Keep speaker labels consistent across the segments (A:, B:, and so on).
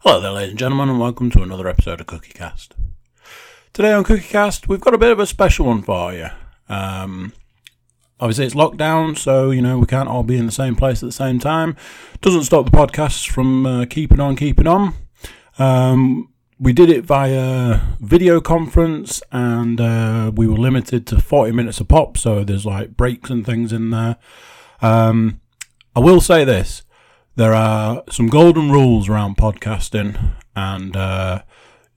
A: Hello there, ladies and gentlemen, and welcome to another episode of Cookie Cast. Today on Cookie Cast, we've got a bit of a special one for you. Um, obviously, it's lockdown, so you know we can't all be in the same place at the same time. Doesn't stop the podcasts from uh, keeping on, keeping on. Um, we did it via video conference, and uh, we were limited to forty minutes a pop, so there's like breaks and things in there. Um, I will say this there are some golden rules around podcasting, and uh,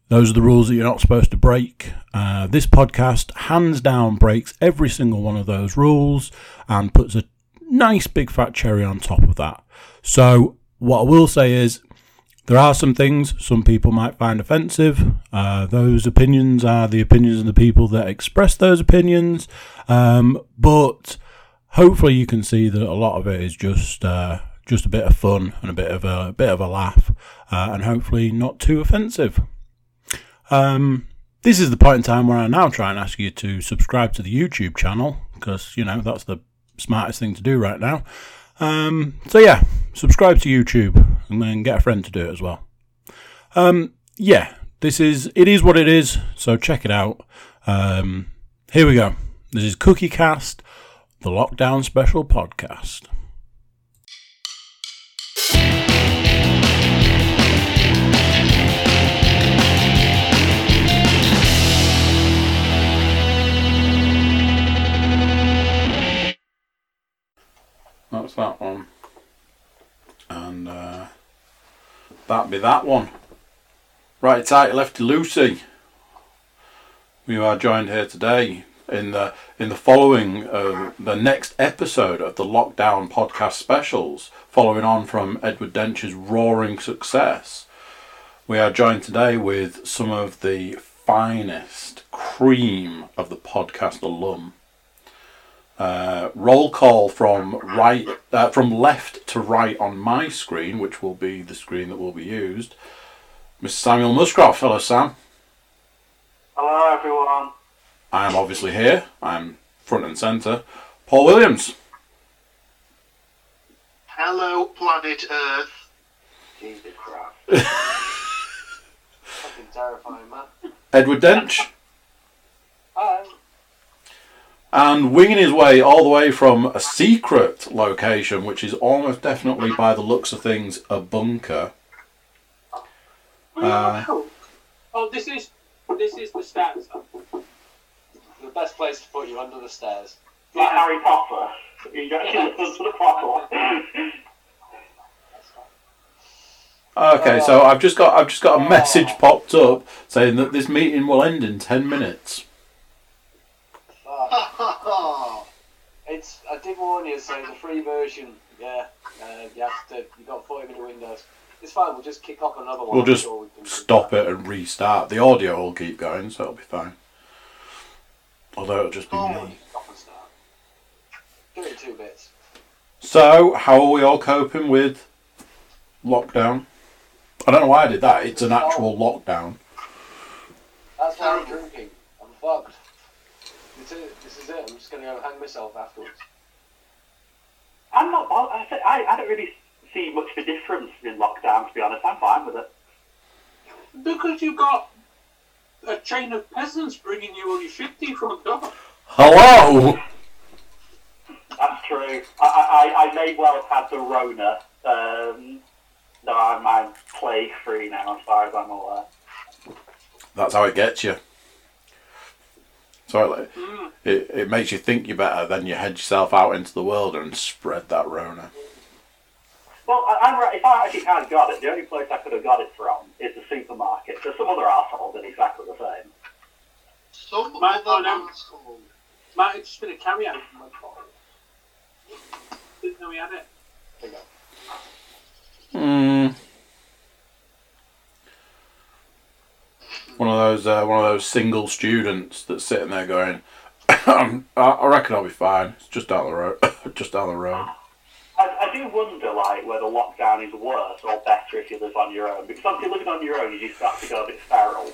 A: those are the rules that you're not supposed to break. Uh, this podcast, hands down, breaks every single one of those rules and puts a nice big fat cherry on top of that. So, what I will say is, there are some things some people might find offensive. Uh, those opinions are the opinions of the people that express those opinions. Um, but hopefully you can see that a lot of it is just uh, just a bit of fun and a bit of a, a bit of a laugh, uh, and hopefully not too offensive. Um, this is the point in time where I now try and ask you to subscribe to the YouTube channel because you know that's the smartest thing to do right now. Um, so yeah, subscribe to YouTube and then get a friend to do it as well. Um, yeah, this is it is what it is. So check it out. Um, here we go. This is Cookie Cast, the lockdown special podcast. That's that one. And uh, that'd be that one. Right tight, lefty Lucy. We are joined here today in the in the following uh, the next episode of the lockdown podcast specials, following on from Edward Dench's roaring success. We are joined today with some of the finest cream of the podcast alum. Uh, roll call from right uh, from left to right on my screen, which will be the screen that will be used. Mr. Samuel Muscroft, hello Sam.
B: Hello, everyone.
A: I am obviously here. I'm front and centre. Paul Williams
C: Hello, planet Earth.
B: Jesus Christ. Fucking terrifying, man.
A: Edward Dench,
B: Hi.
A: and winging his way all the way from a secret location, which is almost definitely, by the looks of things, a bunker. Uh,
B: Oh, this is this is the stairs. The best place to put you under the stairs.
D: like Harry Potter. He actually lives in a bottle.
A: okay, so I've just got I've just got a message popped up saying that this meeting will end in ten minutes.
B: Ah, it's I did warn you, so it's a free version. Yeah, uh, you have to. You got forty minute windows. It's fine. We'll just kick off another one.
A: We'll
B: I'm
A: just
B: sure we can do
A: stop
B: that.
A: it and restart. The audio will keep going, so it'll be fine. Although it'll just be me.
B: Stop and start. Do it in two bits.
A: So, how are we all coping with lockdown? I don't know why I did that. It's an actual lockdown.
B: That's why I'm drinking. I'm fucked. This is, this is it. I'm just gonna go hang myself afterwards.
D: I'm not. bo- I, th- I, I don't really see much of a difference in lockdown. To be honest, I'm fine with it.
E: Because you got a chain of peasants bringing you only 50 from Dover.
A: Hello.
D: That's true. I, I, I may well have had the Rona. Um, no, I'm, I'm plague free now, as far as I'm aware.
A: That's how it gets you. So it, it, it makes you think you're better, then you head yourself out into the world and spread that Rona.
D: Well, I, I'm right. If I actually had got it, the only place I could have got it from is the supermarket. There's some other arsehole did exactly the same.
C: Some
E: My
C: other
E: phone.
C: asshole.
E: Might have just been a carry out from my bottle. Didn't know he had it.
B: There you go.
A: Mm. One of those, uh, one of those single students that's sitting there going, "Um, "I I reckon I'll be fine. It's just down the road, just down the road."
D: I, I do wonder, like, whether lockdown is worse or better if you live on your own. Because obviously, living on your own, you just start to go a bit feral.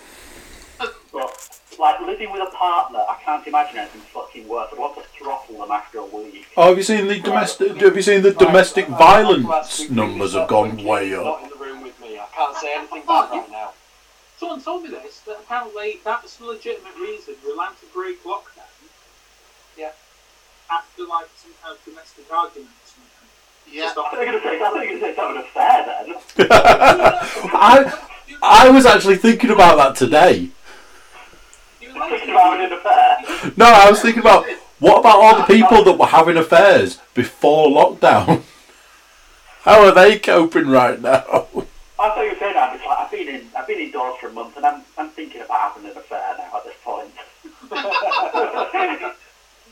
D: But, like, living with a partner, I can't imagine anything fucking worse. I'd want to throttle them after a week.
A: Oh, have you seen the domestic? Have you seen the domestic
B: Right, right, right, right, right, right, right,
A: violence
B: right, right,
A: numbers
B: right,
A: have
B: right,
A: gone
D: Oh.
B: right,
A: way
B: right,
A: up?
B: Not in the room with me. I can't say anything bad right now.
E: Someone told me this, that apparently that was the legitimate reason we allowed to break lockdown.
B: Yeah.
E: After, like, some kind of domestic argument or something.
C: Yeah.
D: I think you're going to say something affair then.
A: I I was actually thinking about that today.
E: You
D: I'm
E: like
D: thinking about having an affair.
A: No, I was thinking about what about all the people that were having affairs before lockdown? How are they coping right now?
D: I thought you were saying that because like, I've been in, I've been indoors for a month, and I'm, I'm thinking about having an affair now at this point.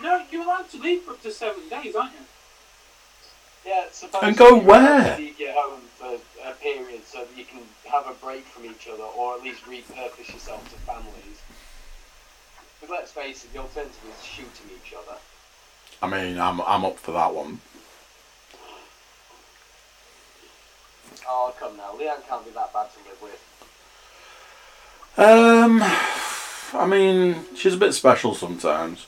E: No, you're allowed to leave for up to seven days, aren't you?
B: Yeah, supposedly
A: And go
B: you're allowed
A: where?
B: to leave your home for a period so that you can have a break from each other, or at least repurpose yourself to families. But let's face it, the alternative is shooting each other.
A: I mean, I'm I'm up for that one.
B: Oh, come now, Leanne can't be that bad to live with.
A: Um, I mean, she's a bit special sometimes.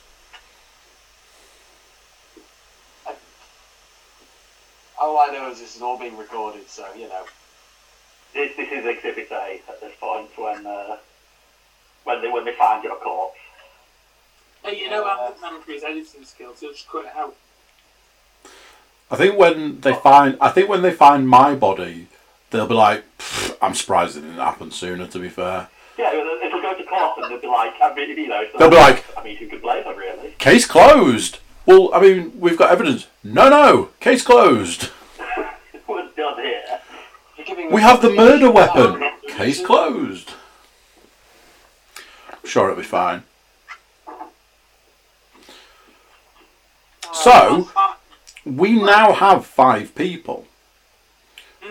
B: All I know is this is all being recorded, so you know.
D: this, this is Exhibit A at this point when, uh, when they when they find your corpse.
E: Hey, you know, Anthony Manning for his editing skills, he'll just cut it out.
A: I think when they find, I think when they find my body, they'll be like, "Pfft, I'm surprised it didn't happen sooner. To be fair,
D: Yeah, it'll it'll go to court, and they'll be like, I mean, you know, so-
A: They'll be like-
D: I mean, who could blame them really?
A: case closed. Well, I mean, we've got evidence. No, no, case closed.
D: We're done here.
B: You're giving
A: We
B: us-
A: have the murder weapon. Case closed. I'm sure it'll be fine. So we now have five people.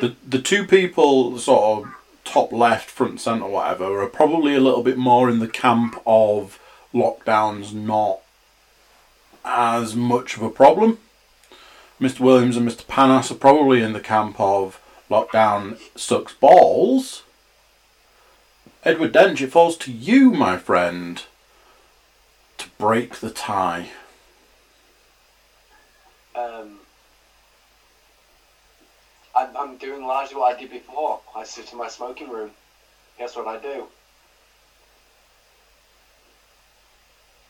A: The the two people sort of top left, front centre, whatever, are probably a little bit more in the camp of lockdowns not as much of a problem. Mr. Williams and Mr. Panas are probably in the camp of lockdown sucks balls. Edward Dench, it falls to you, my friend, to break the tie.
B: Um, I'm, I'm doing largely what I did before. I sit in my smoking room. Guess what I do?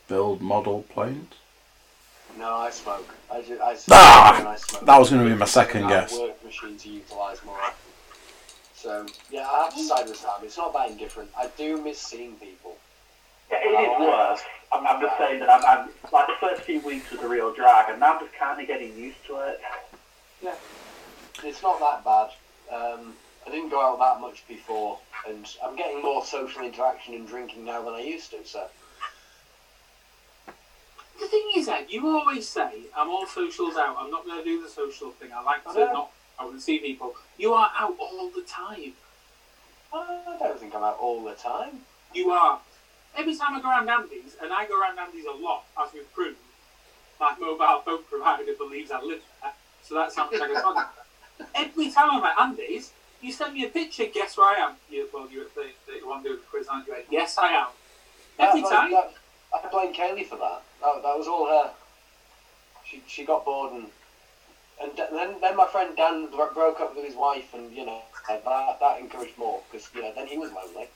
A: Build model planes.
B: No, I smoke. I, ju- I sit
A: Ah!
B: and I smoke.
A: That was going to be my second
B: I
A: guess.
B: Work machine to utilise more often. So yeah, I have to side with Sam. It's not about indifferent. I do miss seeing people.
D: Yeah, it is worse. I'm, I'm just saying that I'm, I'm like the first few weeks was a real drag, and now I'm just kind of getting used to it.
B: It's not that bad. Um, I didn't go out that much before, and I'm getting more social interaction and drinking now than I used to. So
E: The thing is, Ed, you always say, I'm all socials out, I'm not going to do the social thing, I like
B: I
E: to
B: know.
E: not out and see people. You are out all the time.
B: I don't think I'm out all the time.
E: You are. Every time I go around Andy's, and I go around Andy's a lot, as we've proved, my mobile phone provider believes I live there, so that's how much I go on. Every time I'm at Andy's, you send me a picture, guess where I am? You, well, you're at 30, 31 doing a quiz, aren't you? Ed? Yes, I am. Every
B: I blame-
E: time.
B: that- I blame Kaylee for that. That, that was all her. She, she got bored and and d- then then my friend Dan bro- broke up with his wife and you know that that encouraged more because you know then he was lonely.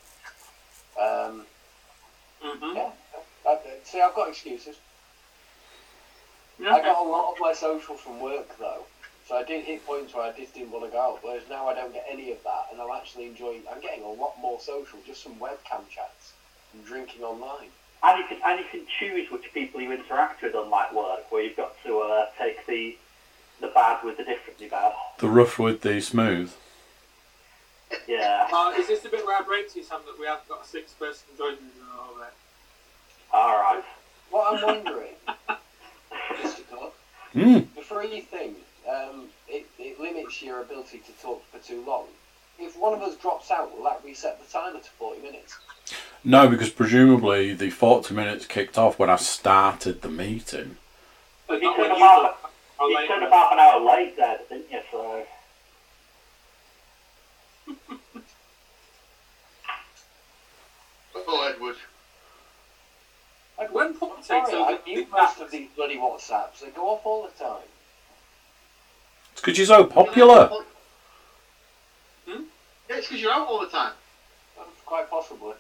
B: Um,
E: hmm
B: yeah. Uh, see, I've got excuses. I got a lot of my social from work though, so I did hit points where I just didn't want to go out. Whereas now I don't get any of that, and I'm actually enjoying. I'm getting a lot more social just from webcam chats and drinking online.
D: And you can and you can choose which people you interact with, unlike work, where you've got to uh, take the the bad with the differently bad.
A: The rough with the smooth.
D: Yeah.
E: Uh, is this the bit where I break to you, Sam, that we have got a sixth person joining us and all that?
D: All right.
B: What I'm wondering, Mr. Cook,
A: Mm.
B: the free thing, um, it, it limits your ability to talk for too long. If one of us drops out, will that reset the timer to 40 minutes?
A: No, because presumably the 40 minutes kicked off when I started the meeting.
E: But
D: You
E: not when
D: turned
E: you
D: about,
E: look. I'll
D: you
E: let
D: turned
E: you know.
D: about an hour late there, didn't you? So
C: Oh, Edward.
E: When Paul
B: I'm
E: takes
B: sorry, I
E: over,
B: mute most of these bloody WhatsApps. They go off all the time.
A: It's because you're so popular.
C: Hmm? Yeah, It's because you're out all the time.
B: Quite possibly.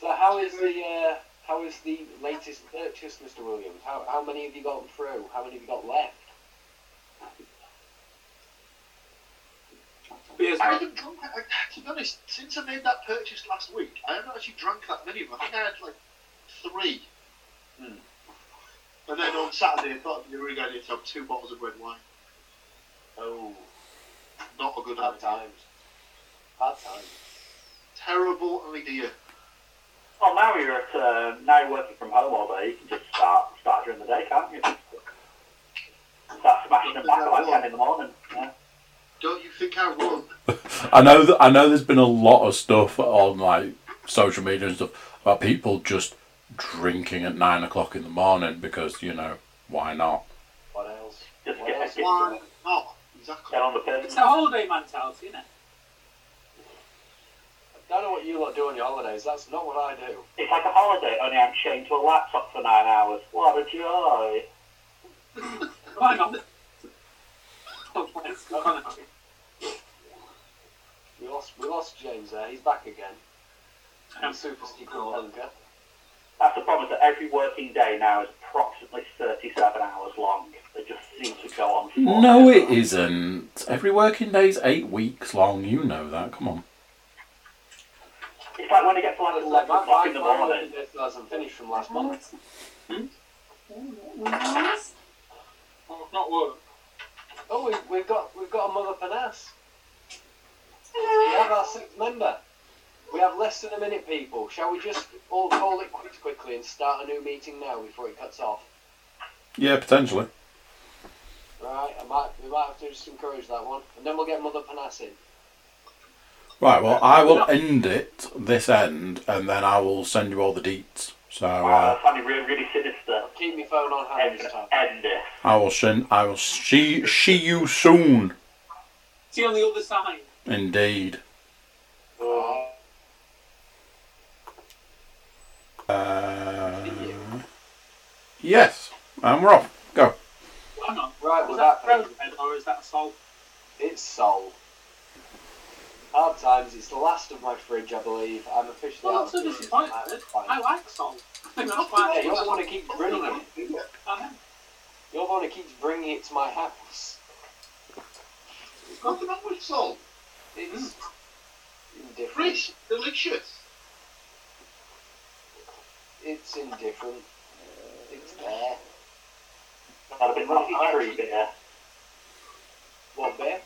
B: So how is the uh, how is the latest purchase, Mr. Williams? How, how many have you gotten through? How many have you got left?
E: Beers,
C: I haven't drunk. I, to be honest, since I made that purchase last week, I haven't actually drunk that many. But I think I had like three.
B: Hmm.
C: And then on Saturday, I thought it'd be a really good idea to have two bottles of red wine.
B: Oh,
C: Not a good
B: bad
C: idea.
B: times. Bad times.
C: Terrible idea.
D: Well, now you're at uh, now you're working from home all day. You can just start start during the day, can't you? Start smashing them back at like ten in the morning. Yeah.
C: Don't you think I won?
A: I know that I know there's been a lot of stuff on like social media and stuff about people just drinking at nine o'clock in the morning because you know why not?
B: What else?
D: Just
B: What
D: get-
B: else?
D: get-
C: Why not? Exactly.
D: Get on the piss.
E: it's a holiday mentality, isn't it?
B: I don't know what you lot do on your holidays. That's not what I do.
D: It's like a holiday, only I'm chained to a laptop for nine hours. What a joy!
E: Why not? Oh, it's gone now.
B: We lost we lost James there. He's back again.
E: Um,
B: He's super sticky
E: Oh,
B: hunger.
D: That's the problem. Is that every working day now is approximately thirty-seven hours long. They just seem to go on. forever.
A: No, it isn't. Every working day's eight weeks long. You know that. Come on.
D: It's like when it gets to like eleven o'clock in the morning.
B: It hasn't finished from last month.
E: Well, it's not work.
B: Oh, we, we've got we've got a mother panas. We have our sixth member. We have less than a minute, people. Shall we just all call it quits quickly and start a new meeting now before it cuts off?
A: Yeah, potentially.
B: Right, I might, we might have to just encourage that one, and then we'll get Mother Panas in.
A: Right. Well, I will end it this end, and then I will send you all the deets. So
D: Wow,
A: uh,
D: that's sounding really, really sinister.
B: Keep my phone on hand
D: End,
B: this time.
D: end it.
A: I will send. I will see see you soon.
E: See on the other side.
A: Indeed.
B: Oh,
A: Uh,
B: you.
A: yes, and we're off. Go.
E: Hang on.
B: Right,
E: Is
B: well
E: that
B: that
E: road red or is that salt?
B: it's soul. Hard times. It's the last of my fridge, I believe. I'm officially
E: Well, I'm
B: out.
E: so
B: of it.
E: disappointed.
B: That's fine.
E: I like salt. I think that's
B: Yeah,
E: why
B: you're the one who keeps bringing it.
E: I know.
B: You're the one who keeps bringing it to my house.
C: There's nothing wrong with salt.
B: It's
E: Hmm.
B: indifferent.
C: Rich, delicious.
B: It's indifferent.
E: Uh,
B: It's there.
D: That'd have been lucky tree beer.
B: What beer?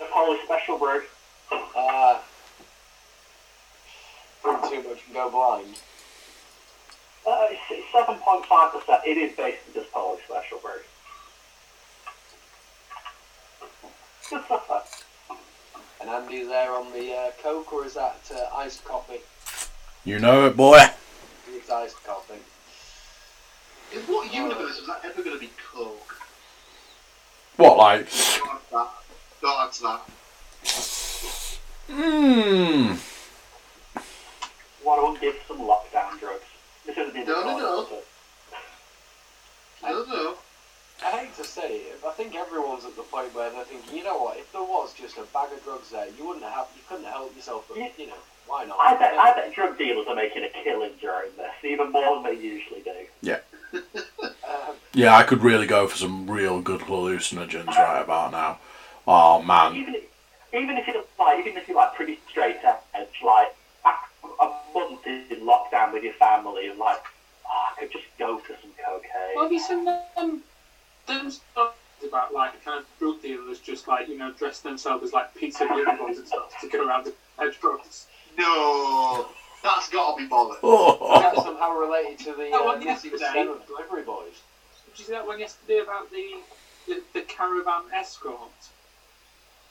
D: The Polish special brew.
B: Uh, drink too much and go blind.
D: Uh, it's, it's 7.5%. It is basically just Polish special brew. Good stuff, though.
B: And Andy's there on the uh, Coke, or is that uh, iced coffee?
A: You know it, boy.
B: It's iced coffee.
C: In what universe was that ever going to be Coke?
A: What like?
C: Don't answer that. Don't answer that.
A: Mmm.
D: Why don't give some lockdown drugs? This isn't being
C: No, no,
D: recorded,
C: no.
D: is it?
C: No, no.
B: I hate to say it, but I think everyone's at the point where they're thinking, you know what, if there was just a bag of drugs there, you wouldn't have, you couldn't help yourself, but, you know, why not?
D: I bet, I bet drug dealers are making a killing during this, even more than they usually do.
B: Um,
A: Yeah, I could really go for some real good hallucinogens right about now. Oh man.
D: Even if, even if you're like, even if you're like pretty straight edge, like a a month in lockdown with your family, and like, oh, I could just go for some cocaine.
E: Well, have you seen them? Them stuff about like kind of drug dealers just like you know dress themselves as like pizza unicorns and stuff to go around the hedge drugs.
C: No. That's got to be bollocks.
B: that's
A: Oh,
B: somehow related to the
E: That
B: uh,
E: one
B: Nancy
E: yesterday.
B: Percent of Delivery Boys.
E: Did you see that one yesterday about the the, the caravan escort?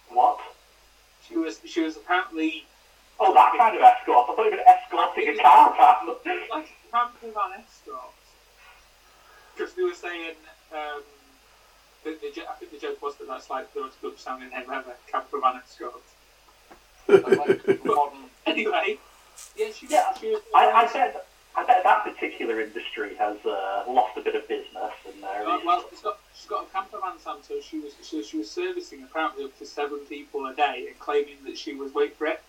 D: What?
E: She was she was apparently
D: Oh, that kind of escort. I thought you were escorting a caravan.
E: like a caravan escort because they were saying um, the, the, jo- I think the joke was that that's like the most good sounding name ever, caravan escort.
B: Like modern,
E: Anyway, yeah, she was.
D: Yeah,
E: she was um,
D: I, I bet, I bet that particular industry has uh, lost a bit of business, and they're
E: Uh, well, it's got, She's got a camper van, Sam, so she was so she was servicing apparently up to seven people a day and claiming that she was wait for it,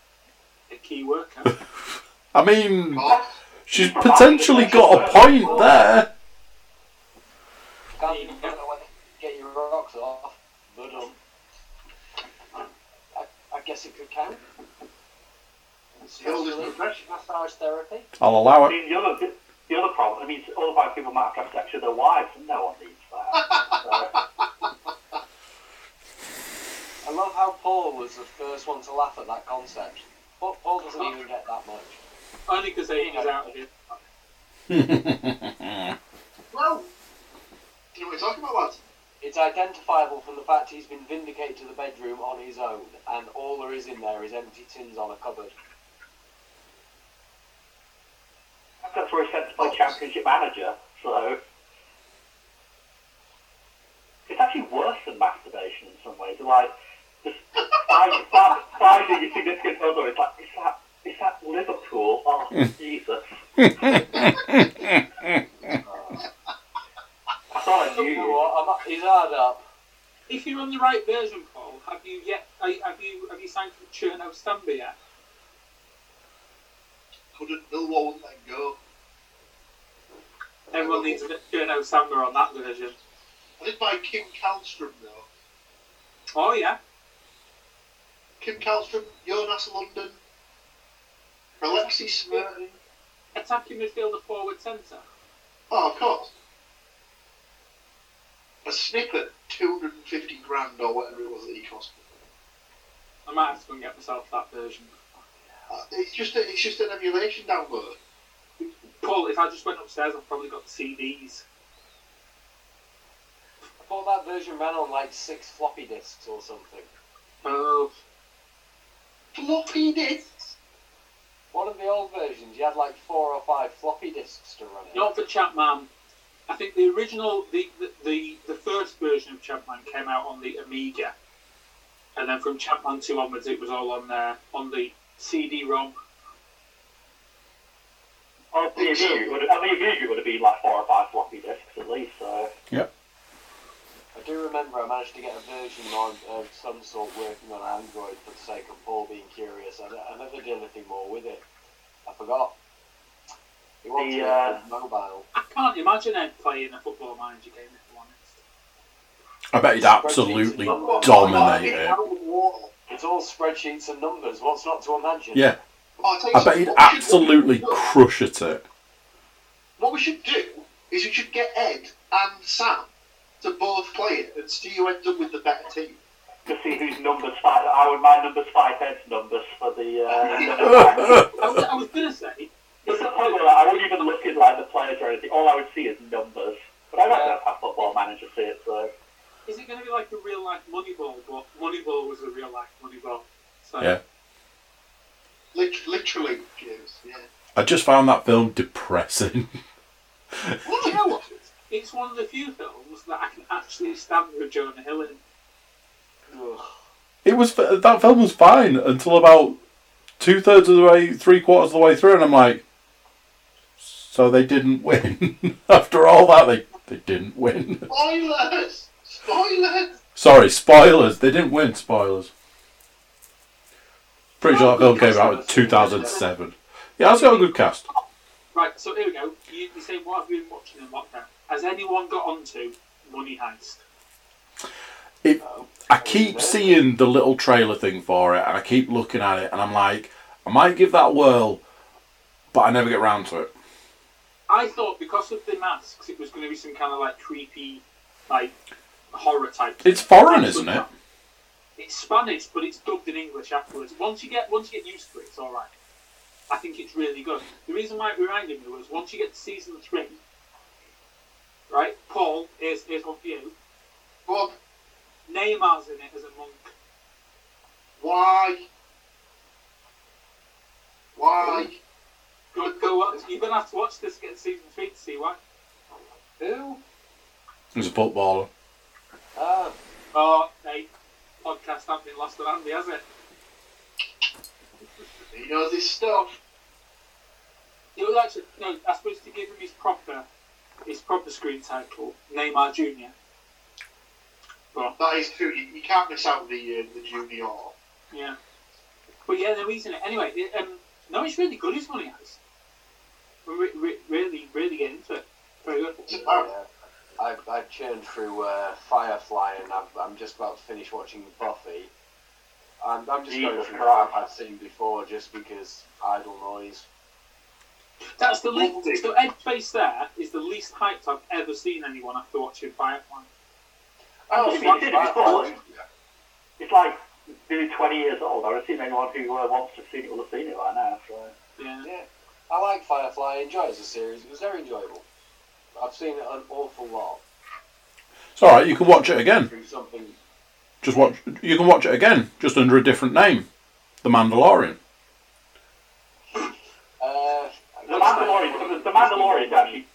E: a key worker.
A: I mean,
C: God.
A: she's potentially got a point there.
B: Can't even get your rocks off, but um, I, I guess it could count.
C: It's the oldest profession.
B: Massage therapy.
A: I'll allow
D: I
A: it.
D: mean, the other, the other problem, I mean, all about people might have sex with their wives, and no one needs that. So,
B: I love how Paul was the first one to laugh at that concept. But Paul doesn't even get that much.
E: Only because Amy's out of it.
C: Well, do you know what you're talking about, lads?
B: It's identifiable from the fact he's been vindicated to the bedroom on his own, and all there is in there is empty tins on a cupboard.
D: that's where he's sent to play championship manager, so. It's actually worse than masturbation in some ways. Like, just find- find- finding your significant other, it's like, is that, is that Liverpool? Oh, Jesus. I thought I knew
B: You know
D: you.
B: what? I'm, he's hard up.
E: If you're on the right version, Paul, have you yet? Are, you- have you have you signed for Cherno Stamba yet?
C: Couldn't Millwall wouldn't let go.
E: Everyone needs a bit of Cherno Stamba on that version.
C: I did buy Kim Calstrom though.
E: Oh yeah,
C: Kim Calstrom, Jonas London, Alexi Smirton.
E: attacking midfielder, forward, centre.
C: Oh, of course. A snip at 250 grand or whatever it was that he cost me.
E: I might have to go and get myself that version.
C: Uh, It's just a, it's just an emulation download.
E: Paul, if I just went upstairs, I've probably got CDs.
B: I thought that version ran on like six floppy disks or something.
E: Oh,
C: Floppy disks.
B: One of the old versions, you had like four or five floppy disks to run it.
E: not for Chapman. I think the original, the the, the, the first version of Chapman came out on the Amiga, and then from Chapman two onwards, it was all on there on the CD-ROM.
D: Oh, the Amiga would, I mean, Amiga would have been like four or five floppy disks at least, so.
A: Yep.
B: I do remember I managed to get a version on, of some sort working on Android for the sake of Paul being curious. I, I never did anything more with it. I forgot. He wanted
D: The,
B: it
D: uh,
B: for mobile.
E: I can't imagine Ed playing a football manager game if I'm honest.
A: I bet he'd absolutely dominate it.
C: Oh,
B: It's all spreadsheets and numbers. What's not to imagine?
A: Yeah,
C: I'll tell you
A: I bet he'd
C: something, what we should-
A: absolutely crush at it.
C: What we should do is we should get Ed and Sam to both play it and see who ends up with the better team.
D: to see whose numbers fight. I would my numbers fight Ed's numbers for the. Uh,
A: I
E: I was, I was gonna say,
D: it's the point where I wouldn't even look at like the players or anything. All I would see is numbers. But I don't know how football managers see it. So
E: is it gonna be like a real life Moneyball? But Moneyball was a real life Moneyball. So
A: Yeah.
C: Lit- literally, James. Yeah.
A: just found that film depressing.
C: What the hell?
E: it's one of the few films that I can actually stand with Jonah Hill in.
B: Ugh.
A: It was that film was fine until about two thirds of the way, three quarters of the way through, and I'm like, so they didn't win. After all that, they they didn't win.
C: Spoilers! Spoilers!
A: Sorry, spoilers. They didn't win. Spoilers. Pretty sure that film came out in 2007. Yeah, that's got a good cast.
E: Right, so here we go. You, you say what have you been watching in lockdown? Has anyone got onto Money Heist?
A: It, I keep seeing the little trailer thing for it, and I keep looking at it, and I'm like, I might give that a whirl, but I never get round to it.
E: I thought because of the masks, it was going to be some kind of like creepy, like horror type.
A: It's
E: thing.
A: foreign, isn't it?
E: It's Spanish, but it's dubbed in English afterwards. Once you get once you get used to it, it's all right. I think it's really good. The reason why it reminded me was once you get to season three, right? Paul is is one for you.
C: Bob,
E: Neymar's in it as a monk.
C: why? Why?
E: Go, go watch. You're gonna have to watch this to get to season three to see why.
B: Who?
A: He's a footballer.
B: Ah,
E: Oh, hey, podcast hasn't been lost and Andy, has it?
C: He knows his stuff.
E: It was actually no. I suppose to give him his proper, his proper screen title, Neymar Junior. But
C: That is true. You, you can't miss out the uh, the junior.
E: yeah, but yeah, they're eating it anyway. It, um, no, it's really good. It's funny, guys. Re- re- really, really get into it. Very good.
D: Oh.
C: uh,
B: Yeah. I've, I've churned through uh, Firefly and I've, I'm just about to finish watching Buffy. I'm, I'm just going
D: Jesus
B: through
D: Christ.
B: crap I've seen before just because idle noise.
E: That's the least. So Ed Face there is the least hyped I've ever seen anyone after watching Firefly.
D: Oh,
B: I've
D: you
B: seen
D: did it
B: Firefly.
D: before. It's like nearly 20 years old. I would assume anyone who uh, wants to see it will have seen it by now. So.
E: Yeah.
B: Yeah, I like Firefly. I enjoy it as a series. It was very enjoyable. I've seen it an awful lot.
A: It's all right. You can watch it again.
B: Through something.
A: Just watch. You can watch it again, just under a different name, The Mandalorian.
B: Uh,
D: The Mandalorian, the Mandalorian actually,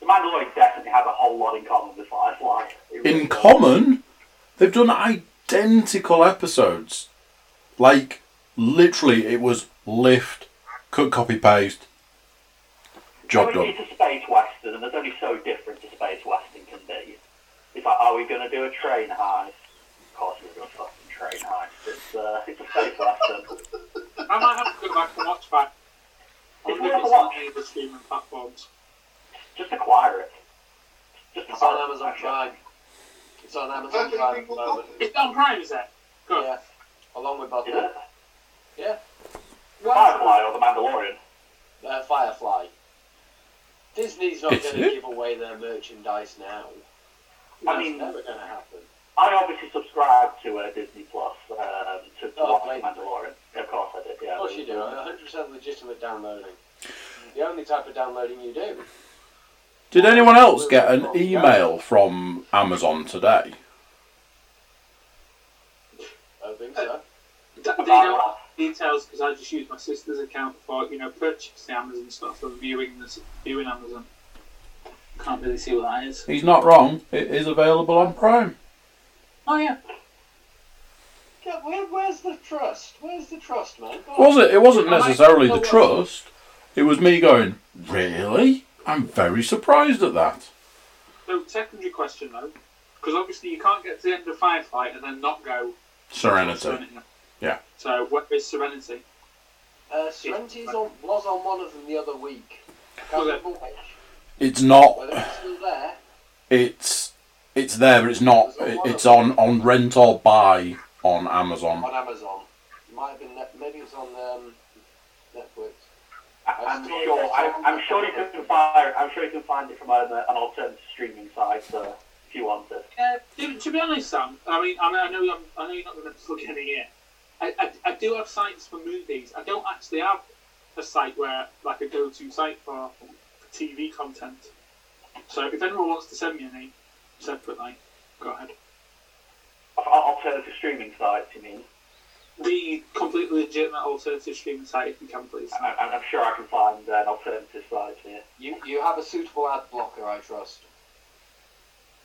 D: the Mandalorian definitely has a whole lot in common with Firefly. It really
A: In
D: does.
A: common, they've done identical episodes. Like literally, it was lift, cut, copy, paste. Job
D: I mean,
A: done.
D: It's a space western, and there's only so different a space western can be. It's like, are we going to do a train heist? Of course, we're going to fucking train heist. It's, uh, it's a space western.
E: I might have to go back and watch that. I
D: It's
E: wonder
D: worth
E: if
D: a
E: it's on
D: watch.
E: any of the streaming platforms.
D: Just acquire it. Just
B: It's
D: acquire
B: on
D: it.
B: Amazon Prime. It's on Amazon
C: Perfect
B: Prime at the
C: people
B: moment.
C: copy.
E: It's on Prime, is it? Good.
B: Yeah, along with Buffy.
D: Is it
B: Yeah,
D: Firefly or The Mandalorian?
B: uh, Firefly. Disney's not
A: It's
B: going to
A: it?
B: give away their merchandise now.
D: I
B: That's
D: mean-
B: never going to happen.
D: I obviously subscribe to uh, Disney Plus um, to, to
B: Oh,
D: watch
B: right.
D: The Mandalorian. Of course I did. Yeah.
B: Of course you do. 100% legitimate downloading. The only type of downloading you do.
A: Did anyone else get an email from Amazon today?
B: I don't think so.
E: Do you know what details? Because I just used my sister's account for you know purchasing Amazon stuff and viewing this, viewing Amazon. Can't really see what that is.
A: He's not wrong. It is available on Prime.
E: Oh yeah.
B: Yeah, where, where's the trust? Where's the trust, man? Go on.
A: Was it? It wasn't necessarily the trust. It was me going. Really? I'm very surprised at that.
E: So secondary question though, because obviously you can't get to the end of Firefly and then not go
A: Serenity. Yeah.
E: So what is Serenity?
B: Uh, Serenity's on, was on one of them the other week. I can't
E: Was it?
B: remember which.
A: It's not.
B: Whether it's still there.
A: It's it's there, but it's not. it- It's on on rent or buy on Amazon.
B: on Amazon. It might have been net, maybe it was on um, Netflix.
D: I'm sure. I, I'm sure you can find. I'm sure you can find it from an, uh, an alternative streaming site uh, if you want it.
E: Uh, to, to be honest, Sam, I mean, I, mean, I know, I'm, I know you're not going to look at it here. I, I, I do have sites for movies. I don't actually have a site where, like, a go-to site for, for TV content. So if anyone wants to send me any separately, go ahead.
D: Al- Alternative streaming sites, you mean?
E: The completely legitimate alternative streaming site, if you can, please.
D: I, I- I'm sure I can find uh, an alternative site here.
B: You you have a suitable ad blocker, I trust.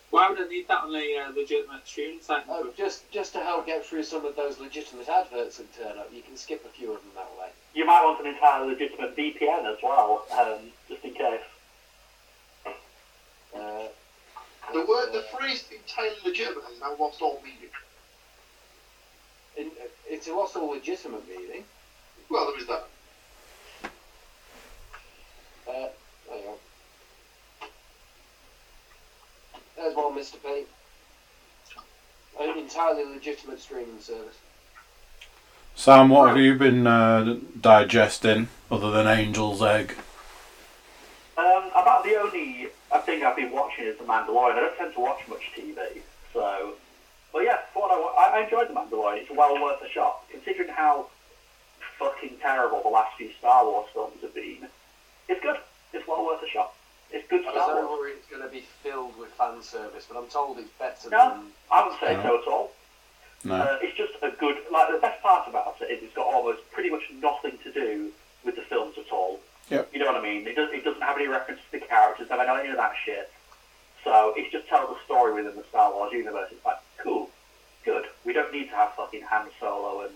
E: Why would I need that on a uh, legitimate streaming site?
B: Oh, just just to help get through some of those legitimate adverts that turn up, you can skip a few of them that way.
D: You might want an entirely legitimate VPN as well, um, just in case.
B: Uh,
C: The
B: it's,
C: word, the
B: uh,
C: phrase entirely legitimate has now lost all meaning.
B: in, uh, it's what's all legitimate meaning.
C: Well, there is that.
B: Uh, hang on. There's one, Mr. P. An entirely legitimate streaming service.
A: Sam, what have you been uh, digesting other than Angel's Egg?
D: Um, about the only uh, thing I've been watching is The Mandalorian. I don't tend to watch much TV, so. But yeah, for what I, wa- I, I enjoyed The Mandalorian. It's well worth a shot, considering how fucking terrible the last few Star Wars films have been. It's good. It's well worth a shot. It's good
B: I
D: Star
B: don't
D: Wars.
B: worry it's going to be filled with fan service, but I'm told it's better
D: No,
B: than.
D: I wouldn't say so at all.
A: No.
D: Uh, it's just a good. Like the best part about it is it's got almost pretty much nothing to do with the films at all.
A: Yep.
D: You know what I mean? It, does, it doesn't have any reference to the characters. I know any of that shit. So it's just tell the story within the Star Wars universe. It's like cool, good. We don't need to have fucking Han Solo and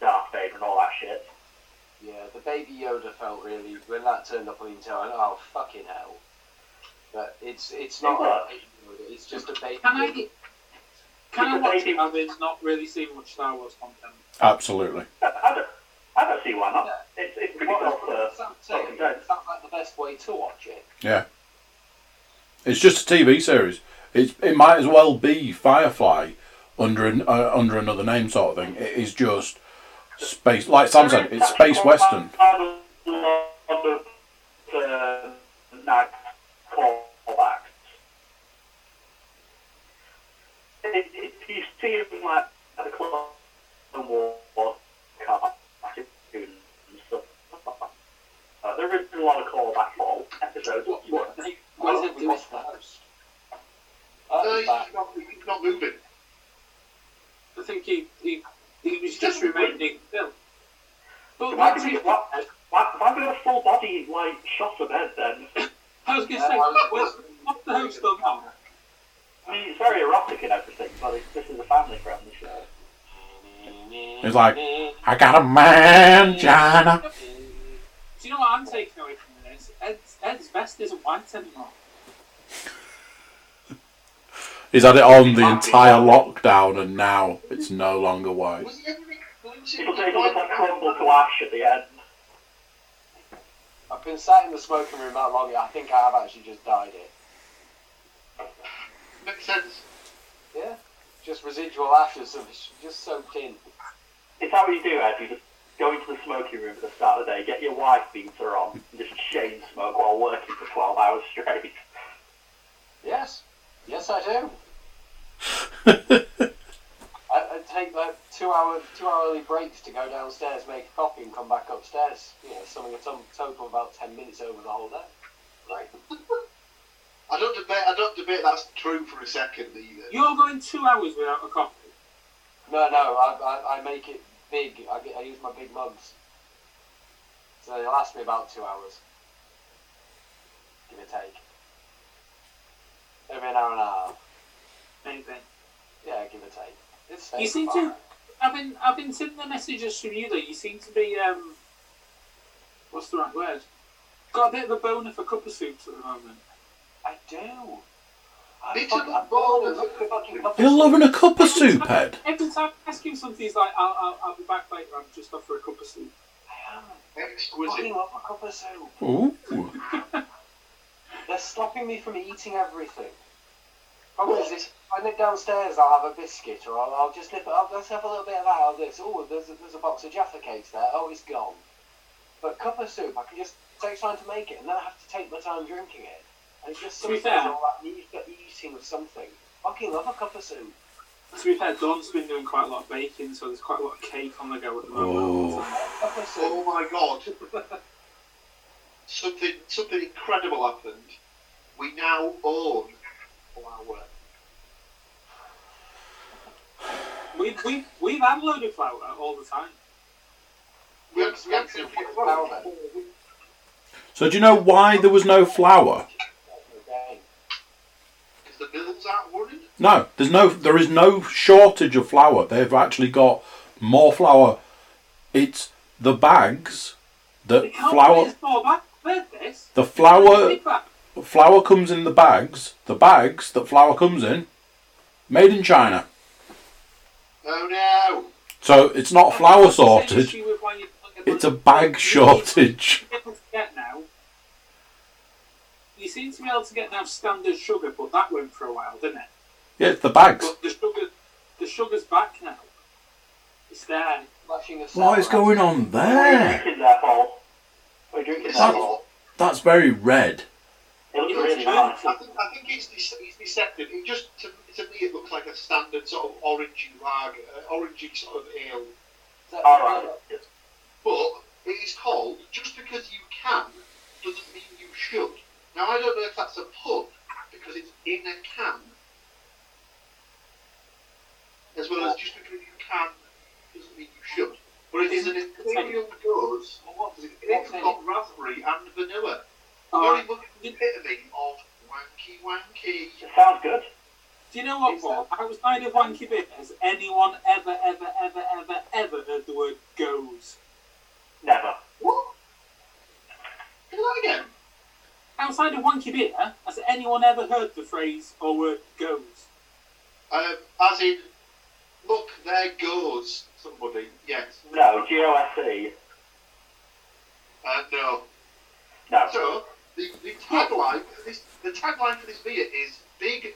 D: Darth Vader and all that shit.
B: Yeah, the Baby Yoda felt really when that turned up on the internet. I went, Oh fucking hell! But it's it's not.
D: It
B: a
D: works.
B: Baby Yoda, It's just a baby.
E: Can I
B: Yoda.
E: get, Can I
D: Because
E: watch
D: they
E: it
D: do-
E: having not really seen much Star Wars content?
A: Absolutely.
D: I don't, I don't see why not. It's, it's pretty
B: What-
D: close to.
B: Is that saying- is that like the best way to watch it?
A: Yeah. It's just a TV series. It's it might as well be Firefly under an, uh, under another name sort of thing. It is just space, like Sam said, it's space western.
D: I would love to not callbacks. It, it, you see it in like the Clone Wars cartoons and stuff. Uh, there is a lot of callbacks for all episodes.
B: What, what, what does it do with the house? That's
C: No, he's
B: bad.
C: not, he's not moving.
E: I think he he, he was just remaining still. But
D: Why
E: like,
D: do we why, why, why do we have full body like shot of bed then?
E: I was going to
B: Yeah,
E: say,
B: I was-
E: what's, what's the host still now?
D: I mean, it's very erotic and everything, but it's, this is a family-friendly show.
A: It's like I got a man, China.
E: Do you know what I'm taking away from this? Ed's, Ed's vest isn't white anymore.
A: He's had it on the entire lockdown, and now it's no longer white.
C: Was he ever exclusive?
D: People say it looks like crumble to ash at the end.
B: I've been sat in the smoking room that long, I think I have actually just dyed it.
C: Makes sense.
B: Yeah? Just residual ashes of just soaked in.
D: It's how you do, Ed. You just go into the smoking room at the start of the day, get your wife beater on, and just chain smoke while working for 12 hours straight.
B: Yes. Yes, I do. I, I take like two hour two hourly breaks to go downstairs, make a coffee, and come back upstairs. You know, something a to- total of about ten minutes over the whole day. Right.
C: I don't debate. I don't debate. That's true for a second either.
E: You're going two hours without a coffee.
B: No, no, I, I, I make it big. I, get- I use my big mugs. So they last me about two hours. Give or take. Every an hour and a half.
E: Maybe.
B: Yeah, give or take. It's
E: You seem
B: fine.
E: to- I've been I've been sending the messages from you though. You seem to be um, what's the right word? Got a bit of a boner for cuppa soups at the moment.
B: I do. I
C: Bit
B: fuck-
C: of a
B: I'm all
C: bonus.
B: over the fucking cup of
A: You're
B: soup.
A: loving a cup of soup, Ed.
E: Every time I ask him something, he's like, "I'll I'll, I'll be back later. I'm just off for a cup of soup."
B: I am.
C: Exquisite.
B: Fucking love a cup of soup.
A: Ooh.
B: They're stopping me from eating everything. Problem is, if I nip downstairs, I'll have a biscuit, or I'll, I'll just nip it up. Let's have a little bit of that or this. Oh, there's a, there's a box of Jaffa cakes there. Oh, it's gone. But cup of soup, I can just take time to make it, and then I have to take my time drinking it. And it's just
E: To be
B: something
E: fair-
B: all that need for eating something. Fucking love a cup of soup.
E: To be fair, Don's been doing quite a lot of baking, so there's quite a lot of cake on the go at the moment.
A: Oh.
B: Cup of soup.
C: Oh my god. something something incredible happened. We now own flour.
E: We we we've had a load of flour all the time.
C: We had, we had to
B: Flour.
A: So do you know why there was no flour?
B: Okay.
C: because the bills aren't running.
A: No, there's no, there is no shortage of flour. They've actually got more flour. It's the bags
E: They
A: that
E: can't
A: flour.
E: put more back. Heard this?
A: The flour,
E: Big back.
A: flour comes in the bags. The bags that flour comes in, made in China.
C: Oh no!
A: So it's not flour shortage.
E: Issue with why you don't get
A: It's a
E: money.
A: bag
E: You-
A: shortage.
E: able to get now. You seem to be able to get now standard sugar, but that went for a while, didn't it?
A: Yeah, it's the bags.
E: But the sugar, the sugar's back now. It's there.
B: Flashing a
A: What is
B: sour.
A: going on
D: What are you
A: there?
D: drinking there, Paul? What are you drinking
C: It's
D: there,
A: That-
D: Paul?
C: not.
A: That's very red.
D: It looks
E: It looks
D: really
E: good.
D: nice.
C: I think, I think it's, dece- it's deceptive. It just to, to me it looks like a standard sort of orangey lager, uh, orangey sort of ale.
B: Is that-
D: Alright.
C: But it is called just because you can doesn't mean you should. Now I don't know if that's a pun because it's in a can, as well as just because you can doesn't mean you should. But it is an imperial dose. Well, what is it? It's got raspberry and vanilla. Very
E: Alright,
C: much the epitome of wanky wanky.
D: It sounds good.
E: do you know what, Paul? Outside of Wanky Bit, has anyone ever, ever, ever, ever, ever heard the word goes?
D: Never.
C: What? Say that again.
E: Outside of Wanky Bit, has anyone ever heard the phrase or word goes?
C: Um, I, As in, look, there goes somebody. Yes.
D: No, GOSE.
C: Uh, no.
D: No.
C: So the, the tagline for this the tagline for this beer is big,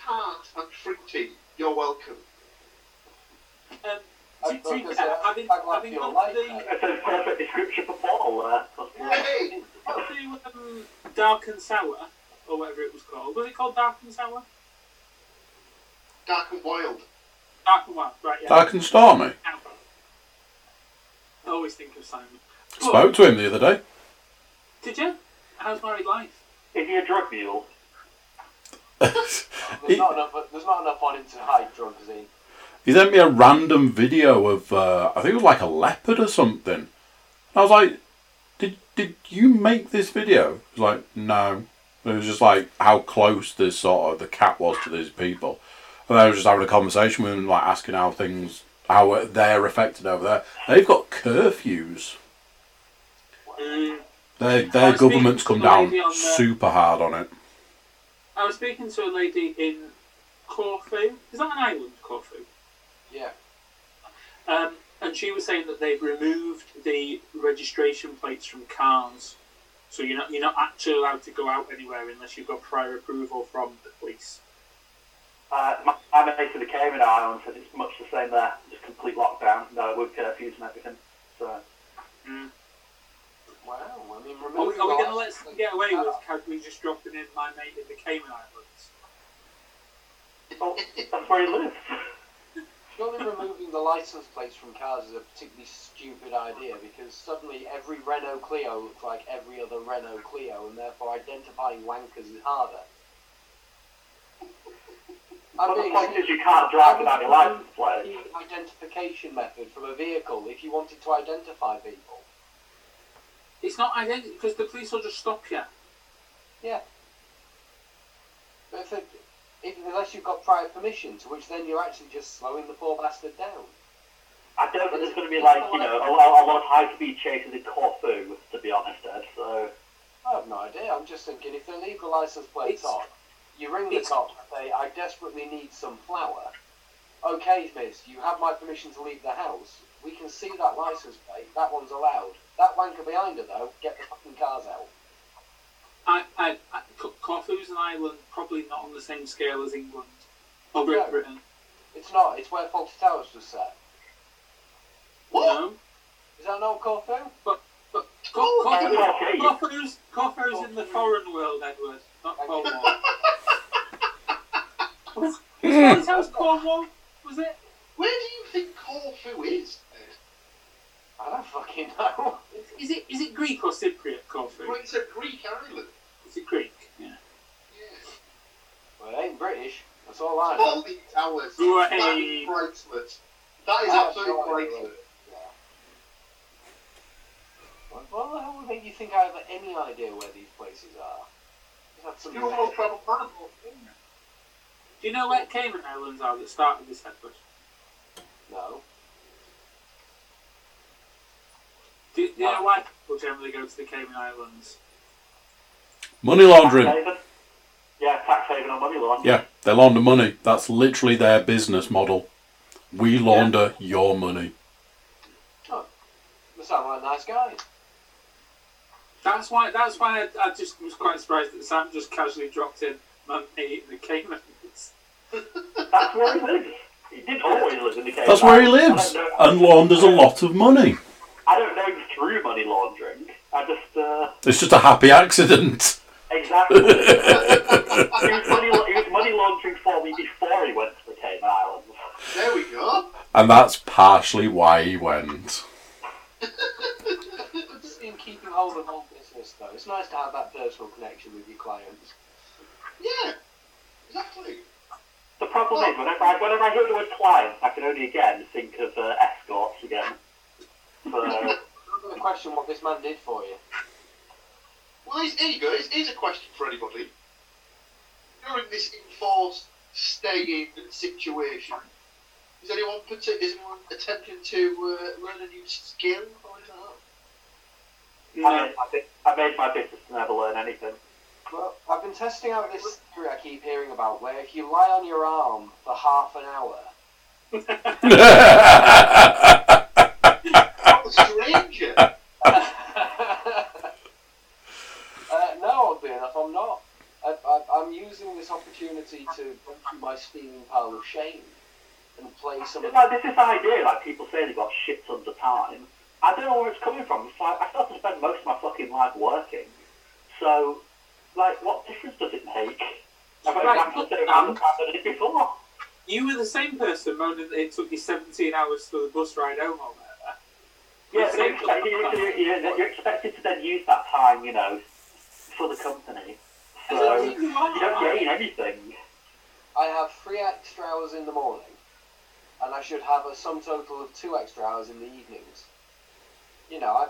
C: tart and fruity. You're welcome.
E: Um,
B: I
E: to, to be
B: focus
E: fair,
B: on-
E: having,
B: I like
E: having
B: your
E: gone
B: light
E: to the,
B: now.
D: That's a perfect description for Paul uh, there.
C: Hey,
E: gone to um, Dark and Sour, or whatever it was called. Was it called Dark and Sour?
C: dark and wild.
E: Dark and Wild, right, yeah.
A: Dark and Stormy.
E: I always think of Simon. But-
A: Spoke to him the other day.
E: Did you? How's married life?
D: Is he a drug mule?
B: There's not enough. There's not enough on him to hide drugs in.
A: he sent me a random video of uh, I think it was like a leopard or something. And I was like, "Did did you make this video?" He was like, "No." It was just like how close this sort of the cat was to these people, and I was just having a conversation with him, like asking how things how they're affected over there. They've got curfews.
E: Um,
A: Their
E: I
A: their
E: was speaking
A: government's
E: to
A: come
E: the
A: down
E: lady on the-
A: super hard on it.
E: I was speaking to a lady in Corfu. Is that an island, Corfu?
B: Yeah.
E: Um, and she was saying that they've removed the registration plates from cars, so you're not you're not actually allowed to go out anywhere unless you've got prior approval from the police.
D: Uh, my, I'm a native of the Cayman Islands, and it's much the same there. Just complete lockdown, no with curfews and everything. So
B: Wow. I mean,
E: Are we,
B: removing
E: are we
B: all
E: going to
B: that-
E: let us get away with can we just dropping in my mate in the Cayman Islands?
D: well, oh, that's where he lives.
B: Surely removing the license plates from cars is a particularly stupid idea because suddenly every Renault Clio looks like every other Renault Clio and therefore identifying wankers is harder.
D: But the
B: I
D: point
B: mean,
D: is, you can't drive without your license plate.
B: the identification method from a vehicle if you wanted to identify people.
E: It's not identity because the police will just stop you.
B: But if, it, if, unless you've got prior permission, to which then you're actually just slowing the poor bastard down.
D: I don't think there's going to be like you know a, lot- a lot of high speed chases in Corfu, to be honest, Ed. So
B: I have no idea. I'm just thinking if they leave the license plates
E: It's-
B: on, you ring the
E: it's-
B: cop and say, I desperately need some flour. Okay, miss, you have my permission to leave the house. We can see that license plate. That one's allowed. That wanker behind her, though, get the fucking cars out.
E: I, I, I, Co- Corfu's an island, probably not on the same scale as England or Great
B: No.
E: Britain.
B: It's not. It's where Faulty Towers was set.
C: What?
E: No,
B: Is that not Corfu?
E: but
C: Oh,
E: Co- Corfu,
D: okay.
E: Corfu's, Corfu's in the foreign world, Edward, not
B: Thank
E: Cornwall.
B: you.
E: was, was, that was Cornwall? Was it?
C: Where do you think Corfu is?
B: I don't fucking know.
E: Is it is it Greek or Cypriot Corfu?
C: Well, it's a Greek island.
E: Is it Greek? Yeah.
C: Yeah.
B: Well, it ain't British. That's all I know.
C: Holy towers.
E: Right.
C: That is priceless. That is
B: I have
C: absolutely
B: Oh, no idea.
C: priceless.
B: What what the hell would make you think I have any idea where these places are? Is that some
C: You almost travel Panama.
E: Do you know where Cayman Islands are that started this Edward?
B: No.
E: Do, do you know why people generally go to the Cayman Islands?
A: Money
D: tax
A: laundering.
D: haven. Yeah, tax haven on money laundering.
A: Yeah, they launder money. That's literally their business model. We launder your money.
B: They sound like nice guys.
E: That's why. That's why I, I just was quite surprised that Sam just casually dropped in my mate in the Caymans.
D: That's where he lives. He didn't always live in the Cayman
A: That's where he lives
D: Islands. I don't know-
A: and launders a lot of money.
D: I don't know him through money laundering. I just uh,
A: It's just a happy accident.
D: exactly. he, was money, la- he was money laundering for me before he went to the Cayman Islands.
C: There we go.
A: And that's partially why he went.
B: Just in keeping hold of all business though. It's nice to have that personal connection with your clients.
C: Yeah. Exactly.
D: The problem is, whenever I, whenever I hear the word client, I can only again think of uh, escorts again. So,
B: I'm going to question what this man did for you.
C: Well, here's, here you go. Here's, here's a question for anybody. During this enforced stay-in situation, is anyone partic- is anyone attempting to uh, learn a new skill or anything like that?
D: I, made, I, think, I made my business to never learn anything.
B: Well, I've been testing out this theory I keep hearing about, where if you lie on your arm for half an hour,
C: Not the stranger.
B: uh, no, oddly enough, I'm not. I, I, I'm using this opportunity to go through my steaming pile of shame and play some of
D: It's like, there's this idea, like, people say they got shit tons of time. I don't know where it's coming from. It's like, I still have to spend most of my fucking life working. So, like, what difference does it make? I've got
E: Right,
D: exactly the
E: but,
D: same
E: um,
D: amount of time that I did before.
E: You were the same person moaning that it took you 17 hours for the bus ride home or whatever.
D: Yeah, but
E: The
D: you're,
E: same
D: expect- you're, you're, you're, you're expected to then use that time, you know, for the company. So,
E: I don't
D: you
E: think you are.
D: don't gain anything.
B: I have three extra hours in the morning, and I should have a sum total of two extra hours in the evenings. You know, I,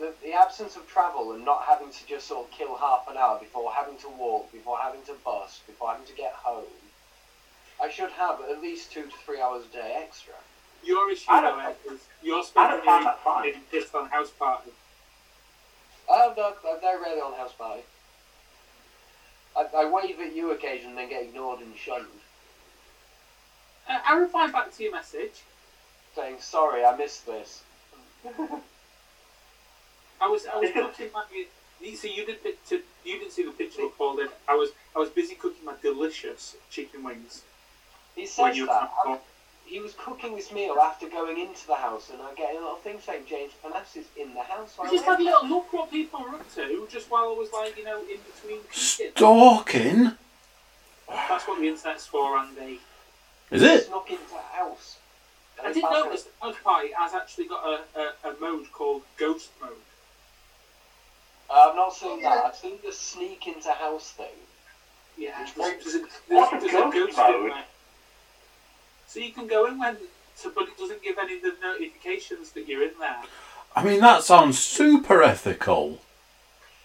B: the, the absence of travel and not having to just sort of kill half an hour before having to walk, before having to bus, before having to get home, I should have at least two to three hours a day extra.
E: Your issue,
D: I don't-
E: though, Ed, is you're
D: I
E: spending
D: don't find that
E: your
D: fine.
E: evening pissed on house party.
B: I'm not, I'm not really on house party. I, I wave at you occasionally and get ignored and shunned,
E: Uh, I replied back to your message.
B: saying, sorry, I missed this.
E: I was I was
D: It's good.
E: cooking my. You see, you didn't pic- to, you didn't see the picture of Paul. Did I was I was busy cooking my delicious chicken wings
B: He
E: when
B: says
E: you
B: that.
E: were
B: he was cooking this meal after going into the house, and I'm getting a lot of things saying James Panas is in the house.
E: I
B: I
E: just
B: went,
E: had a little look what people were up to, just while I was like, you know, in between cooking.
A: Stalking?
E: That's what the internet's for, Andy.
A: Is it?
B: Snuck into the house.
E: I did notice that House Party has actually got a, a, a mode called Ghost Mode.
B: Uh, I've not seen that. I've seen the sneak into house thing.
E: Yeah.
B: Which
E: there's-
B: mode?
E: there's a-
D: What
E: there's-
D: is
E: there's a
D: Ghost
E: in
D: Mode?
E: there. So you can go in when, so, but it doesn't give any of the notifications that you're in there.
A: I mean, that sounds super ethical.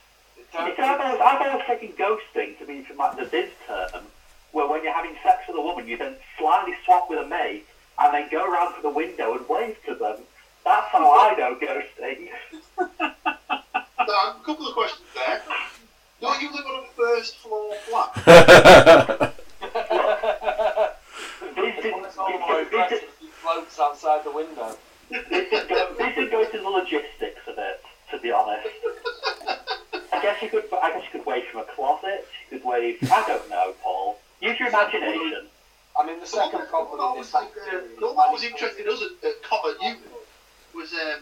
D: I've always, I've always taken ghosting to mean from like the biz term, where when you're having sex with a woman, you then slyly swap with a mate and then go around to the window and wave to them. That's how I know ghosting.
C: Dan, a couple of questions there. Don't you live on a first floor flat?
D: This is,
B: It's all more
D: this
B: aggressive.
D: is,
B: He floats outside the window.
D: this is, go- this is going to the logistics of it, to be honest. I guess you could, I guess you could wave from a closet. You could wave. I don't know, Paul. Use your imagination.
B: I mean, the second problem
C: What
B: in
C: was,
B: this
C: like,
B: whole
C: uh,
B: series is
C: what
B: that
C: was
B: he-
C: interesting us at, at Cotton Uni was um,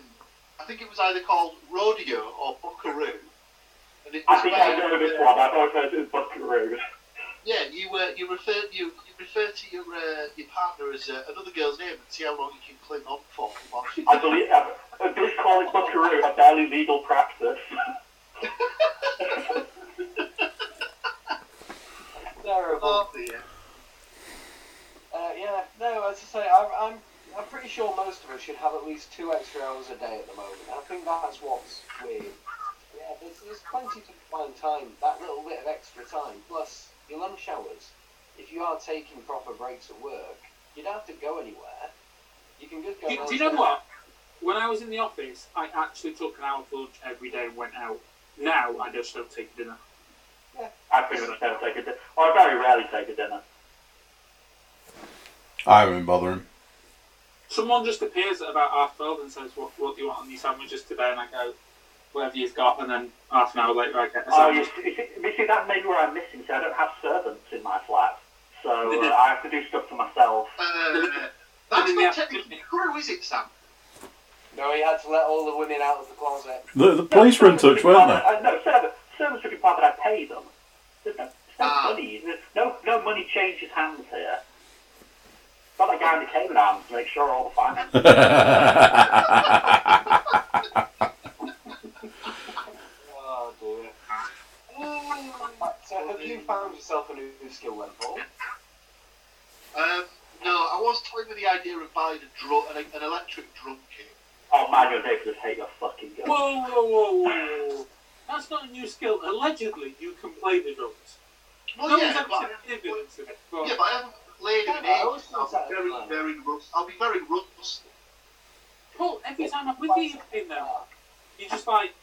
C: I think it was either called Rodeo or Buckaroo. And it
D: I
C: was
D: think
C: where-
D: I know this one. I've always heard it as Buckaroo.
C: Yeah, you uh, you refer you, you refer to your uh, your partner as uh, another girl's name and see how long you can cling on for.
D: I believe uh, uh, this call it buckaroo a barely legal practice.
B: Terrible.
C: Oh dear.
B: Uh, yeah, no, as I say, I'm, I'm, I'm pretty sure most of us should have at least two extra hours a day at the moment. I think that's what's weird. Yeah, there's, there's plenty to find time, that little bit of extra time, plus your lunch hours. If you are taking proper breaks at work, you don't have to go anywhere. You can just go
E: Do,
B: round
E: do you know
B: to-
E: what? When I was in the office, I actually took an hour for lunch every day and went out. Now I just don't take dinner.
D: I pretty much never take a dinner. Or I very rarely take a dinner.
A: I haven't been bothering.
E: Someone just appears at about half twelve and says, "What, what do you want on your sandwiches today?" And I go, "Whatever you've got." And then half an hour later, I get a
D: Oh, you,
E: sandwich.
D: you, see, you see, that may be where I'm missing. See, I don't have servants in my flat, so
E: Mhm.
D: uh, I have to do stuff for myself.
C: Uh,
E: Didn't
C: that's
E: they
C: not
E: have-
C: technically true, is it, Sam?
B: No, he had to let all the women out of the closet.
A: The, the police were in touch, weren't they?
D: Uh, no, servants, servants would be part that I pay them. There's no, there's no
C: Ah.
D: money. There's no, no money changes hands here. It's not like guy in the Cayman Islands to make sure all the finances.
B: Oh, dear. So, have you found yourself a new skill then, Paul?
C: Um, no, I was toying with the idea of buying a drum, an, an electric drum kit.
D: oh man, you're David, hate your fucking guts.
E: Whoa, whoa, whoa, whoa, whoa! That's not a new skill. Allegedly, you can play the drums.
C: Well,
E: no
C: Oh, yeah,
E: one's ever
C: but,
E: said anything to it. But
C: yeah, but I haven't played in
B: Yeah,
C: an
B: but I
C: age.
B: always
C: I'll
B: thought
C: be very,
B: that-
C: very rust. I'll be very rust.
E: Paul, every time I'm with you in there, you're just like,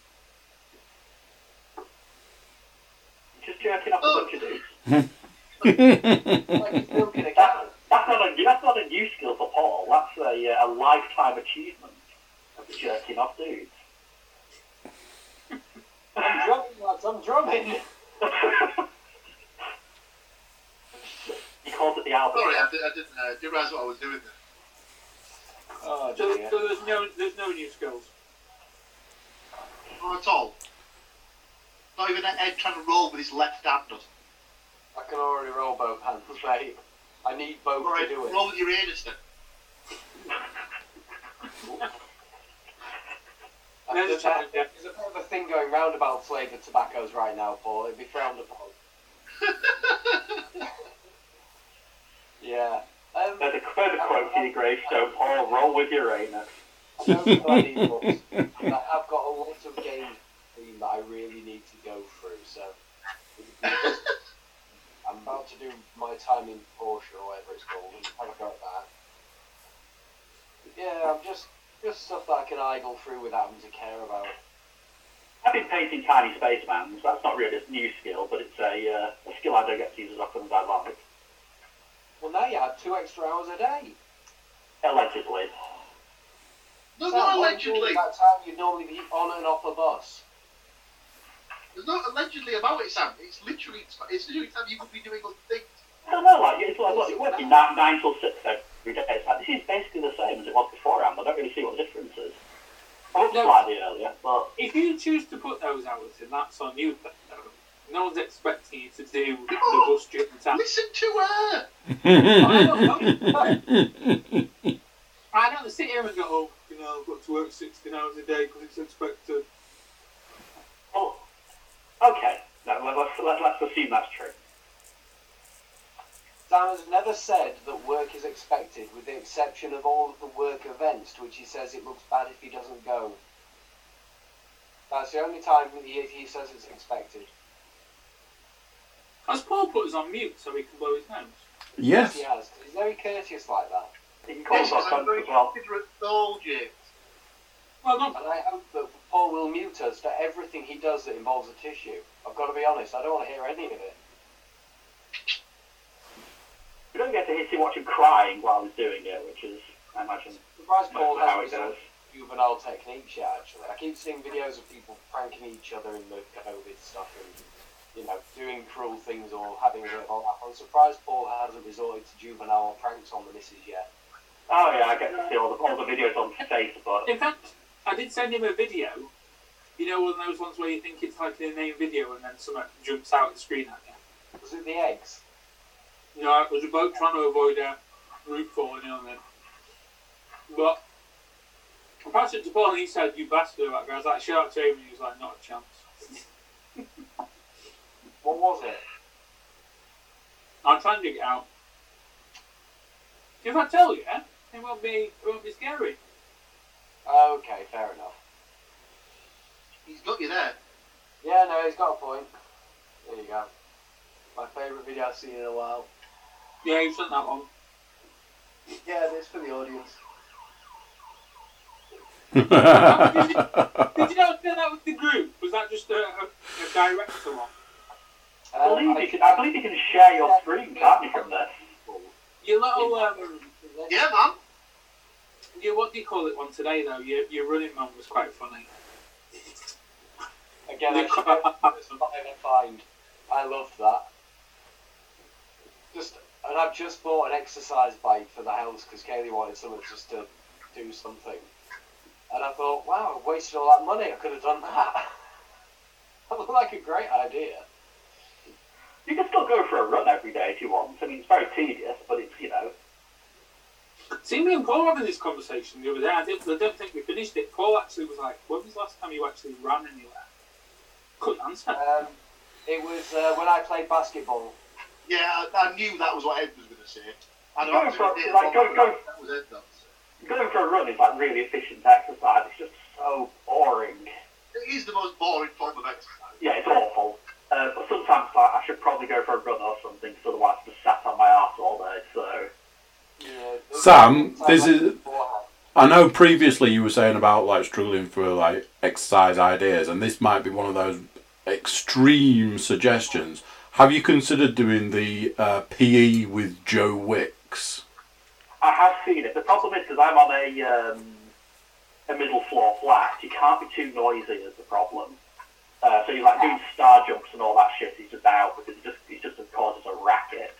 D: just jerking off a bunch of dudes.
B: Like he's milking a
D: That,
B: cow.
D: that's, not a, that's not a new skill for Paul. That's a, uh, a lifetime achievement of jerking off dudes.
B: I'm drumming, lads, I'm drumming.
D: He calls it the album.
C: Sorry, I, did, I didn't, uh, didn't realise what I was doing there.
B: Oh,
E: So,
B: dear.
E: so there's no there's no new skills.
C: Not at all. Not even Ed trying to roll with his left hand. or something.
B: I can already roll both hands, mate. I need both
C: Alright,
B: to do it.
C: roll with your anus then.
B: I
E: There's
B: just
E: a
B: have-
E: challenge, yeah.
B: There's a bit of a thing going round about flavoured tobaccos right now, Paul. It'd be frowned upon. yeah.
D: There's a,
B: Um,
D: there's a quote to your gravestone, Paul, roll with your anus.
B: I know that I need books, but I have got a lot of games that I really need to go through, so I'm about to do my time in Porsche or whatever it's called and have a go at that. But yeah, I'm just just stuff that I can idle through without having to care about.
D: I've been painting tiny spacemans. That's not really a new skill, but it's a, uh, a skill I don't get to use as often as I'd like.
B: Well, now you had two extra hours a day.
D: Allegedly.
C: No,
B: That
C: not
B: one
C: allegedly.
B: rule That time you'd normally be on and off a bus.
C: There's not allegedly about it, Sam. It's literally, it's literally time you could be doing other things.
D: I don't know, like, it's like, look, it working nine, nine till six every day. It's like, this is basically the same as it was beforehand. I don't really see what the difference is. I was
E: No.
D: slightly earlier, but
E: If you choose to put those hours in, that's on you. though. No one's expecting you to do the
C: Oh,
E: bus trip and time.
C: Listen to her.
E: I don't know. I don't sit here and go, oh, you know, I've got to work 16 hours a day because it's expected.
D: Well, Oh, okay. No, let- let's, let, let's assume that's true.
B: Dan has never said that work is expected, with the exception of all of the work events, to which he says it looks bad if he doesn't go. That's the only time that he, he says it's expected.
E: Has Paul put us on mute so we can blow his nose?
B: He
A: Yes.
B: has. 'cause He's very courteous like that.
D: You can call
C: Yes,
D: us our
C: I'm
D: friends
C: very
D: as well.
C: considerate soul, James.
E: Well, no,
B: And I hope that Paul will mute us for everything he does that involves a tissue. I've got to be honest, I don't want to hear any of it.
D: We don't get to hear- see watch him crying while he's doing it, which is, I imagine,
B: Surprised Paul
D: mostly how
B: has
D: it goes.
B: some juvenile techniques yet, actually. I keep seeing videos of people pranking each other in the COVID stuff and, you know, doing cruel things or having a bit of all that. I'm surprised Paul hasn't resorted to juvenile pranks on the missus yet.
D: Oh yeah, I get to see all the, all the videos on Facebook.
E: in fact, I did send him a video. You know, one of those ones where you think it's like an inane video and then something jumps out the screen at you.
B: Was it the eggs?
E: You know, it was a boat trying to avoid a roof falling in on it. But I passed it to Paul and he said, you bastard about guys. Like, shout out to him and he was like, not a chance.
B: What was it?
E: I'll try and dig it out. If I tell you, it won't be, it won't be scary.
B: Okay, fair enough.
C: He's got you there.
B: Yeah, no, he's got a point. There you go. My favourite video I've seen in a while.
E: Yeah, you sent that one.
B: Yeah, it's for the audience.
E: Did you not do that with the group? Was that just a, a, a director one?
B: Um,
D: I believe you can, I believe you can share your screen, can't you, from this?
E: Your little, um,
C: Yeah, man.
E: your, what do you call it one today though? Your, your running man was quite funny.
B: Again, I should I find. I love that. Just and I've just bought an exercise bike for the house because Kaylee wanted someone just to do something. And I thought, wow, I wasted all that money. I could have done that. that looked like a great idea.
D: You can still go for a run every day if you want. I mean, it's very tedious, but it's, you know,
E: See me and Paul having this conversation the other day. I, did, I don't think we finished it. Paul actually was like, "When was the last time you actually ran anywhere?" Couldn't answer.
B: Um, it was uh, when I played basketball.
C: Yeah, I, I knew that was what Ed was going to say. I know.
D: Go
C: I was
D: for it,
C: gonna say
D: like, go- go.
C: That was Ed. That was
D: going for a run is like really efficient exercise. It's just so boring.
C: it. It is the most boring form of exercise.
D: Yeah, it's awful. Uh, but sometimes like, I should probably go for a run or something, 'cause otherwise I'm just sat on my ass all day. So
B: Yeah,
A: Sam, this is-
B: Beforehand.
A: I know previously you were saying about like struggling for like exercise ideas, and this might be one of those extreme suggestions, have you considered doing the uh, PE with Joe Wicks?
D: I have seen it. The problem is because I'm on a um, a middle floor flat. You can't be too noisy is the problem. Uh, so you're like doing star jumps and all that shit. He's just out because it just it just causes a racket.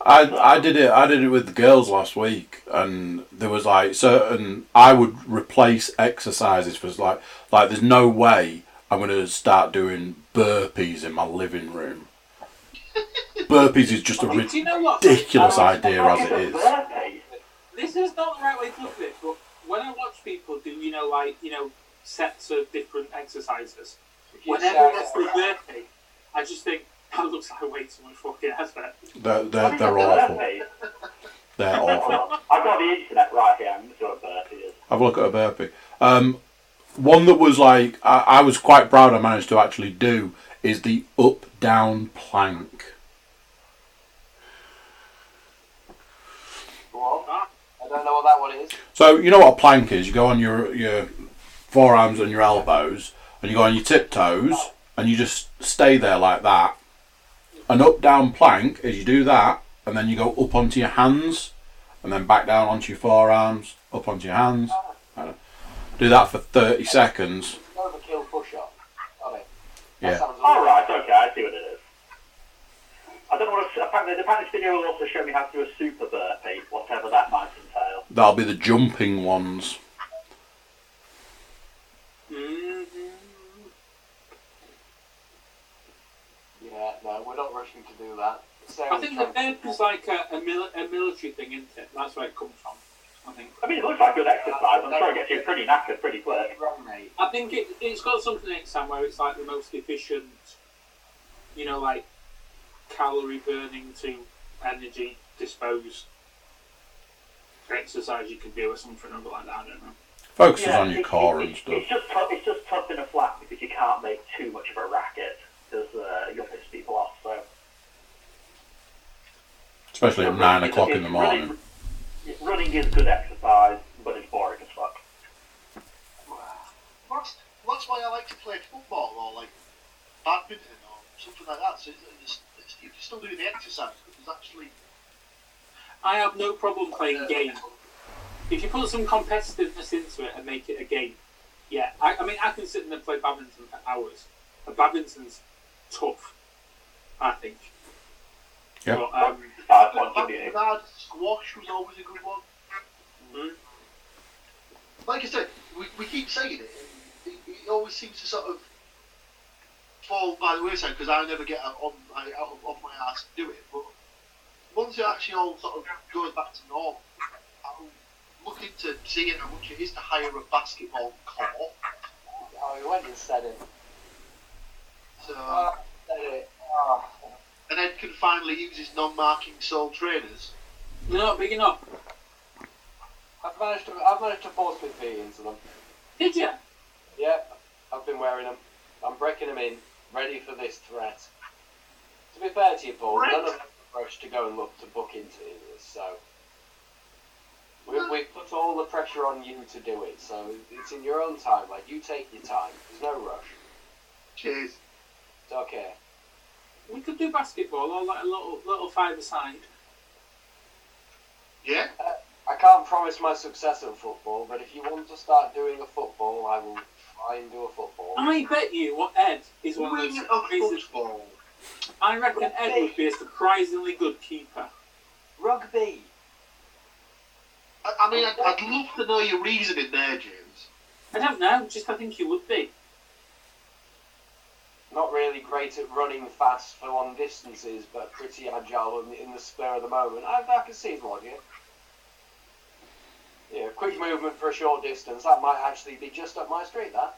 A: I, I did it I did it with the girls last week and there was like certain I would replace exercises for like like there's no way I'm gonna start doing burpees in my living room. burpees is just a
E: Do you
A: rid-
E: know what?
A: ridiculous
E: Um,
A: idea as it
D: It's a
A: is.
D: burpee.
E: This is not the right way to look at it, but when I watch people do, you know, like, you know, sets of different exercises, whenever it gets to burpee, I just think, that looks like way too much fucking effort.
A: They're,
D: What
A: they're,
D: is
A: they're
D: a
A: awful.
D: burpee?
A: They're awful.
D: I've got the internet right here. I'm just doing burpee. is.
A: Have a look at a burpee. Um, one that was like I, I was quite proud I managed to actually do is the up down plank.
B: Go on. I don't know what that one is.
A: So you know what a plank is? You go on your your forearms and your elbows, and you go on your tiptoes, and you just stay there like that. An up down plank is you do that, and then you go up onto your hands, and then back down onto your forearms, up onto your hands. Do that for thirty seconds.
B: Overkill push up. On it. That
A: Yeah.
B: sounds
D: All Oh, right, okay, I see what it is. I don't know what. it's- Apparently, apparently, this video will also show me how to do a super burpee, whatever that might entail.
A: That'll be the jumping ones.
E: Mm-hmm.
B: Yeah, no, we're not rushing to do that.
E: I
B: Sarah's
E: think the
B: trying to-
E: burp is like a, a, mil- a military thing, isn't it? That's where it comes from. I think.
D: I mean, it looks like good exercise. I'm sure it gets you pretty knackered pretty quick.
B: Wrong, mate.
E: I think it, it's got something in it, Sam, where it's like the most efficient, you know, like calorie burning to energy disposed exercise you can do or something or like that. I don't know.
A: Focuses on your
D: it-
A: core
D: it-
A: and
D: it-
A: stuff.
D: It's just tough. It's just tough in a flat because you can't make too much of a racket because uh, you'll piss people off. So
A: Especially at nine
D: It's-
A: o'clock in
D: it's
A: the morning.
D: Running, running is good exercise, but it's boring as fuck.
C: That's, that's why I like to play football or like badminton or something like that. So it's, it's, it's, you can still do the exercise, but it's actually
E: I have no problem playing games. If you put some competitiveness into it and make it a game, yeah. I, I mean, I can sit and play badminton for hours. But badminton's tough, I think.
A: Yeah.
E: But, um,
D: Five point
C: badminton, hard, squash was always a good one.
E: Mhm.
C: Like I said, we, we keep saying it. It, it always seems to sort of fall by the wayside because I never get out on like, out of, off my ass to do it. But once it actually all sort of goes back to normal, I'm looking to see how much it is to hire a basketball court.
B: Oh, he went and said it.
C: So.
B: Ah, said it. Ah.
C: and Ed can finally use his non-marking sole trainers.
E: they're not big enough.
B: I've managed to I've managed to force my feet into them.
E: Did you?
B: Yeah, I've been wearing them. I'm breaking them in, ready for this threat. To be fair to you, Paul,
C: Right.
B: none of us are rushed to go and look to book into this, so we, we put all the pressure on you to do it. So it's in your own time. Like you take your time. There's no rush.
C: Cheers.
B: It's okay.
E: We could do basketball or like a little little five aside.
C: Yeah.
B: I can't promise my success in football, but if you want to start doing a football, I will try and do a football.
E: I bet you what Ed is one of
C: Ring
E: those.
C: of
E: crazy-
C: football.
E: I reckon Ed would be a surprisingly good keeper.
B: Rugby.
C: I, I mean, I'd, I'd love to know your reasoning there, James.
E: I don't know. Just I think he would be.
B: Not really great at running fast for long distances, but pretty agile in, in the spur of the moment. I, I can see his logic. Yeah, quick movement for a short distance. That might actually be just up my street. That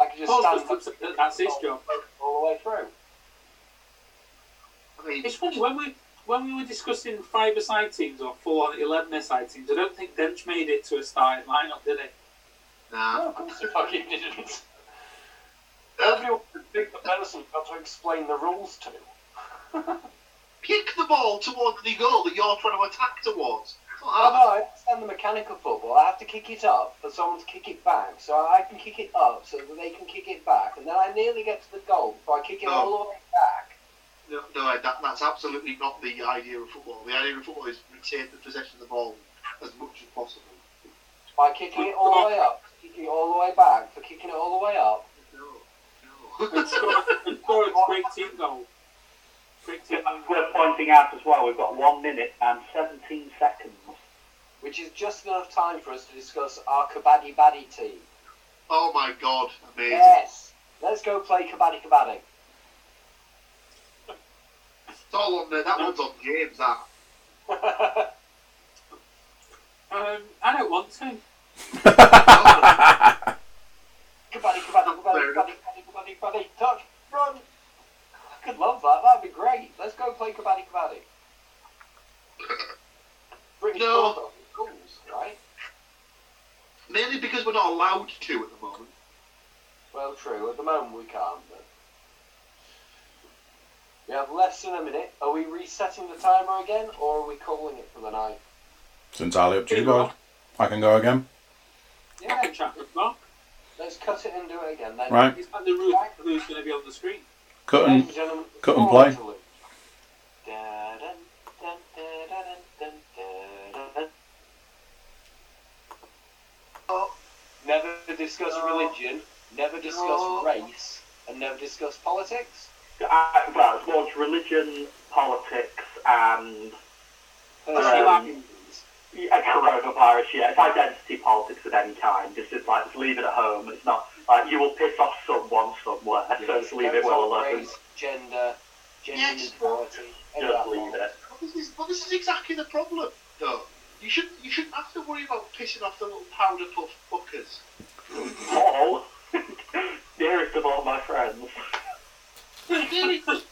B: I could just
E: Paul's
B: stand
E: just upset that that's his job.
B: all the way through.
C: I mean,
E: It's funny when we when we were discussing five aside teams or full on eleven aside teams. I don't think Dench made it to a starting lineup, did he?
C: nah.
B: No, of course, it fucking didn't.
C: Uh,
B: Everyone could think the person got to explain the rules to.
C: kick the ball towards the goal that you're trying to attack towards.
B: Oh, no, I understand the mechanical football. I have to kick it up for someone to kick it back, so I can kick it up so that they can kick it back, and then I nearly get to the goal before I kick it
C: No.
B: all the way back.
C: No, no that, that's absolutely not the idea of football. The idea of football is retain the possession of the ball as much as possible.
B: By kicking it all the way up, kicking it all the way back, for kicking it all the way up.
C: No, no.
E: And score, and score a great team goal. Great team goal.
D: We're pointing out as well, we've got one minute and 17 seconds.
B: Which is just enough time for us to discuss our kabaddi baddy team.
C: oh my god, amazing.
B: Yes, let's go play kabaddi kabaddi.
C: It's all on there. That one's on James, that.
E: Um, I don't want to.
B: Kabaddi kabaddi kabaddi
C: Fair enough.
B: kabaddi kabaddi kabaddi kabaddi. Touch, run. I could love that. That'd be great. Let's go play kabaddi kabaddi. British
C: No.
B: Bulldog in schools, right?
C: Mainly because we're not allowed to at the moment.
B: Well, true. At the moment, we can't. But we have less than a minute. Are we resetting the timer again, or are we calling it for the night?
A: It's entirely up to you guys. I can go again.
E: I
B: Yeah,
E: can chat with Mark.
B: let's cut it and do it again then.
A: Right.
E: He's got the rule of who's going to be on the screen.
A: Cut
B: Ladies
A: and
B: and gentlemen,
A: cut and
B: all
A: play.
B: to loop. Da-dun, dun, da-dun, dun, da-dun.
C: Oh.
B: Never discuss
C: No.
B: religion, never discuss
C: No.
B: race, and never discuss politics.
D: I, Uh, well, it was religion, politics, and
B: Personalities.
D: yeah, coronavirus, yeah. It's identity politics of any kind. It's just like, just leave it at home. It's not like you will piss off someone somewhere, so just leave it
B: Don't
D: well
B: talk
D: alone.
B: race, gender, gender
C: Yes.
B: neutrality, any of
D: Just
B: that
D: leave
B: lot.
D: it.
C: But this is, but this is exactly the problem, though. You shouldn't, you shouldn't have to worry about pissing off the little powder puff fuckers.
D: Paul, dearest of all my friends.
C: Seriously,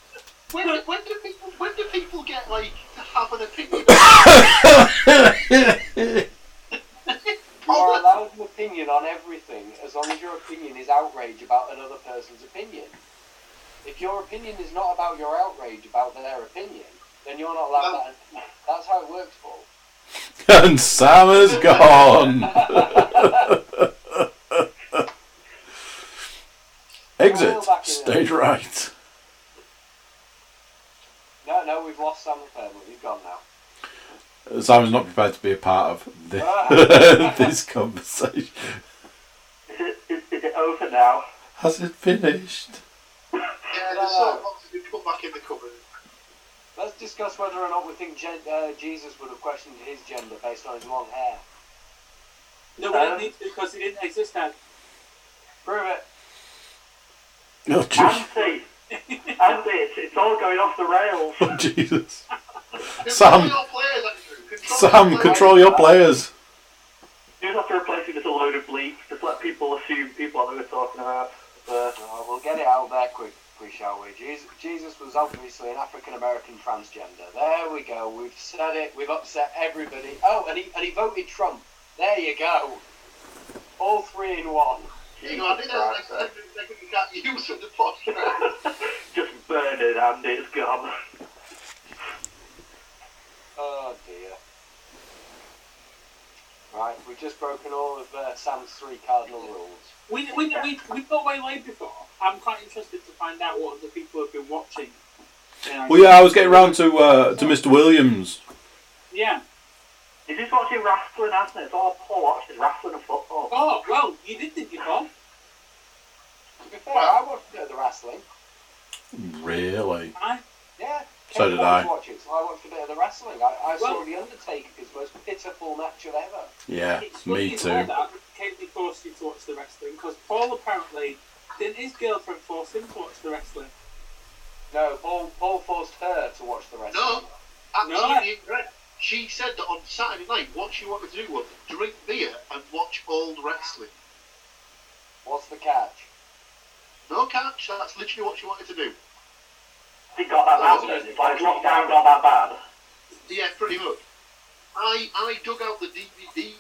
C: when, do- when do people when do people get like to have an opinion?
B: You are
C: Oh,
B: allowed an opinion on everything as long as your opinion is outrage about another person's opinion. If your opinion is not about your outrage about their opinion, then you're not allowed that. That's how it works, Paul.
A: and Sam is gone. Exit stage right.
B: No, no, we've lost Sam the Fairman. He's gone now.
A: Sam's not prepared to be a part of this, this conversation.
D: Is it, is, is it over now?
A: Has it finished?
C: yeah, there's so much to be put back in the cupboard.
B: Let's discuss whether or not we think gen- uh, Jesus would have questioned his gender based on his long hair.
E: No, we don't need to because he didn't exist then.
B: Prove it.
A: Oh, Jesus.
D: Andy, Andy, it's, it's all going off the rails.
A: Oh, Jesus.
C: Control
A: Sam-
C: your players, Andrew. Control
A: Sam,
C: your players.
A: control your players.
D: You just have to replace it with a load of bleep. Just let people assume people that we're talking about. Uh,
B: Uh, we'll get it out there quick, quick, shall we? Jesus, Jesus was obviously an African American transgender. There we go. We've said it. We've upset everybody. Oh, and he and he voted Trump. There you go. All three in one. eh?
C: You know, I think that's like every second you can't use of the podcast.
D: just burn it, Andy. It's gone.
B: Oh dear. Right, we've just broken all of uh, Sam's three cardinal rules.
E: We, we, we, we got way late before. I'm quite interested to find out what other people have been watching. Yeah.
A: Well, yeah, I was getting round to uh, to Mr. Williams.
E: Yeah.
D: He's just watching wrestling, hasn't it? It's all Paul watches wrestling and football.
E: Oh, well, you did, didn't you, Paul?
B: To be fair, I watched a bit of the wrestling.
A: Really?
E: I,
B: Yeah.
A: So
B: Kevin
A: did
B: wanted
A: I.
B: to Watch it, so I watched a bit of the wrestling. I, I saw
E: Well-
B: The Undertaker's most pitiful match of ever.
A: Yeah,
E: it's funny
A: me
E: as well
A: too.
E: that Caitlin forced you to watch the wrestling because Paul apparently didn't his girlfriend force him to watch the wrestling.
B: No, Paul, Paul forced her to watch the wrestling.
C: No.
E: No.
C: Absolutely incorrect. She said that on Saturday night, what she wanted to do was drink beer and watch old wrestling.
B: What's the catch?
C: No catch. That's literally what she wanted to do.
D: He got that
C: Oh,
D: bad. then?
B: it's
D: Like
B: not-
D: lockdown got that bad.
C: Yeah, pretty much. I I dug out the DVD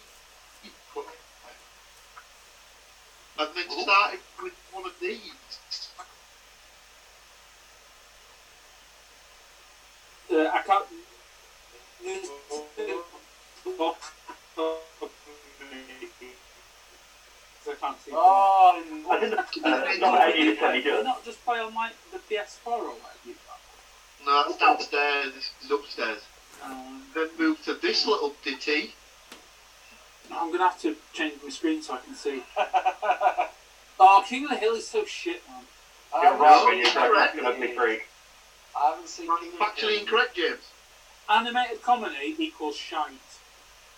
C: and then started with one of these.
E: Uh, I can't. There's- fancy.
B: Oh,
D: I didn't. Uh, not any of this any
E: Why
D: good.
E: not just play on like the PS4 or whatever you've got.
C: No, that's downstairs. This is upstairs.
E: Um,
C: Then move to this little ditty.
E: I'm gonna have to change my screen so I can see. oh, King of the Hill is so shit, man.
D: You're
C: right,
D: wrong when you're correct. You're an ugly freak.
B: I haven't seen King of the
C: Factually
B: Hill.
C: incorrect, James.
E: Animated comedy equals shite.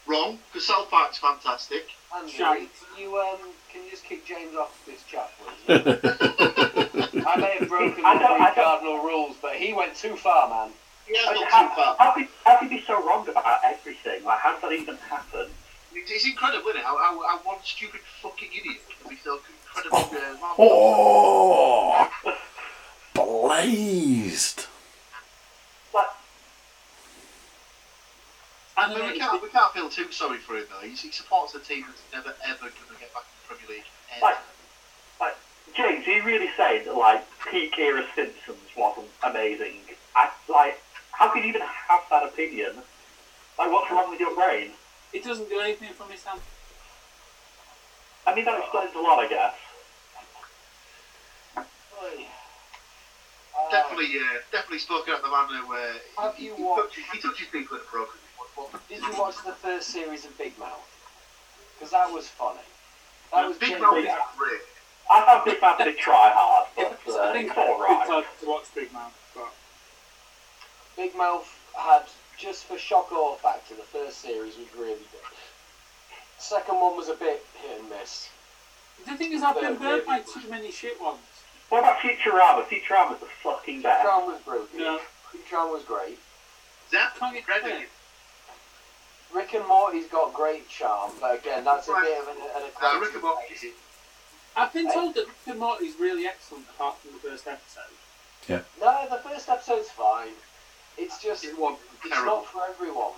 C: Wrong, because South Park's fantastic.
B: Andrew,
E: Shite.
B: can you um, can you just kick James off this chat, please? I may have broken
D: I
B: the
D: don't- I
B: three
D: don't-
B: cardinal rules, but he went too far, man.
C: Yeah,
D: I
C: not
D: mean,
C: too
D: how,
C: far.
D: how could how could you be so wrong about everything? Like, how does that even happen?
C: It's, it's incredible, isn't it? How, how, how one stupid fucking idiot can be so incredibly uh, wrong.
A: Oh, blazed.
D: Like,
C: I mean, we
E: Animated,
C: can't, we can't feel too sorry for him though. He's, he supports a team that's never ever going to get back in the Premier League. Ever.
D: like, like, James, are you really saying that like peak era Simpsons wasn't amazing? I, like, how could you even have that opinion? Like, what's wrong with your brain?
E: it doesn't do anything for me, Sam.
D: I mean, that explains a lot, I guess.
B: Uh,
C: Definitely, uh, definitely spoken at the man who uh,
B: Have
C: he,
B: you
C: he,
B: watched-
C: touches, he touches people at a broken. What, what?
B: Did you watch the first series of Big Mouth? Because that was funny. That was
C: Big
B: James-
C: Mouth is
D: yeah.
C: great.
D: I found Big Mouth did try hard,
E: Yeah,
D: but
E: so
D: uh,
E: I think
D: it's
E: it's a
D: all
E: good
D: right.
E: time to watch Big Man. But
B: Big Mouth had just for shock or factor. The first series was really good. Second one was a bit hit and miss.
E: the thing is, I've been
B: Third
E: burnt by
B: maybe.
E: too many shit ones.
D: What about Futurama? Futurama's the fucking best.
B: Tron was brilliant.
E: Yeah.
B: Tron was great.
C: Zap,
E: Can't get
C: Greg,
E: clear.
B: Rick and Morty's got great charm, but again, that's a
C: Right.
B: bit of an, an
C: uh,
B: eclectic
C: Rick and Morty.
B: taste.
C: is it?
E: I've been told that Rick and Morty is really excellent apart from the first episode.
B: No, the first episode's fine. It's just
C: It was
B: it's
C: terrible.
B: not for everyone.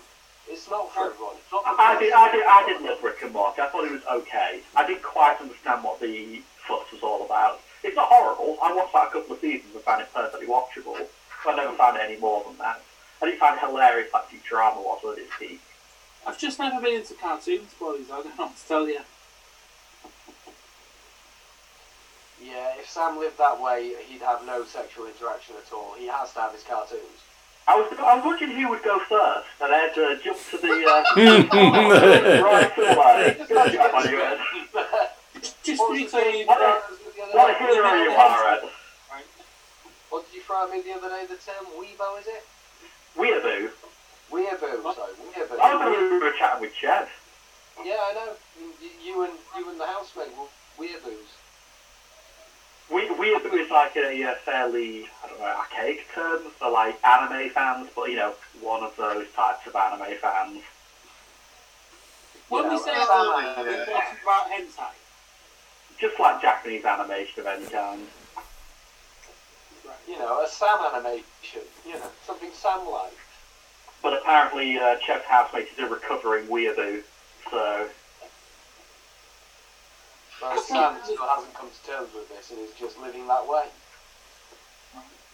B: It's not for everyone. It's not for
D: I did, I did, I did love Rick and Morty. I thought it was okay. I didn't quite understand what the fuss was all about. It's not horrible. I watched that a couple of seasons and found it perfectly watchable. But I never found it any more than that. I didn't find it hilarious like Futurama was at its peak.
E: I've just never been into cartoons, boys. I don't know what to tell you.
B: Yeah, if Sam lived that way, he'd have no sexual interaction at all. He has to have his cartoons.
D: I was, I was wondering who would go first, and I had to jump to the uh, right away. Good job, my new Ed.
E: Just, just
B: What was the
E: retell you
B: thing-
E: that.
D: What a hero you are, Ed.
B: What did you throw at me the other day? The term weebo, is it?
D: Weeaboo.
B: Weeaboo,
E: What?
B: sorry,
D: I thought
B: weeaboo.
D: we were chatting with Chad.
B: Yeah, I know. You, you and you and the housemate were weeaboos.
D: We, weeaboo is like a uh, fairly, I don't know, archaic term for like anime fans, but you know, one of those types of anime fans.
E: When we
B: Yeah,
E: say
B: well,
E: about
C: uh,
E: we're talking about hentai.
D: Just like Japanese animation of any kind.
B: You know, a Sam animation. You know, something Sam-like.
D: But apparently uh, Chef's housemate is a recovering weeaboo, so
B: But Sam still hasn't come to terms with this and is just living that way.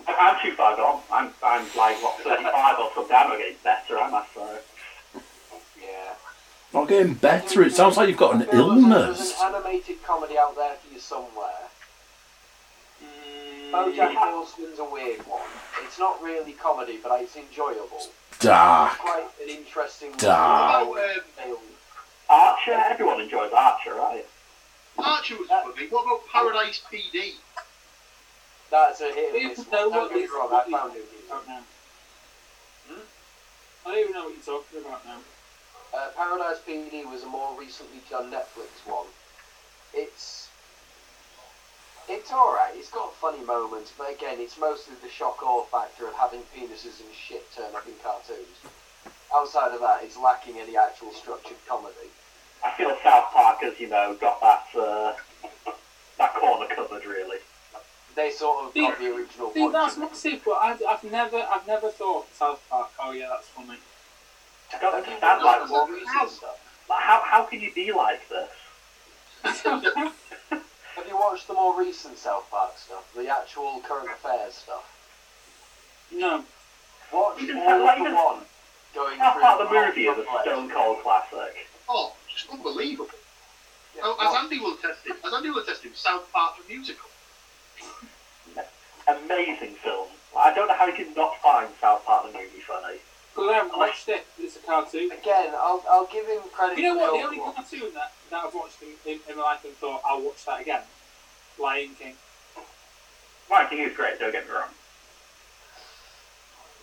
D: I- I'm too far gone. I'm, I'm like, what, 35 or something? I'm not getting better, am I? So,
B: Yeah.
A: Not getting better. It sounds like you've got an
B: There was-
A: illness.
B: There's an animated comedy out there for you somewhere.
E: Mm.
B: BoJack
D: Yeah.
B: Horseman's a weird one. It's not really comedy, but it's enjoyable.
A: Dark.
B: Quite an interesting.
A: Dark.
C: Oh, um,
B: film.
D: Archer, everyone enjoys Archer, right?
C: Archer was funny. What about Paradise PD?
B: That's a hit.
E: I
B: and
E: don't
B: miss one.
E: even know
B: Don't
E: what
B: get me
E: this-
B: wrong,
E: what
B: I
E: this-
B: found it.
E: about now.
B: Hmm?
E: I don't even know what you're talking about now.
B: Uh, Paradise PD was a more recently done Netflix one. It's it's all right. It's got funny moments, but again, it's mostly the shock awe factor of having penises and shit turn up in cartoons. Outside of that, it's lacking any actual structured comedy.
D: I feel South Park has, you know, got that, uh, that corner covered, really.
B: They sort of got the original.
E: See,
B: point.
E: that's massive, but I've, I've never, I've never thought South Park. Oh yeah, that's funny.
D: I don't understand, like, what, Like, how, how can you be like this?
B: Have you watched the more recent South Park stuff? The actual current affairs stuff?
E: no,
B: Watch
D: Even
B: all of the
D: South-
B: one going
D: How
B: through
D: about the
B: whole
D: movie is a
B: complex.
D: Stone Cold classic?
C: Oh, just unbelievable. Oh, as Andy will test it, as Andy will test it, South Park the musical.
D: Amazing film. I don't know how you can not find South Park the movie funny.
E: Because I haven't watched it. It's a cartoon.
B: Again, I'll, I'll give him credit.
E: You know
B: for
E: what? The
B: Old
E: only
B: One.
E: cartoon that, that I've watched in, in, in my life and thought I'll watch that again, Lion King.
D: Lion King is great. Don't get me wrong.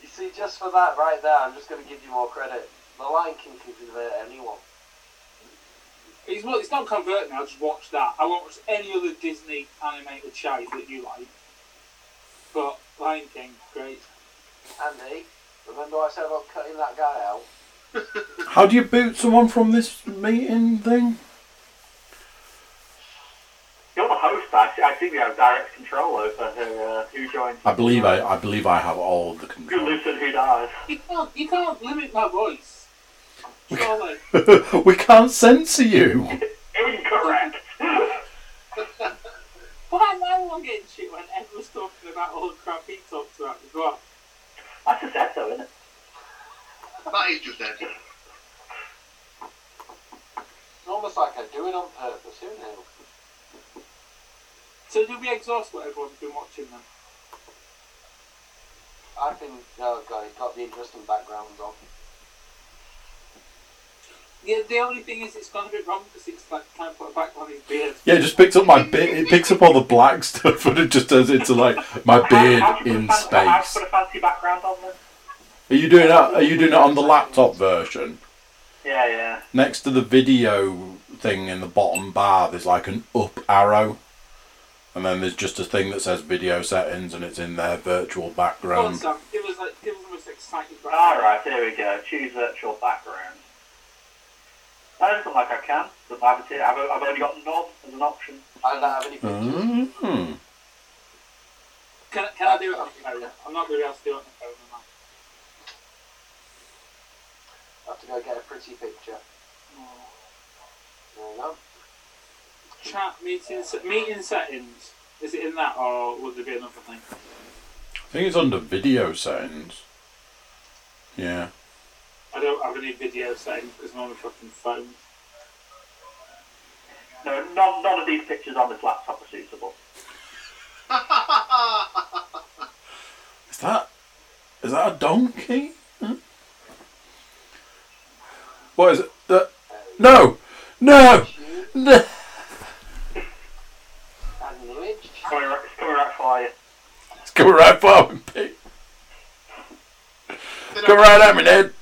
B: You see, just for that right there, I'm just going to give you more credit. The Lion King could convert anyone.
E: It's, not- it's not converting. I'll just watch that. I won't watch any other Disney animated shows that you like. But Lion King, great.
B: Andy, remember what I said about cutting that guy out?
A: How do you boot someone from this meeting thing?
D: You're the host. I, I think you have direct control over who, uh, who joins.
A: I believe I, I believe I have all of the
D: Who
A: control.
D: lives and who dies.
E: You can't, you can't limit my voice. Surely.
A: we can't censor you.
D: Incorrect.
E: Why am I the one getting shit when everyone's talking about all the crap he talks about as well?
D: That's just Ed, though, isn't it?
C: That is just Ed.
B: It's almost like I do it on purpose. Who knew?
E: So do we exhaust what everyone's been watching then?
B: I've been. Oh god, he's got the interesting backgrounds on.
E: Yeah, the only thing is it's gone a bit wrong because it's like trying to put it back on his beard.
A: Yeah, it just picks up my beard. It picks up all the black stuff and it just turns into like my beard
D: How- how do you
A: in
D: put a fan- How do
A: space.
D: you put a fancy background on them?
A: Are you doing that? Are you doing it on the laptop version?
D: Yeah, yeah.
A: Next to the video thing in the bottom bar, there's like an up arrow, and then there's just a thing that says video settings, and it's in their virtual
E: Go on,
A: background.
E: Sam. Give us like give us uh, the most exciting
D: All
E: background.
D: right, here we go. Choose virtual background. That doesn't look like I can. Doesn't matter to you. I've, I've only got knob as an option.
B: I don't have any pictures.
A: hmm
E: Can, can I do it on the phone? I'm not going to be able to do it on the phone. Am I?
B: I have to go get a pretty picture. There you go.
E: Chat meeting se- meeting settings. Is it in that or would there be another thing?
A: I think it's under video settings. Yeah.
E: I don't have any video settings because I'm on my fucking phone.
D: No, none, none of these pictures on this laptop are suitable.
A: Is that is that a donkey? Huh? What is it? Uh, no, no,
B: Shoot,
A: no.
B: add an image.
D: It's coming, right- it's coming right for you.
A: It's coming right for me, Pete. It's coming right at me, Ned.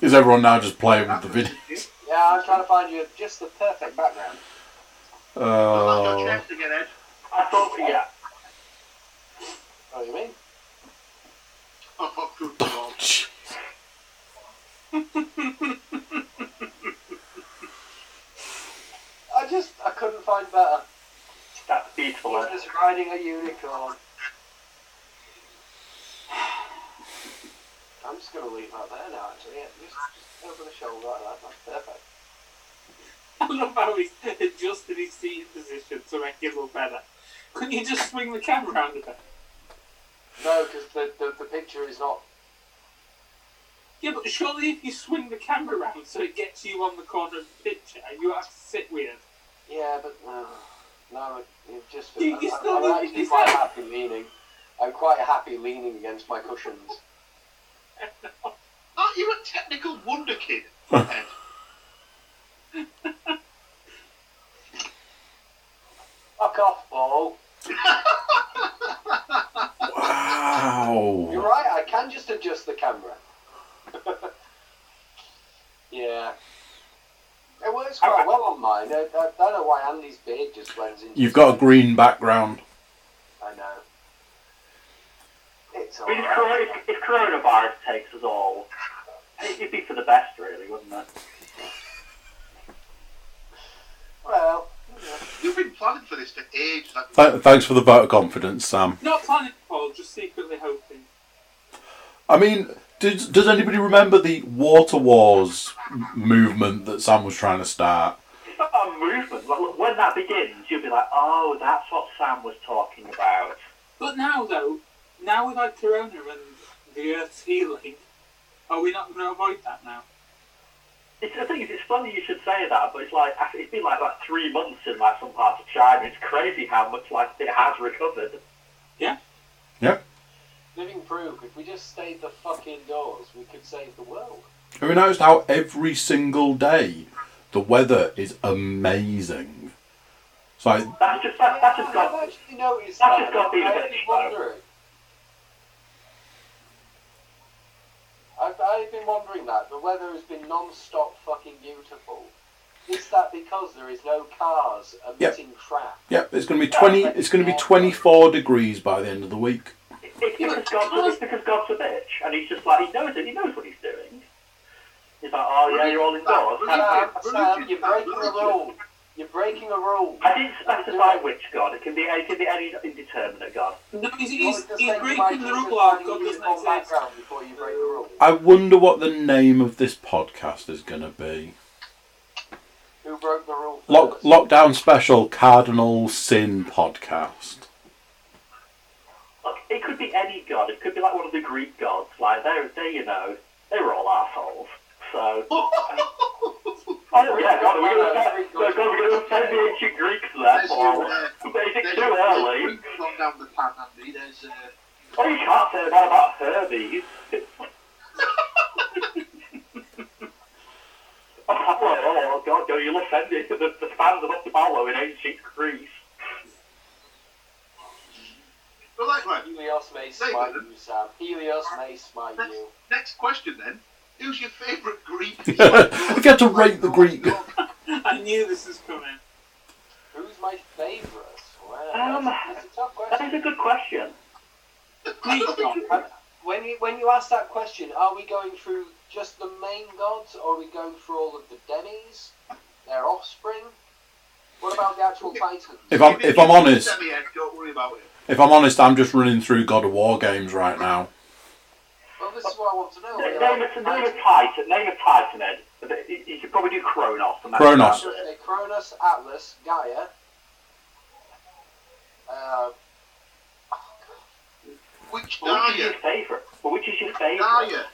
A: Is everyone now just playing with the video?
B: Yeah, I'm trying to find you just the perfect background.
C: That's your
A: Oh,
C: chance again, Ed.
D: I thought, yeah.
B: What do you mean?
C: Oh, good lord.
A: jeez.
B: I just I couldn't find better.
D: That's beautiful.
B: He's
D: isn't it?
B: just riding a unicorn. I'm just gonna leave that there now. Actually, yeah, just, just over the shoulder like that. That's perfect.
E: I love how he's adjusted his seating position to make it look better. Couldn't you just swing the camera around a bit?
B: No, because the, the the picture is not.
E: Yeah, but surely if you swing the camera around so it gets you on the corner of the picture, you have to sit weird.
B: Yeah, but uh, no, you've just.
E: You- you
B: I'm-
E: still
B: I'm,
E: need to
B: actually
E: decide.
B: quite happy leaning. I'm quite happy leaning against my cushions.
C: Aren't you a technical wonder kid, Ed?
B: Fuck off, Paul. You're
A: Wow.
B: right. I can just adjust the camera. yeah. It works quite well on mine. I, I don't know why Andy's beard just blends in.
A: You've got a green background.
B: I know. It's
D: I mean, if,
B: alright.
D: cor- if, if coronavirus takes us all, it'd be for the best, really, wouldn't it?
B: Well,
C: You've been planning for this for ages. haven't you?
A: Th- thanks for the vote of confidence, Sam.
E: Not planning Paul, just secretly hoping.
A: I mean, does, does anybody remember the water wars m- movement that Sam was trying to start?
D: It's not a movement. Like, look, when that begins, you'll be like, oh, that's what Sam was talking about.
E: But now, though, now we've had Corona and the Earth's healing, are we not going to avoid that now?
D: It's, the thing is, it's funny you should say that, but it's like I- it's been like like three months in like some parts of China. It's crazy how much like it has recovered.
A: Yeah.
B: Living proof, if we just stayed the fuck indoors, we could save the world.
A: Have you noticed how every single day the weather is amazing? It's like,
D: That's just that, that's just
B: I've
D: got
B: actually noticed
D: that's
B: that.
D: just got to be
B: I
D: a
B: was
D: bit slow.
B: wondering. I've, I've been wondering that. The weather has been non-stop fucking beautiful. Is that because there is no cars emitting crap?
A: yep, it's going to be twenty. It's going to be twenty-four degrees by the end of the week.
D: it's because God's it's because God's a bitch, and he's just like he knows it. He knows what he's doing. He's like, oh yeah, you're all indoors.
C: Religion-
D: Have
B: Sam,
D: fun.
B: Sam, you're breaking a rule. You're breaking a rule.
D: I didn't specify which God. It can be it can be any indeterminate God.
E: No, he's,
B: You
E: he's,
B: wanted to
E: he's
B: say
E: breaking
B: Michael
E: the rule.
B: just
E: God
B: sang
E: doesn't
B: musical
E: exist.
B: background before you break the rule.
A: I wonder what the name of this podcast is going to be.
B: Who broke the rule?
A: Lock,
B: first?
A: lockdown special cardinal sin podcast.
D: Look, it could be any god. It could be like one of the Greek gods. Like they, they, you know, they were all assholes. So I don't yeah, God, we're gonna offend, no, God, we're gonna offend the ancient Greeks there,
C: There's
D: Paul.
C: your, uh,
D: But is it
C: there's
D: too
C: your-
D: early?
C: there's one down the pan, Andy. There's, uh,
D: Oh, you can't say that about Hermes. Apollo, oh God, no, you'll offend it. The, the fans of Apollo in ancient Greece.
C: but like, right,
B: Helios may smite you, Sam. Helios may smite you.
C: next question then. Who's your favourite Greek?
A: If you had to rate the Greek-
E: I knew this was coming.
B: Who's my favourite? Wow,
D: Um,
B: that's, that's a tough
D: That is
B: question.
D: a good question.
E: Greek
B: I-
E: God.
B: When you when you ask that question, are we going through just the main gods, or are we going through all of the demi's, their offspring? What about the actual titans?
A: If I'm if I'm honest,
C: Semi-head, don't worry about it.
A: if I'm honest, I'm just running through God of War games right now.
B: Well, this is what I want to know.
D: Name,
B: Are
D: name,
B: they
D: a, name a Titan. Name a Titan, Ed. You- You could probably do Kronos. and that's
A: Kronos.
D: about it.
B: Uh, Cronus, Atlas, Gaia. Uh,
C: Which
D: But Which is your
C: Daya?
D: favourite? But which is your favourite?
C: Daya.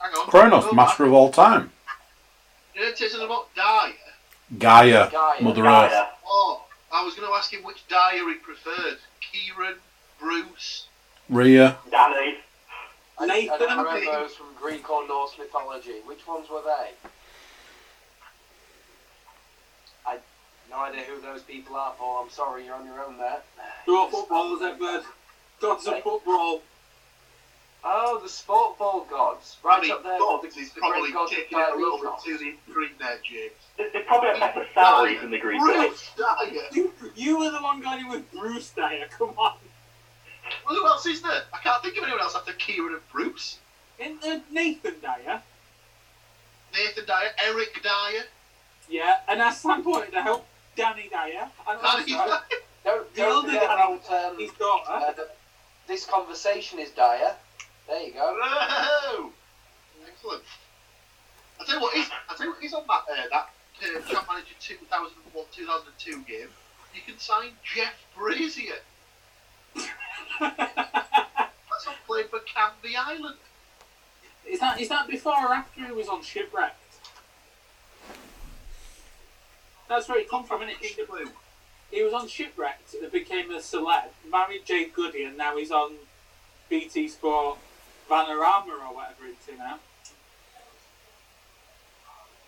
C: Hang on.
A: Kronos, master of all time.
C: It isn't about Daya.
A: Gaia,
B: Gaia.
A: Mother Earth.
D: Gaia.
C: Oh, I was going to ask him which Daya he preferred. Kieran, Bruce.
A: Rhea,
D: Danny.
B: I, I
E: Nathan.
B: don't remember those from Greek or Norse mythology. Which ones were they? I no idea who those people are, Paul. I'm sorry, you're on your own there.
E: They're all footballers, Edward. God's of football.
B: Oh, the sport ball gods.
C: Bradley
B: Right up there
C: Dobbs
B: with the,
C: is
B: the
C: probably
B: Greek gods of
C: taking it a little bit
B: Dionysos.
C: too extreme there, James.
D: They they probably have better salaries than the Greek gods.
C: Bruce Dyer.
E: You, you were the one going in with Bruce Dyer. Come on.
C: Well, who else is there? I can't think of anyone else after Kieran and Bruce.
E: Isn't there Nathan Dyer?
C: Nathan Dyer, Eric Dyer.
E: Yeah. And as Sam pointed out, Danny Dyer. And
C: Danny
E: also
C: Dyer.
B: Don't,
E: The elder
B: don't forget
E: guy.
B: about um,
E: his daughter.
B: uh, the, this conversation is dire. There you go.
C: Whoa! Oh! Excellent. I tell you what, he's, I tell you what, he's on that uh, that uh, Champ Manager 2001 2002 game. You can sign Jeff Brazier. That's not played for Canvey Island.
E: Is that is that before or after he was on Shipwrecked? That's where he come from, isn't it?
C: Blue.
E: He was on Shipwrecked and became a celeb, married Jade Goody, and now he's on BT Sport Vanarama or whatever it's in now.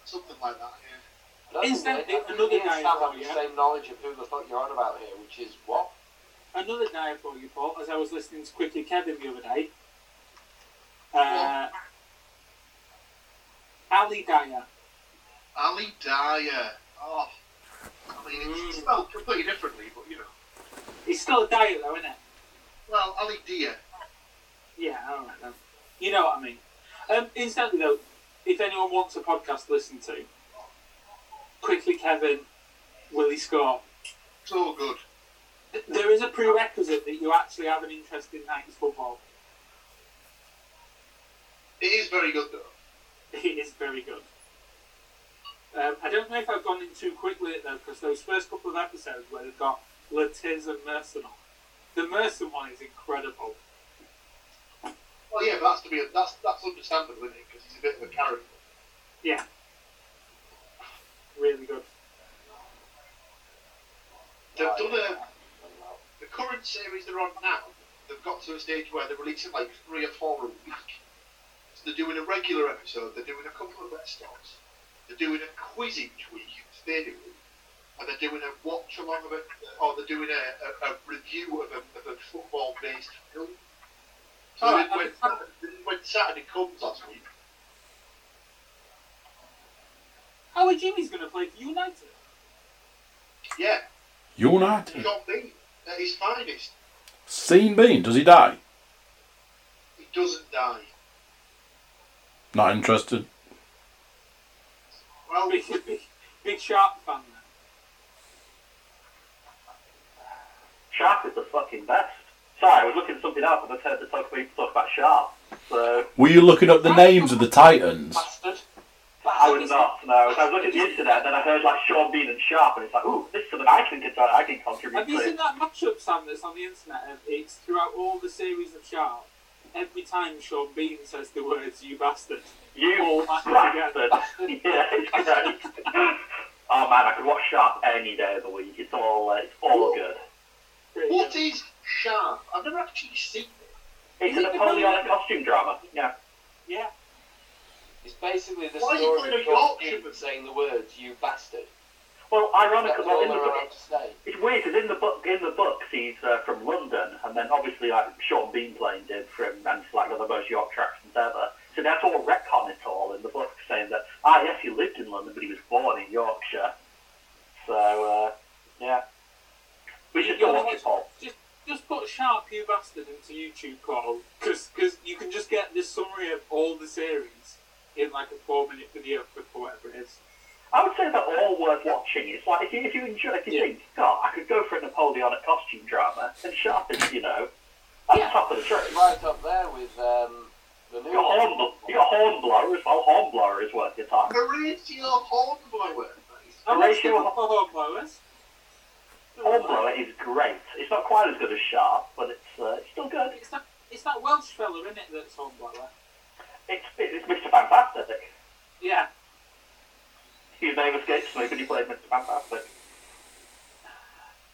C: Something like that, yeah.
E: Instead,
B: Doesn't it? I think
E: another
B: me and
E: guy
B: Sam
E: told
B: have
E: you.
B: the same knowledge of who the fuck you're on about here, which is what?
E: Another guy for you, Paul, as I was listening to Quickly Kevin the other day. Uh, Ali Dyer.
C: Ali Dyer. Oh. I mean, it's spelled completely differently, but you know.
E: He's still a Dyer though, isn't it?
C: Well, Ali Dyer.
E: Yeah, all right then. You know what I mean. Um, incidentally, though, if anyone wants a podcast to listen to, quickly, Kevin, Willie Scott.
C: So good.
E: th- There is a prerequisite that you actually have an interest in nineties football.
C: It is very good, though.
E: It is very good. Um, I don't know if I've gone in too quick with it though, because those first couple of episodes where they've got Latiz and Merson on, the Merson one is incredible.
C: Well, yeah, but that's to be that's that's understandable, isn't it? Because he's a bit of a character.
E: Yeah.
C: They've done a, the current series they're on now. They've got to a stage where they're releasing like three or four a week. So they're doing a regular episode. They're doing a couple of best offs. They're doing a quiz each week. They do, and they're doing a watch along of it, or they're doing a, a, a review of a, of a football-based film. So
E: All right,
C: when,
E: I think-
C: when Saturday comes last week,
E: How are Jimmy's going to play for United?
C: yeah,
A: United.
C: John Bean at his finest.
A: Seen Bean. Does he die?
C: He doesn't die.
A: Not interested.
C: Well,
E: Big, big, big Shark fan. then.
D: Shark is the fucking best. Sorry, I was looking at something else and I heard the talk people talk about Shark. So
A: Were you looking up the names of the Titans?
E: Bastard.
D: I was not. No, I was looking at the internet, and then I heard like Sean Bean and Sharp, and it's like, ooh, this is something I can contri- I can contribute
E: Have you
D: to.
E: seen that matchup, Sam, that's on the internet? of It's throughout all the series of Shark. Every time Sean Bean says the words, you bastard.
D: You
E: all that
D: bastard. yeah, it's great. Oh man, I could watch Sharp any day of the week. It's all uh, it's all good.
E: Pretty
C: what
E: good.
C: is Sharp? I've never actually seen it.
D: It's a Napoleonic costume drama. Yeah.
E: Yeah.
B: It's basically the
C: Why is he
B: story
C: playing
B: of
C: a
B: George
C: Yorkshireman?
B: Cooper saying the words "you bastard."
D: Well,
B: That's
D: ironically, well,
B: all
D: in the
B: they're
D: book,
B: allowed to say.
D: It's weird because in the book, in the books, he's uh, from London, and then obviously like Sean Bean playing did from, and it's like one of the most Yorkshire accents ever. So that's all retcon it all in the book, saying that ah yes, he lived in London, but he was born in Yorkshire. So uh, yeah, we should go watch it all.
E: Just, just put Sharp, you bastard, into YouTube, Carl, because you can just get this summary of all the series in like a four-minute video clip or whatever it is.
D: I would say they're all worth watching. It's like if you, if you enjoy, if you
E: Yeah.
D: think, God, I could go for a Napoleonic costume drama, and Sharp is you know at
E: Yeah.
D: the top of the tree.
B: Right up there with um, the new
D: You got
B: one.
D: horn, you got hornblower as well. Hornblower is worth your time.
C: Horatio Hornblower.
E: I watched
D: Horatio-
E: the Hot Blowers.
D: Hornblower is great. It's not quite as good as Sharp, but it's, uh, it's still good.
E: It's that, it's that Welsh fella, isn't it, that's Hornblower?
D: It's, it's Mr. Fantastic.
E: Yeah.
D: His name escapes me, but he played Mr. Fantastic.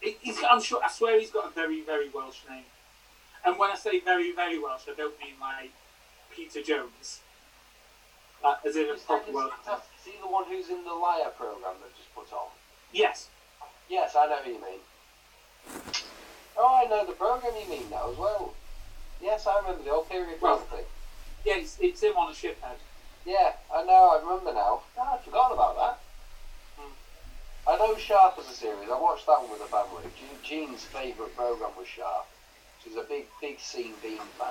E: He- He's, I'm sure, I swear he's got a very, very Welsh name. And when I say very, very Welsh, I don't mean like Peter Jones. Like, as in a
B: Is that-
E: proper
B: is
E: Welsh.
B: that- is he the one who's in the liar program that just put on?
E: Yes.
B: Yes, I know who you mean. Oh, I know the program you mean now as well. Yes, I remember the old period
E: Well-
B: drama thing.
E: Yeah, it's, it's him on a ship head.
B: Yeah, I know, I remember now. Oh, I'd forgotten about that. Hmm. I know Sharp as a series. I watched that one with the family. Je- Jean's favourite program was Sharp. She's a big, big scene bean fan.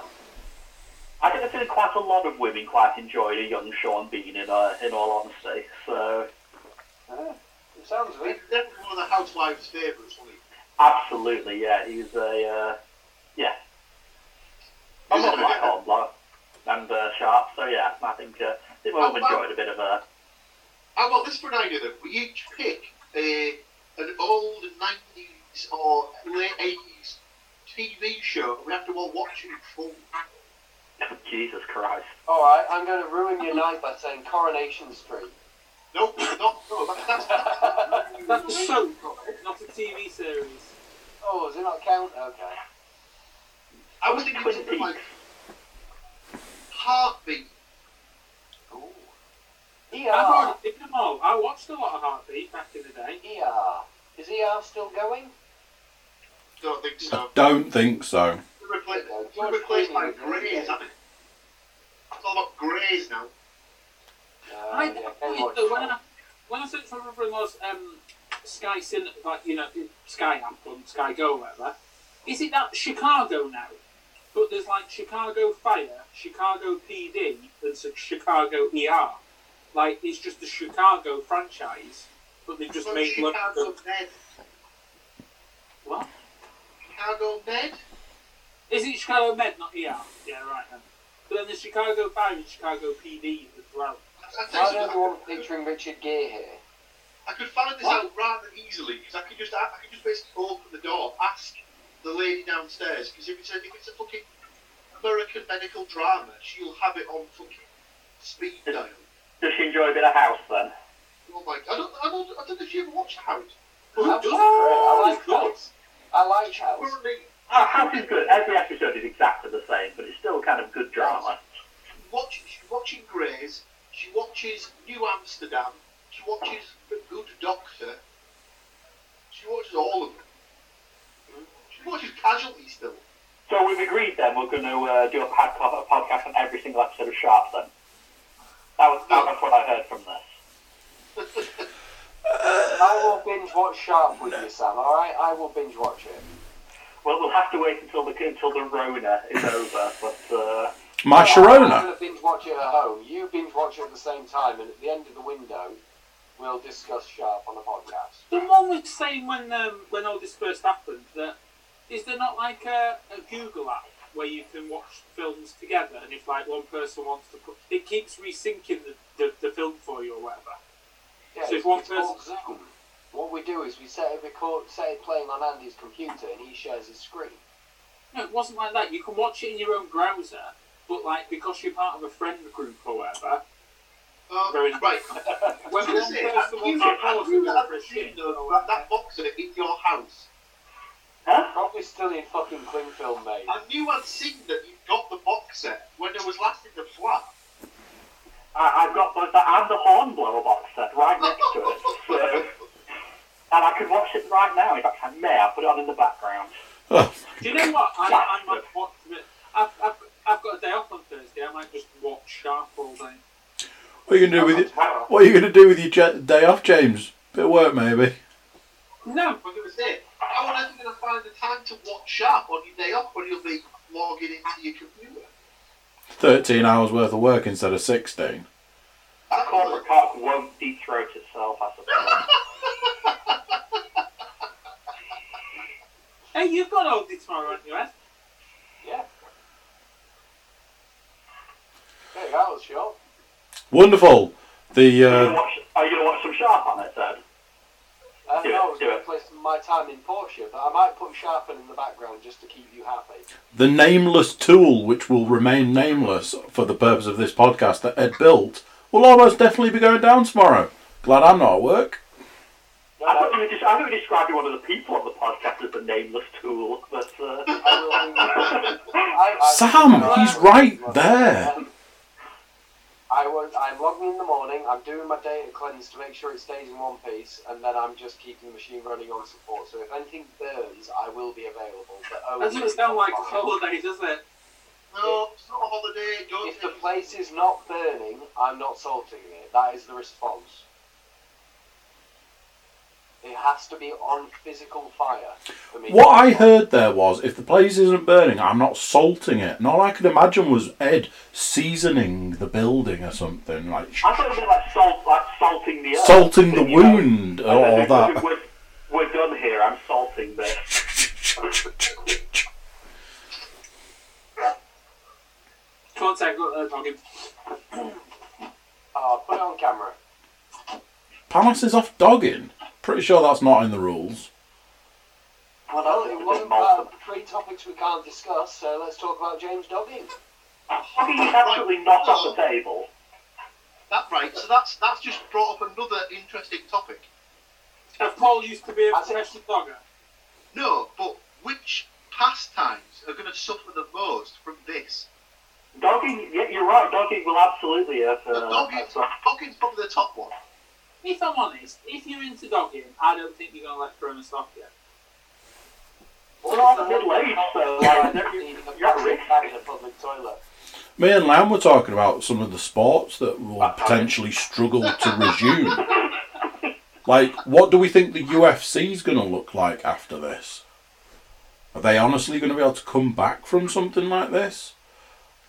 D: I think there's been quite a lot of women quite enjoyed a young Sean Bean, in, uh, in all honesty. So,
B: Eh, it sounds
C: He's
B: weird.
C: definitely one of the housewives' favourites, wasn't he?
D: absolutely, yeah, he's a, uh, yeah. I'm not like Hornblower and uh, Sharp, so yeah, I think, uh, I think we've all enjoyed a bit of a...
C: How about this for an idea then? We each pick a, an old 90s or late 80s TV show. We have to all watch it in full.
D: Jesus Christ.
B: Alright, I'm going to ruin your night by saying Coronation Street.
C: No, no, no. that- That's,
E: That's a soap, not a TV series.
B: Oh, does it not count? Okay.
C: I was thinking
D: Twin
C: something like
D: Peaks.
C: Heartbeat.
B: Ooh.
E: I've
B: ER.
E: already seen them all. I watched a lot of Heartbeat back in the day.
B: ER. Is ER still going?
C: Don't think
B: Um,
C: so.
A: Don't think so.
C: It's replaced, replaced by Greys, haven't it? It's all about Greys now.
B: No,
E: I,
B: Uh, yeah,
E: wait,
B: everyone's
E: though, when,
B: gone.
E: I, when I searched for Rubber and Laws, um, Sky Cin, like, you know, Sky Amp on Sky Go, or whatever, is it that Chicago now? But there's like Chicago Fire, Chicago PD, and so Chicago ER. Like, it's just the Chicago franchise, but they've just
C: Well,
E: made one.
C: Chicago Med.
E: What?
C: Chicago Med?
E: Is it Chicago Med, not ER? Yeah, right then. But then the Chicago Fire and Chicago PD as well.
C: I, I, tell you
B: Why is
C: something,
B: everyone featuring Richard Gere here?
C: I could find this
E: What?
C: out rather easily because I could just I, I could just basically open the door, ask the lady downstairs because if it's a if it's a fucking American medical drama, she'll have it on fucking speed dial.
D: Does she enjoy a bit of house, then?
C: Oh my! I don't I don't I don't know if you ever watched House.
B: I'm just great. I
E: Oh,
B: like house. I like house.
C: Currently,
D: Oh, House is good. Every episode is exactly the same, but it's still kind of good drama.
C: watch, she's watching Grays, she watches New Amsterdam, she watches The Good Doctor, she watches all of them. She watches Casualty still.
D: So we've agreed then we're going to uh, do a, pod- a podcast on every single episode of Sharp then. That was, that was what I heard from this.
B: I will binge watch Sharp with you, Sam. All right, I will binge watch it.
D: Well, we'll have to wait until the until the Rona is over, but uh,
A: My
B: I'm
A: Ah, Sharona.
B: gonna binge watch it at home. You binge watch it at the same time, and at the end of the window, we'll discuss Sharp on the podcast.
E: The one was saying when um, when all this first happened that is there not like a, a Google app where you can watch films together and if like one person wants to put it keeps resyncing the, the, the film for you or whatever.
B: Yeah,
E: So if
B: it's,
E: one
B: it's called
E: person-
B: Zoom. What we do is we set it record, set it playing on Andy's computer, and he shares his screen.
E: No, it wasn't like that. You can watch it in your own browser, but like because you're part of a friend group or whatever,
C: Uh,
E: Very nice.
C: right.
E: when
C: I was
E: one
C: gonna say,
E: person
C: have you,
E: wants to
C: have
E: pause
C: you
E: and
C: ever
E: go for a
C: seen
E: shit
C: those-
E: or
C: that,
E: whatever.
C: that boxer in your house?
D: huh?
B: Probably still in fucking cling film, mate.
C: I knew I'd seen that you got the boxer when it was last in the flat.
D: I, I've got both that and the hornblower box set right next to it, so, and I could watch it right now. In fact, I may. I'll put it on in the background.
A: Oh,
E: Do you know what? I, I might watch it. I've, I've, I've got a day off on Thursday. I might just watch Sharp all day.
A: what are you gonna do with it?
B: Tomorrow.
A: What are you gonna do with your ja- day off, James? Bit of work, maybe.
E: No,
C: I'm going to say, how on earth are you going to find the time to watch Sharp on your day off when you'll be logging into your computer?
A: Thirteen hours worth of work instead of sixteen.
D: That corporate cock won't deep throat itself, I suppose.
E: hey, you've got all day tomorrow, haven't you, Ed?
B: Yeah. There you go, that was short.
A: Wonderful. The
D: Are you gonna
A: uh,
D: watch- Are you going to watch some Sharp on it then?
B: I don't
D: Do it,
B: know, Uh, I was
D: do
B: going to
D: it.
B: play some of my time in Porsche, but I might put Sharpen in the background just to keep you happy.
A: the nameless tool, which will remain nameless for the purpose of this podcast, that Ed built, will almost definitely be going down tomorrow. Glad I'm not at work.
B: No,
D: I
B: no,
D: thought you were, just, I thought you were describing one of the people on the podcast as the nameless tool, but uh,
B: I will do- I- I-
A: Sam,
B: I-
A: he's right there.
B: I was, I'm logging in the morning, I'm doing my data cleanse to make sure it stays in one piece, and then I'm just keeping the machine running on support. So if anything burns, I will be available. But
E: That
B: only
E: doesn't sound like a
B: tomorrow.
E: holiday, does it?
C: No, it's not a holiday. Don't
B: If the
C: take
B: place is not burning, I'm not salting it. That is the response. It has to be on physical fire for me.
A: What I heard there was if the place isn't burning, I'm not salting it. And all I could imagine was Ed seasoning the building or something, like sh-
D: I thought it was a bit like salt, like salting the earth.
A: salting the
D: You know,
A: wound or
D: and
A: all
D: then
A: that.
D: We're, we're done here. I'm salting this.
E: Come on, I've got a uh, dog in.
B: Oh, put it on camera.
A: Palace is off dogging. Pretty sure that's not in the rules.
B: Well, it wasn't about um, three topics we can't discuss, so let's talk about James Dogging.
D: Hockey is absolutely not off the table.
C: that right. So that's that's just brought up another interesting topic.
E: And Paul used to be a
B: I think-
E: professional dogger.
C: No, but which pastimes are going to suffer the most from this?
D: Dogging, yeah, you're right. Dogging will absolutely have.
C: The
D: Uh,
C: dogging's,
D: have-
C: dogging's probably the top one.
E: If I'm honest, if you're into dogging, I don't think you're going to let Corona stop you.
D: We're all middle-aged, so like, there-
B: Even the
D: you're at
B: plastic
D: risk.
B: bag in a public toilet.
A: Me and Lam were talking about some of the sports that will potentially struggle to resume. Like, what do we think the UFC's going to look like after this? Are they honestly going to be able to come back from something like this?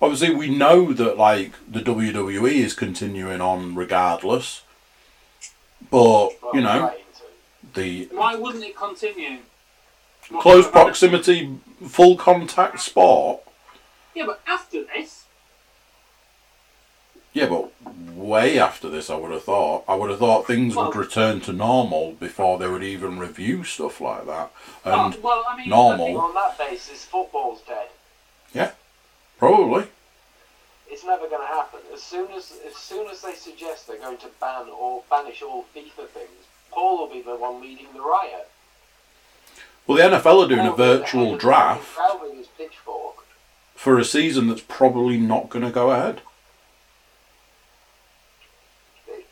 A: Obviously, we know that, like, the WWE is continuing on regardless. But,
B: Well,
A: you know,
B: trying to.
A: the
E: Why wouldn't it continue?
A: close proximity, full contact sport.
E: Yeah, but after this,
A: Yeah, but way after this, I would have thought. I would have thought things would
E: Well-
A: return to normal before they would even review stuff like that. And
E: oh, well, I mean,
A: normal.
E: I think-
B: On that basis, football's dead.
A: probably.
B: It's never going to happen. As soon as as soon as they suggest they're going to ban or banish all FIFA things, Paul will be the one leading the riot.
A: Well, the NFL are doing a
B: Paul will be the head
A: virtual
B: of the
A: draft
B: NFL with his pitchfork.
A: for a season that's probably not going to go ahead.
B: They,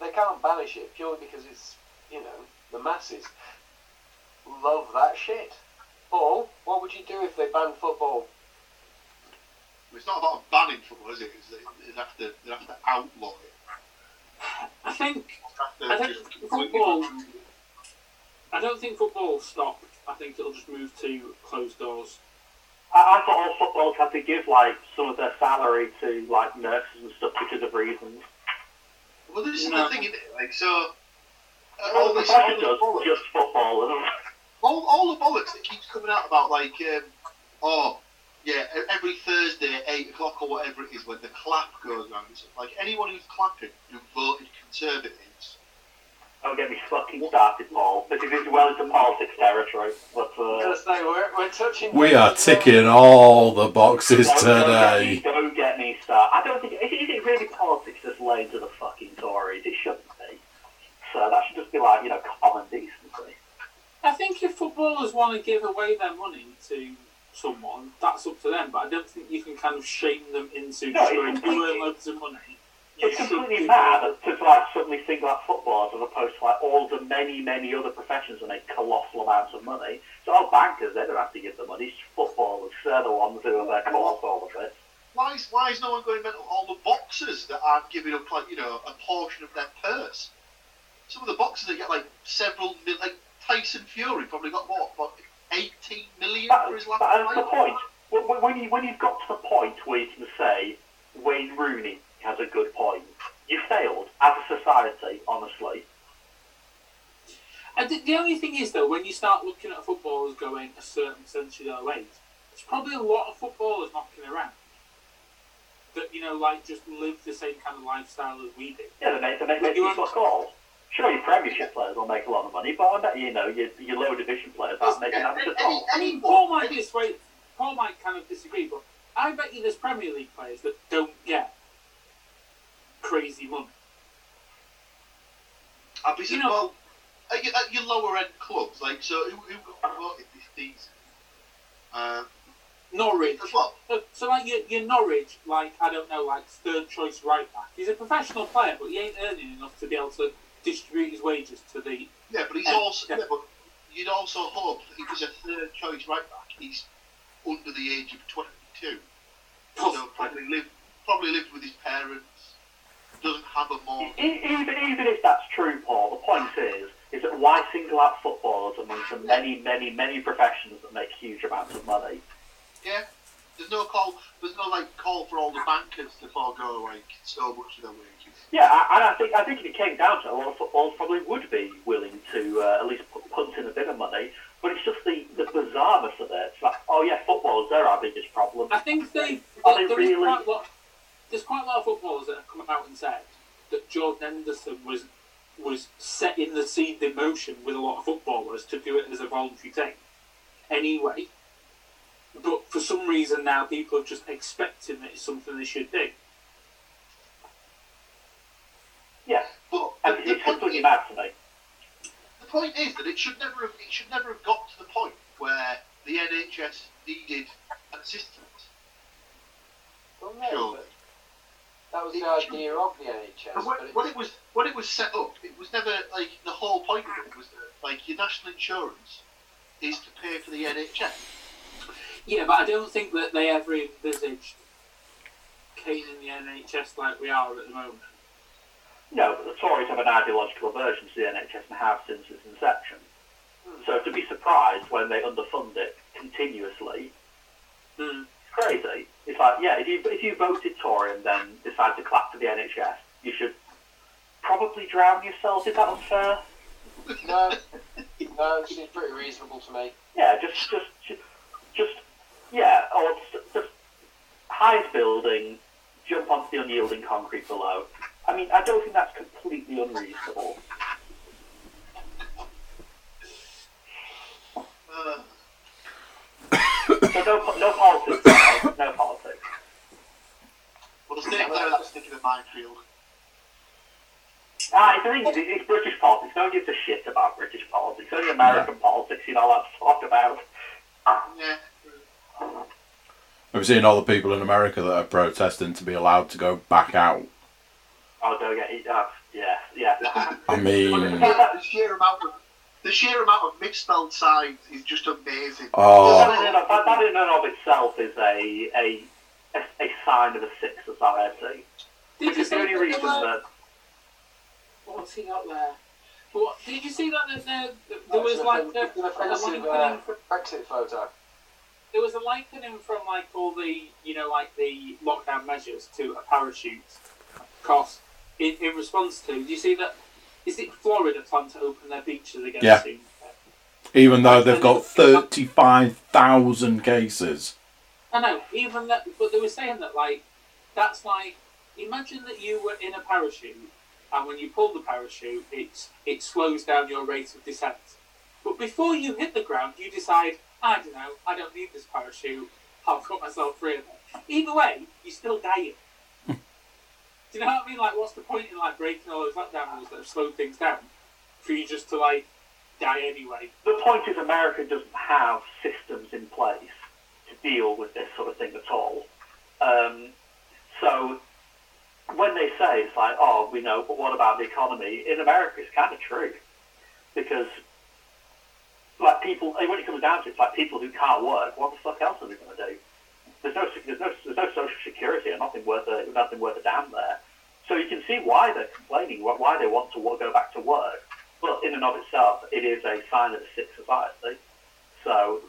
B: they can't banish it purely because it's you know the masses love that shit. Paul, what would you do if they banned football?
C: It's not about banning football, is it? It's, they'd, have to, they'd have to outlaw it.
E: I think
C: They'd
E: I
C: have to
E: think
C: just completely-
E: football. I don't think football will stop. I think it'll just move to closed doors.
D: I, I thought all footballers had to give like some of their salary to like nurses and stuff because of reasons.
C: Well, this is
E: No.
C: the thing, isn't it? Like, so, uh, all,
D: All the
C: this,
D: pressure does
C: all, the bollocks,
D: just footballers.
C: all, all the bollocks that keeps coming out about, like, um, oh, yeah, e- every Thursday, 8 o'clock or whatever it is, when the clap goes round. It's Like, anyone who's clapping who voted Conservatives,
D: Don't get me fucking started, Paul. This is well into politics territory. But uh,
B: Because they were, we're touching.
A: We are ticking all the boxes
D: don't- Don't get, me,
A: today.
D: don't get me started. I don't think is, is it really politics that's laid to the fucking Tories? It shouldn't be. So that should just be like you know common decency.
E: I think if footballers want to give away their money to someone, that's up to them. But I don't think you can kind of shame them into
D: No, it's
E: going, you
D: completely-
E: earn loads of money.
D: It's
E: should
D: completely
E: do
D: mad
E: that."
D: to like suddenly single out footballers as opposed to like all the many, many other professions that make colossal amounts of money. So our bankers, they don't have to give the money. It's footballers, they're the ones who are their cause all of this.
C: why is, why is no one going mental? All the boxers that aren't giving up, like, you know, a portion of their purse. Some of the boxers that get, like, several mil, like, Tyson Fury probably got, what, about 18 million
D: That,
C: for his last
D: that is the
C: fight?
D: point. When, when- when, you, when you've got to the point where you can say Wayne Rooney has a good point, you failed as a society, honestly.
E: I think the only thing is though, when you start looking at footballers going a certain percentage of their weight, there's probably a lot of footballers knocking around that you know, like just live the same kind of lifestyle as we do.
D: Yeah, they make, they make,
E: But
D: make
E: you
D: you
E: want-
D: fuck all. Sure, your premiership players will make a lot of money, but I bet you know your, your lower division players aren't making that much at all.
E: I mean, Paul might disagree. Paul might kind of disagree, but I bet you there's Premier League players that don't get crazy money.
C: I'd be
E: You
C: saying,
E: know-
C: well, at your, at your lower end clubs, like, so who, who got promoted this season? Um,
E: Norwich.
C: as well,
E: So, so like your, your Norwich, like I don't know, like third choice right back. He's a professional player, but he ain't earning enough to be able to distribute his wages to the
C: yeah, but he's
E: Yeah,
C: also,
E: yeah.
C: yeah, but you'd also hope that if he's a third choice right back, he's under the age of 22. So probably lived, probably lived with his parents, doesn't have a
D: E-
C: mortgage.
D: Even, even if that's true, Paul, the point is, is that why single out footballers amongst the many, many, many professions that make huge amounts of money?
C: Yeah. There's no call, there's no, like, call for all the bankers to forego, like, so much of their wages.
D: Yeah, I- and I think I think if it came down to it, a lot of footballers probably would be willing to uh, at least pu- punt in a bit of money. But it's just the, the bizarreness of it. It's like, oh yeah, footballers, they're our biggest problem.
E: I think they,
D: Are
E: there-
D: they
E: there is
D: really-
E: quite a lot. There's quite a lot of footballers that have come out and said that Jordan Henderson was was setting the seed in motion with a lot of footballers to do it as a voluntary thing. Anyway, but for some reason now people are just expecting that it's something they should do.
D: Yeah,
C: But
D: and
C: the- the
D: it's
C: point
D: completely
C: is-
D: mad to me.
C: The point is that it should never have it should never have got to the point where the NHS needed assistance.
B: Wasn't it?
C: Surely.
B: That was the idea of the NHS.
C: And when,
B: but it-
C: when it was when it was set up, it was never like the whole point of it was that like your national insurance is to pay for the NHS.
E: Yeah, but I don't think that they ever envisaged caning the NHS like we are at the moment.
D: No, but the Tories have an ideological aversion to the NHS and have since its inception. So to be surprised when they underfund it continuously,
E: Hmm.
D: it's crazy. It's like, yeah, if you if you voted Tory and then decide to clap to the NHS, you should probably drown yourself. Is that unfair?
B: No, no, she's pretty reasonable to me.
D: Yeah, just just just, just yeah, or just, just hide building, jump onto the unyielding concrete below. I mean, I don't think that's completely unreasonable.
C: Uh, Uh,
D: So no, po- no politics. Now. No politics.
C: Well, the state there that particular minefield.
D: Ah, the thing is, it's British politics. No one gives a shit about British politics. Only American politics, you know, that's talked about.
C: Yeah.
A: Have you seen all the people in America that are protesting to be allowed to go back out?
D: Oh, don't get it. Uh, yeah, yeah.
A: I mean,
C: the sheer amount of the sheer amount of misspelled signs is just amazing.
A: oh,
D: That, in and of, that, that in and of itself is a, a, a, a sign of a sick society.
E: Did
D: Which
E: you
D: is
E: see
D: the only
E: that
D: reason
E: there were-
D: that...
E: What's he got there? What, did you see that there, there, there was
B: It's an
E: like
B: offen-
E: a,
B: it's an
E: a
B: offensive uh,
E: likening from,
B: Brexit photo.
E: there was a likening from like all the you know like the lockdown measures to a parachute cost in, in response to. Do you see that? Is it Florida plan to open their beaches again
A: Yeah.
E: soon?
A: even though they've got 35,000 cases.
E: I know, even that, but they were saying that, like, that's like, imagine that you were in a parachute, and when you pull the parachute, it's, it slows down your rate of descent. But before you hit the ground, you decide, I don't know, I don't need this parachute, I'll cut myself free of it. Either way, you're still dying. Do you know what I mean? Like, what's the point in, like, breaking all those lockdown rules that have slowed things down for you just to, like, die anyway?
D: The point is America doesn't have systems in place to deal with this sort of thing at all. Um, so when they say it's like, oh, we know, but what about the economy? In America, it's kind of true because like people, when it comes down to it, it's like people who can't work. What the fuck else are they going to do? There's no, there's no, there's no social security and nothing worth a, nothing worth a damn there. So you can see why they're complaining, wh- why they want to wo- go back to work. But in and of itself, it is a sign of a sick society. So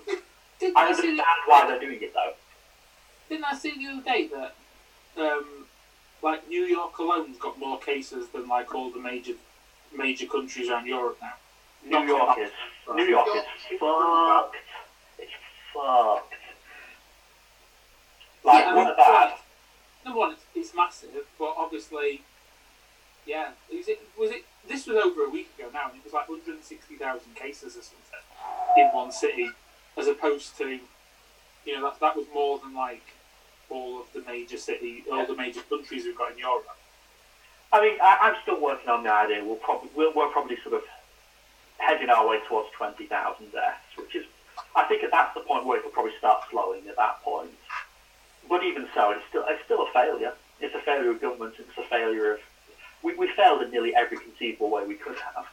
E: Did
D: I
E: you see
D: understand
E: that-
D: why they're doing it though.
E: Didn't I see the other day that, um, like New York alone's got more cases than like all the major, major countries around Europe now.
D: New York is New York is fucked. It's fucked. Like
E: I
D: yeah,
E: mean,
D: what about
E: Number one, it's, it's massive, but obviously, yeah. Is it was it? This was over a week ago now, and it was like 160,000 cases or something in one city, as opposed to, you know, that that was more than like all of the major city, all the major countries we've got in Europe.
D: I mean, I, I'm still working on the idea. We'll probably we'll, we're probably sort of heading our way towards twenty thousand deaths, which is I think that that's the point where it'll probably start slowing at that point. But even so, it's still it's still a failure. It's a failure of government. It's a failure of we, we failed in nearly every conceivable way we could have.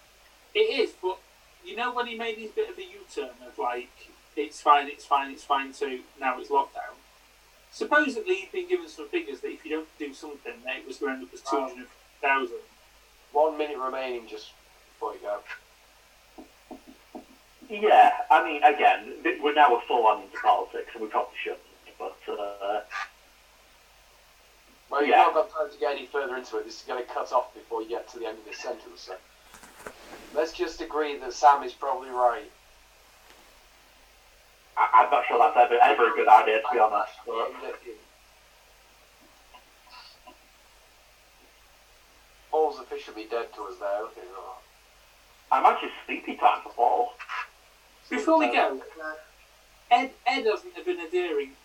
E: It is, but you know when he made his bit of a U-turn of like, it's fine, it's fine, it's fine. So now it's lockdown. Supposedly, he'd been given some figures that if you don't do something, that it was going to end up as two hundred thousand.
B: One minute remaining just before you go.
D: Yeah, I mean, again, th- we're now a full on into politics, and we probably shouldn't. But uh,
B: Well, you've
D: Yeah.
B: not got time to get any further into it. This is going to cut off before you get to the end of this sentence. So. Let's just agree that Sam is probably right.
D: I, I'm not sure that's ever ever a good idea to be honest. But,
B: Paul's officially dead to us there. isn't he? Oh.
D: I'm actually sleepy time for Paul.
E: Before we go, Ed Ed hasn't have been adhering.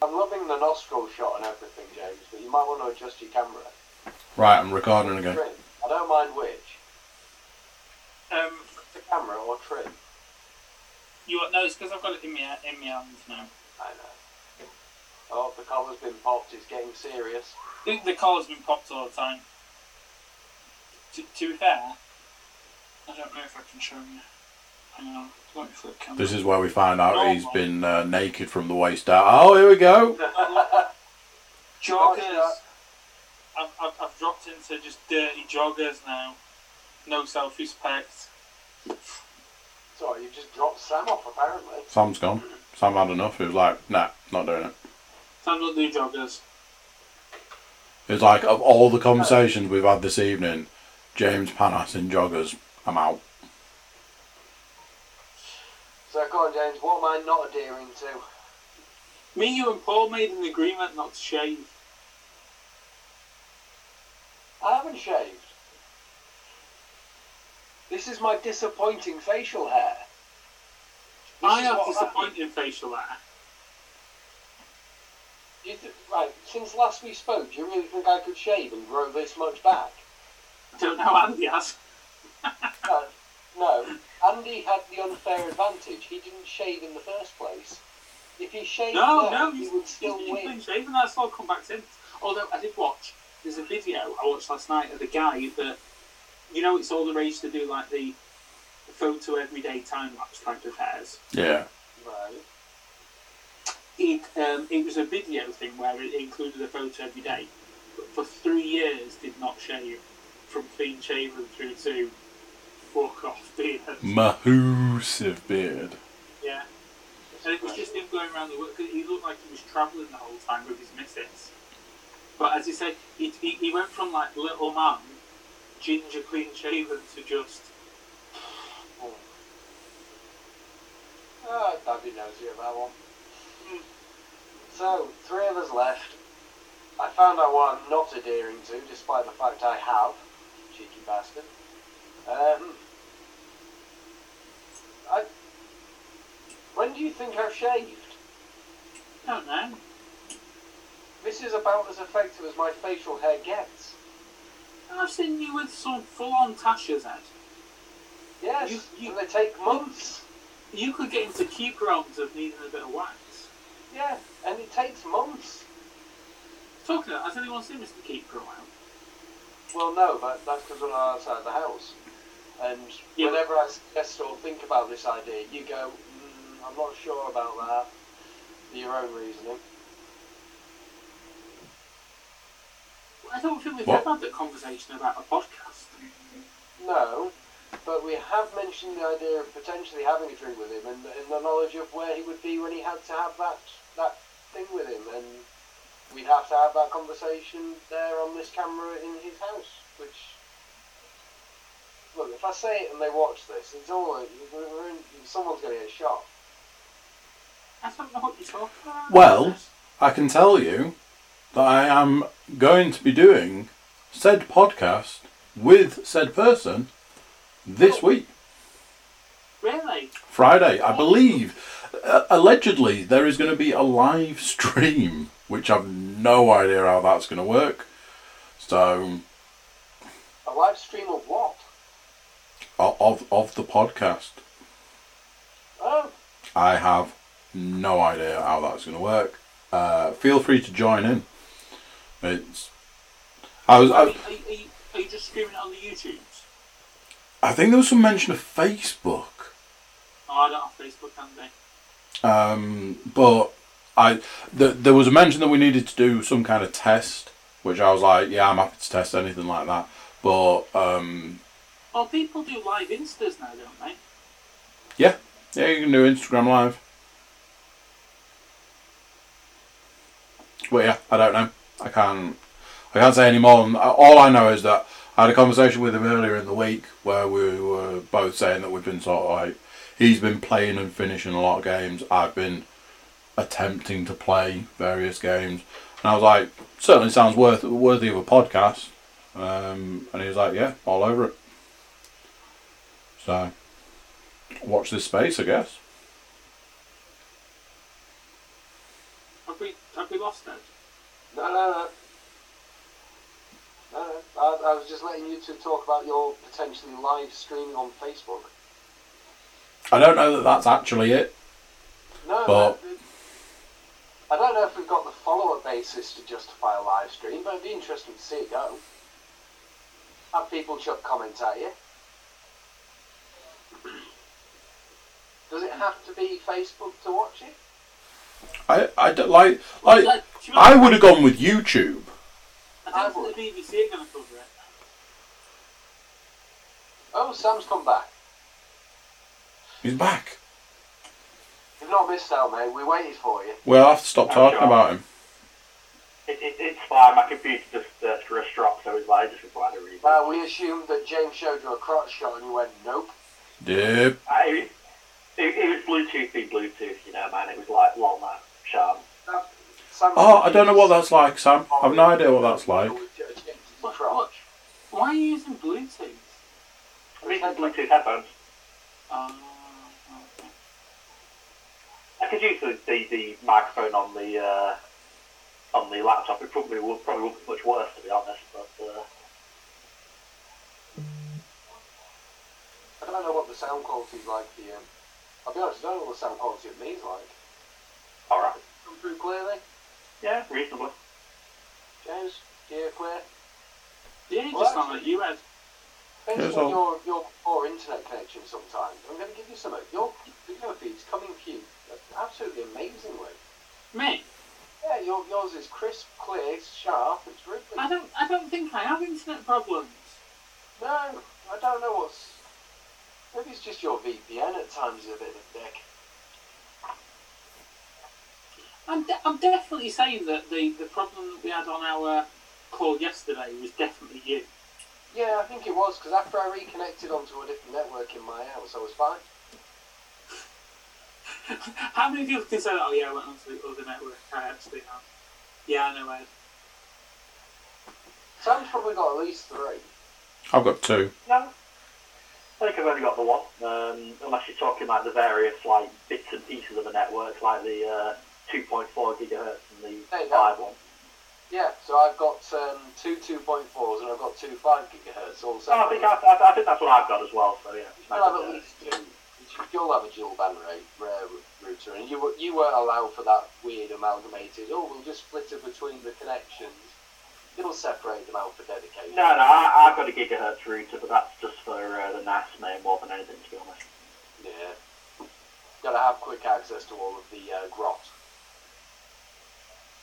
B: I'm loving the nostril shot and everything, James, but you might want to adjust your camera.
A: Right, I'm recording again.
B: Trim. I don't mind which.
E: Um,
B: The camera or trim.
E: you want no? It's because I've got it in my in my hands now.
B: I know. Oh, the collar's been popped. It's getting serious.
E: The, the collar's been popped all the time. To, to be fair, I don't know if I can show you. Hang on, let me flip camera.
A: This is where we find out he's been uh, naked from the waist out. Oh, here we go.
E: joggers. I've, I've, I've dropped into just dirty joggers now. No self respect.
B: Sorry, you just dropped Sam off, apparently.
A: Sam's gone. Sam had enough. He was like, nah, not doing it.
E: Time to do joggers.
A: He was like, of all the conversations we've had this evening, James Panas in joggers, I'm out.
B: So, go on, James. What am I not adhering to?
E: Me, you, and Paul made an agreement not to shave.
B: I haven't shaved. This is my disappointing facial hair. This
E: I
B: is
E: have
B: what
E: disappointing facial hair.
B: You th- right, since last we spoke, do you really think I could shave and grow this much back?
E: I don't know how Andy has.
B: No, Uh, no. Andy had the unfair advantage. He didn't shave in the first place. If he shaved
E: No,
B: now,
E: no,
B: he
E: he's,
B: would
E: he's
B: still
E: been clean
B: win.
E: shaven. That's all come back since. Although I did watch, there's a video I watched last night of the guy that, you know, it's all the rage to do like the photo everyday time lapse type of hairs.
A: Yeah.
B: Right.
E: It um, it was a video thing where it included a photo every day, but for three years did not shave, from clean shaven through to fuck off beard.
A: Mm. Mahoosive beard.
E: Yeah. And it was just him going around the work. 'cause He looked like he was travelling the whole time with his missus. But as you say, he, he, he went from like little man, ginger clean shaven, to just
B: Oh, Daddy knows you about that one. Hmm. So, three of us left. I found out what I'm not adhering to, despite the fact I have. Cheeky bastard. Um, I, when do you think I've shaved?
E: I don't know.
B: This is about as effective as my facial hair gets.
E: I've seen you with some full-on Tasha's head.
B: Yes,
E: You- you-
B: and they take months.
E: You could get into keep realms of needing a bit of wax.
B: Yeah, and it takes months.
E: Talking of, that, has anyone seen Mr. Keep for a while?
B: Well, no, but that's because we're not outside the house. And
E: Yeah, but-
B: whenever I suggest or think about this idea, you go, mm, I'm not sure about that. For your own reasoning.
E: I don't think we've
A: What?
E: ever had that conversation about a podcast.
B: No, but we have mentioned the idea of potentially having a drink with him and, and the knowledge of where he would be when he had to have that, that thing with him. And we'd have to have that conversation there on this camera in his house, which. Look, if I say it and they watch this, it's all. We're we're in, someone's going to get shot.
E: I don't know what you're talking about.
A: Well, I can tell you that I am going to be doing said podcast with said person this week,
E: really?
A: Friday. I believe, uh, allegedly, there is going to be a live stream, which I've no idea how that's going to work. So,
B: A live stream of what?
A: o- of, of the podcast,
B: Oh,
A: I have no idea how that's going to work. Uh, feel free to join in. It's. I was.
E: Are,
A: I,
E: you- are, you- are, you, are you just streaming it on the YouTubes?
A: I think there was some mention of Facebook.
E: Oh, I don't have Facebook, Andy.
A: Um, but I th- there was a mention that we needed to do some kind of test, which I was like, yeah, I'm happy to test anything like that. But um,
E: Well, people do live instas now, don't they?
A: yeah, yeah, you can do Instagram Live. But yeah, I don't know. I can't. I can't say any more. than- All I know is that I had a conversation with him earlier in the week where we were both saying that we've been sort of like he's been playing and finishing a lot of games. I've been attempting to play various games, and I was like, certainly sounds worth worthy of a podcast. Um, and he was like, yeah, all over it. So watch this space, I guess.
E: Have we, have we lost it?
B: no, no, no. No, no. I, I was just letting you two talk about your potentially live streaming on Facebook.
A: I don't know that that's actually it.
B: No,
A: But-
B: no, I don't know if we've got the follower basis to justify a live stream, but it'd be interesting to see it go. Have people chuck comments at you. Does it have to be Facebook to watch it?
A: I, I don't like like
E: Like, do you
A: I
E: know-
A: would have gone with YouTube.
E: I don't think the BBC are going to cover it.
B: Oh, Sam's come back.
A: He's back.
B: You've not missed out, mate. We waited for you.
A: Well, I have to stop talking about him.
D: It, it, it's fine. My computer just searched for a strop, so it's like I just replied to read.
B: Well, Uh, we assumed that James showed you a crotch shot and you went, nope.
A: Yep.
D: I, it, it was Bluetoothy, Bluetooth, you know, man. It was like, lol, man, charm.
B: Sam,
A: Oh, I don't know what that's like, Sam. I've no idea what that's like.
B: James's
E: What-
B: crotch.
E: Why are you using Bluetooth?
D: these are Bluetooth headphones.
E: Uh,
D: I could use the, the, the microphone on the uh, on the laptop. It probably would probably would be much worse to be honest. But uh,
B: I don't know what the sound quality is like for you. I'll be honest, I don't know what the sound quality of me is like.
D: all right,
B: Come through clearly,
D: yeah, reasonably.
B: James. Do you hear clear?
E: yeah, you
B: Well,
E: just sound
B: actually-
E: like you had.
A: Yes,
B: Based
A: I'll-
B: on your, your poor internet connection sometimes, I'm going to give you some of your video feeds coming to you absolutely amazingly.
E: Mate,
B: Yeah, your, yours is crisp, clear, sharp, it's really...
E: I don't, I don't think I have internet problems.
B: No, I don't know what's... Maybe it's just your VPN at times is a bit of a dick.
E: I'm, de- I'm definitely saying that the, the problem that we had on our call yesterday was definitely you.
B: Yeah, I think it was, because after I reconnected onto a different network in my house, I was fine.
E: How many people can say that? Oh yeah, I went onto the other network. I actually have. Yeah, I know. Ed.
B: Sam's probably got at least three.
A: I've got two.
D: No, I think I've only got the one. Um, unless you're talking like the various like bits and pieces of the network, like the uh, 2.4 gigahertz and the
B: There you go.
D: five one.
B: Yeah, so I've got um, two 2.4s and I've got two 5 gigahertz all
D: No, Oh, I
B: separate.
D: think I, I, I think that's what I've got as well. So yeah,
B: You'll have at least two. You'll have a dual band rate, rare router, and you won't- you won't allow for that weird amalgamated. Oh, we'll just split it between the connections. It'll separate them out for dedication.
D: No, no, I, I've got a gigahertz router, but that's just for uh, the NAS name more than anything, to be honest.
B: Yeah. Gotta have quick access to all of the uh, grot.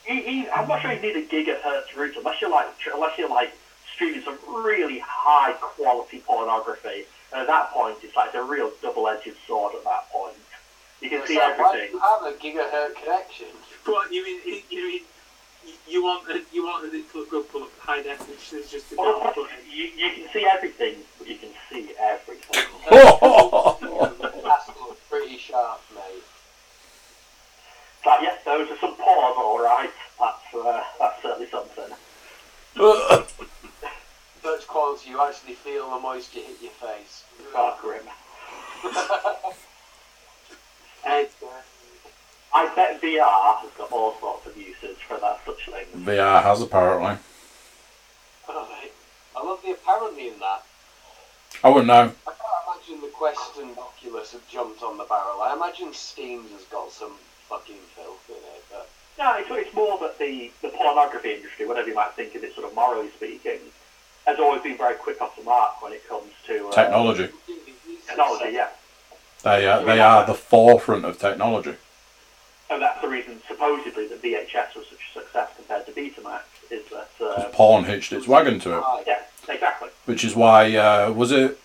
D: He, he, I'm not sure you need a gigahertz router unless you're like tr- unless you're like streaming some really high quality pornography. And at that point, it's like a real double edged sword. At that point, you can see
B: So why do
D: everything.
B: you have a gigahertz connection?
E: What you mean? You you mean you want a, you want a little good pull up high def, which is just a
D: Well,
E: good
D: that's what- you, you can see everything. but You can see everything.
B: That's all pretty sharp, mate.
D: It's like, yes, those are some porn, all right. That's uh, that's certainly something.
B: Such quality, you actually feel the moisture hit your face.
D: Oh, grim.
E: Ed,
D: uh, I bet VR has got all sorts of uses for that such thing.
A: VR has apparently.
B: Oh, mate. I love the apparently in that.
A: I wouldn't know.
B: I can't imagine the Quest and Oculus have jumped on the barrel. I imagine Steam's has got some fucking filth in it, but
D: No, it's, it's more that the, the pornography industry, whatever you might think of it, sort of morally speaking, has always been very quick off the mark when it comes to uh,
A: Technology.
D: Technology, yeah.
A: They are, they are the forefront of technology.
D: And that's the reason, supposedly, that VHS was such a success compared to Betamax, is that, uh,
A: 'Cause porn hitched its wagon to it.
B: Aye.
D: yeah, exactly.
A: which is why uh, was it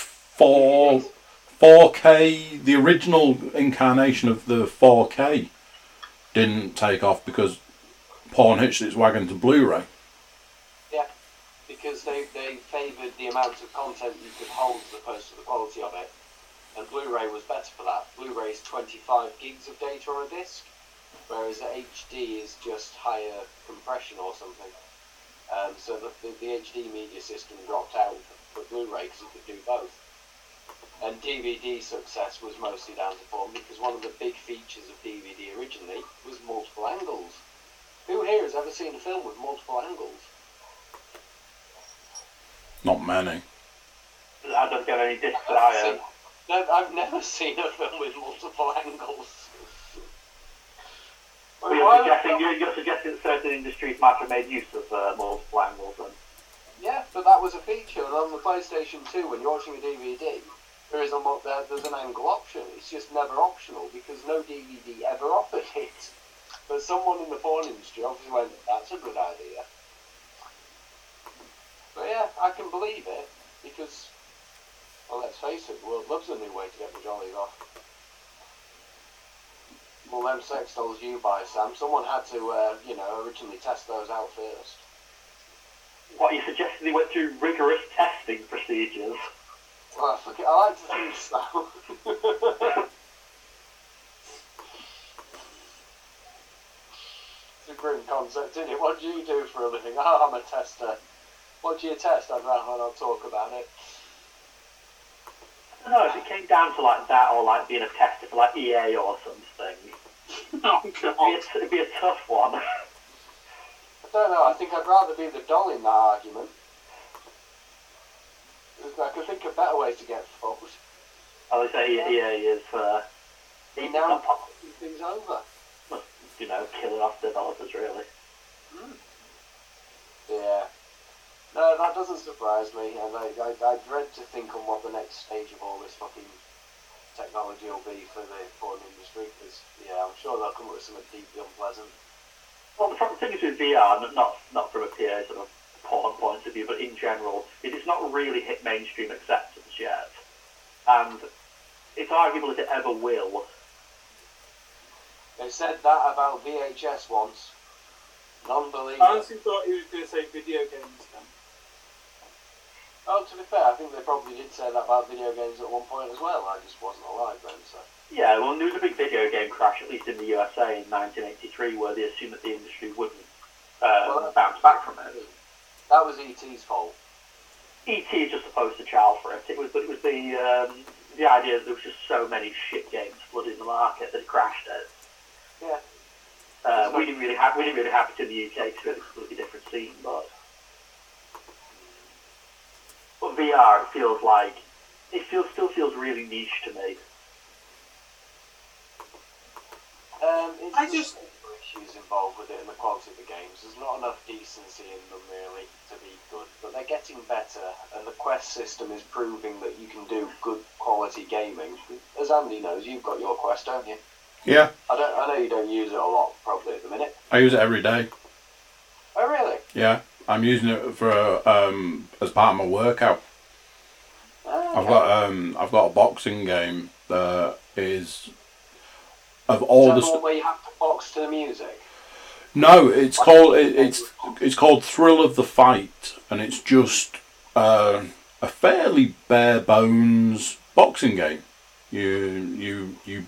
A: four four K the original incarnation of the four K didn't take off because porn hitched its wagon to Blu-ray.
B: yeah, because they, they favoured the amount of content you could hold as opposed to the quality of it. And Blu-ray was better for that. Blu-ray is 25 gigs of data on a disc, whereas HD is just higher compression or something. Um, so the, the, the HD media system dropped out for Blu-ray because it could do both. And DVD success was mostly down to form because one of the big features of DVD originally was multiple angles. Who here has ever seen a film with multiple angles?
A: Not many.
D: I don't get any discs that
B: I've
D: I uh, own.
B: seen- No, I've never seen a film with multiple angles.
D: But You're suggesting, you're, you're suggesting that certain industries might have made use of uh, multiple angles. And,
B: yeah, but that was a feature, and on the PlayStation 2, when you're watching a DVD, there is a, mul- there, there's an angle option. It's just never optional because no DVD ever offered it. But someone in the porn industry obviously went, that's a good idea. But yeah, I can believe it because, well, let's face it, the world loves a new way to get the jollies off. Well, them sex dolls you buy, Sam, someone had to, uh, you know, originally test those out first.
D: what, you suggesting they went through rigorous testing procedures?
B: Well, fuck it, I like to think so. it's a grim concept, isn't it? What do you do for a living? Oh, I'm a tester. What do you test? I'd rather not talk about it.
D: don't know if it came down to like that or like being a tester for like EA or something.
E: Oh, God.
D: It'd be a, it'd be a tough one.
B: I don't know. I think I'd rather be the doll in that argument. 'Cause I could think of better ways to get fucked.
D: I would say EA is uh,
B: Be
D: he's
B: now
D: not
B: and fucking things over.
D: pop- you know killing off developers really.
B: Yeah. No, that doesn't surprise me, and I, I, I dread to think on what the next stage of all this fucking technology will be for the porn industry, because, yeah, I'm sure they'll come up with something deeply unpleasant.
D: Well, the problem thing is with VR, n- not not from a PA sort of porn point of view, but in general, is it's not really hit mainstream acceptance yet, and it's arguable if it ever will.
B: They said that about VHS once. Non-believer.
E: I honestly thought he was going to say video games then.
B: Oh, to be fair, I think they probably did say that about video games at one point as well. I just wasn't alive then, so.
D: Yeah, well, there was a big video game crash, at least in the USA in 1983, where they assumed that the industry wouldn't uh,
B: Well,
D: bounce back from it.
B: That was ET's fault.
D: ET E is just a poster child for it. It was, it was the um, the idea that there was just so many shit games flooding the market that it crashed it.
B: Yeah.
D: Uh, we didn't really have we didn't really have it in the UK because it's a completely different scene, but but VR it feels like it feels still feels really niche to me.
B: Um, it's
E: I
B: the
E: just-
B: safety issues involved with it and the quality of the games. There's not enough decency in them really to be good, but they're getting better, and the Quest system is proving that you can do good quality gaming. As Andy knows, you've got your Quest, don't you?
A: Yeah,
B: I don't. I know you don't use it a lot, probably at the minute.
A: I use it every day.
B: Oh, really?
A: Yeah, I'm using it for um, as part of my workout.
B: Oh,
A: I've got um, I've got a boxing game that is of all the.
B: Is that the
A: St-
B: one where you have to box to the music.
A: no, it's called it, it's it's called Thrill of the Fight, and it's just uh, a fairly bare bones boxing game. You you you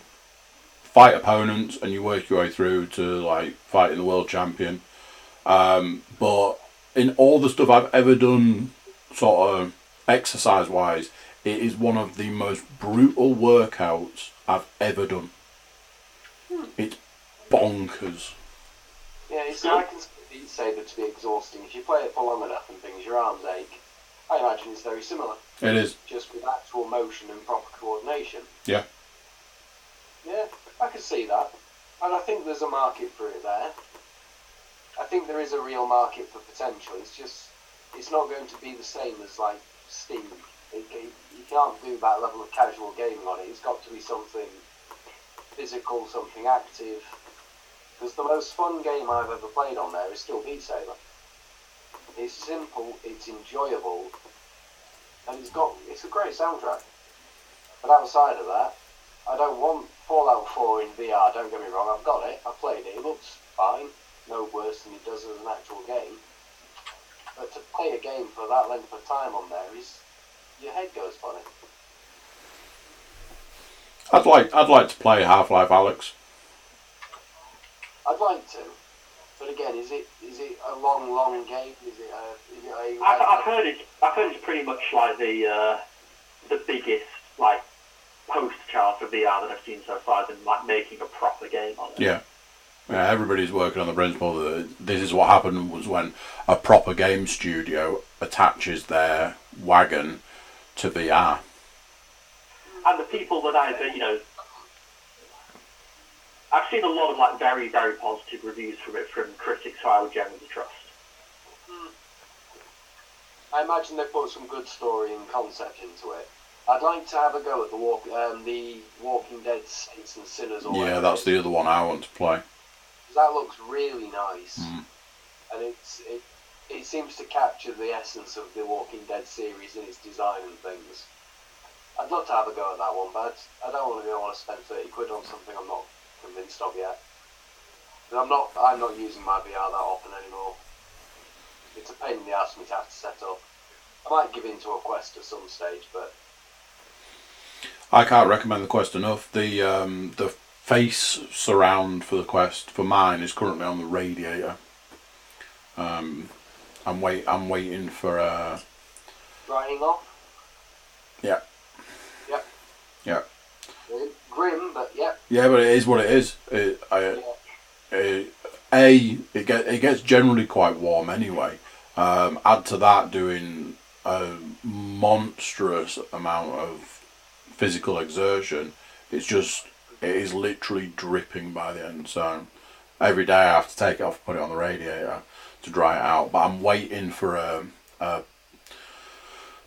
A: fight opponents and you work your way through to like fighting the world champion. Um, but in all the stuff I've ever done, sort of exercise wise, it is one of the most brutal workouts I've ever done. It's bonkers.
B: Yeah, you see, I consider Beat Saber to be exhausting. If you play it for long enough and things, your arms ache. I imagine it's very similar.
A: It is.
B: just with actual motion and proper coordination.
A: Yeah.
B: Yeah, I can see that. And I think there's a market for it there. I think there is a real market for potential. It's just, it's not going to be the same as like Steam. It, it, you can't do that level of casual gaming on it. It's got to be something physical, something active. Because the most fun game I've ever played on there is still Beat Saber. It's simple, it's enjoyable, and it's got it's a great soundtrack. But outside of that, I don't want Fallout 4 in VR. Don't get me wrong, I've got it, I played it, it looks fine, no worse than it does as an actual game. But to play a game for that length of time on there is your head goes funny.
A: I'd like I'd like to play Half Life Alex.
B: I'd like to, but again, is it is it a long, long game? Is it a is it a
D: I've, I've heard it. I've heard it's pretty much like the uh, the biggest like post child for VR that I've seen so far. Than like making a proper game on it.
A: Yeah. Yeah, everybody's working on the principle that this is what happened was when a proper game studio attaches their wagon to VR.
D: And the people that I, that, you know, I've seen a lot of like very very positive reviews from it from critics who I would generally trust.
B: I imagine they've put some good story and concept into it. I'd like to have a go at the walk, um, the Walking Dead Saints and Sinners. Or
A: Yeah,
B: whatever
A: that's
B: it is,
A: the other one I want to play.
B: 'cause That looks really nice,
A: Mm.
B: and it's it, it seems to capture the essence of the Walking Dead series in its design and things. I'd love to have a go at that one, but I don't want to go want to spend thirty quid on something I'm not convinced of yet. And I'm not I'm not using my VR that often anymore. It's a pain in the ass for me to have to set up. I might give in to a quest at some stage, but
A: I can't recommend the Quest enough. The um, the face surround for the Quest for mine is currently on the radiator. Um, I'm wait I'm waiting for uh
B: grinding off.
A: yeah
B: Yep.
A: Yeah.
B: Grim, but yeah.
A: Yeah, but it is what it is. It, I, it, a it get, it gets generally quite warm anyway. Um, add to that doing a monstrous amount of physical exertion. It's just it is literally dripping by the end. So every day I have to take it off, put it on the radiator to dry it out. But I'm waiting for a, a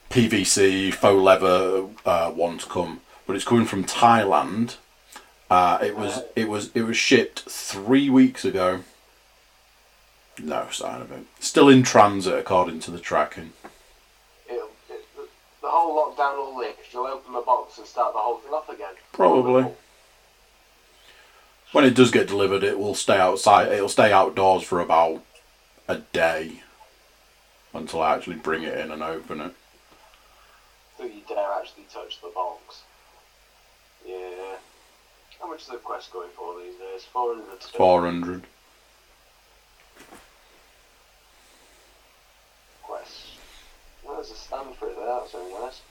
A: PVC faux leather uh, one to come, but it's coming from Thailand. Uh, it was it was it was shipped three weeks ago. No sign of it. Still in transit, according to the tracking.
B: It'll, it, the- the whole lockdown will lift. You'll open the box and start the whole thing off again.
A: Probably. When it does get delivered, it will stay outside. It'll stay outdoors for about a day until I actually bring it in and open it.
B: Do you dare actually touch the box? Yeah. How much is the quest going for these days? 400 still.
A: Four hundred.
B: Quest. Well, there's a stand for it there, that's very nice.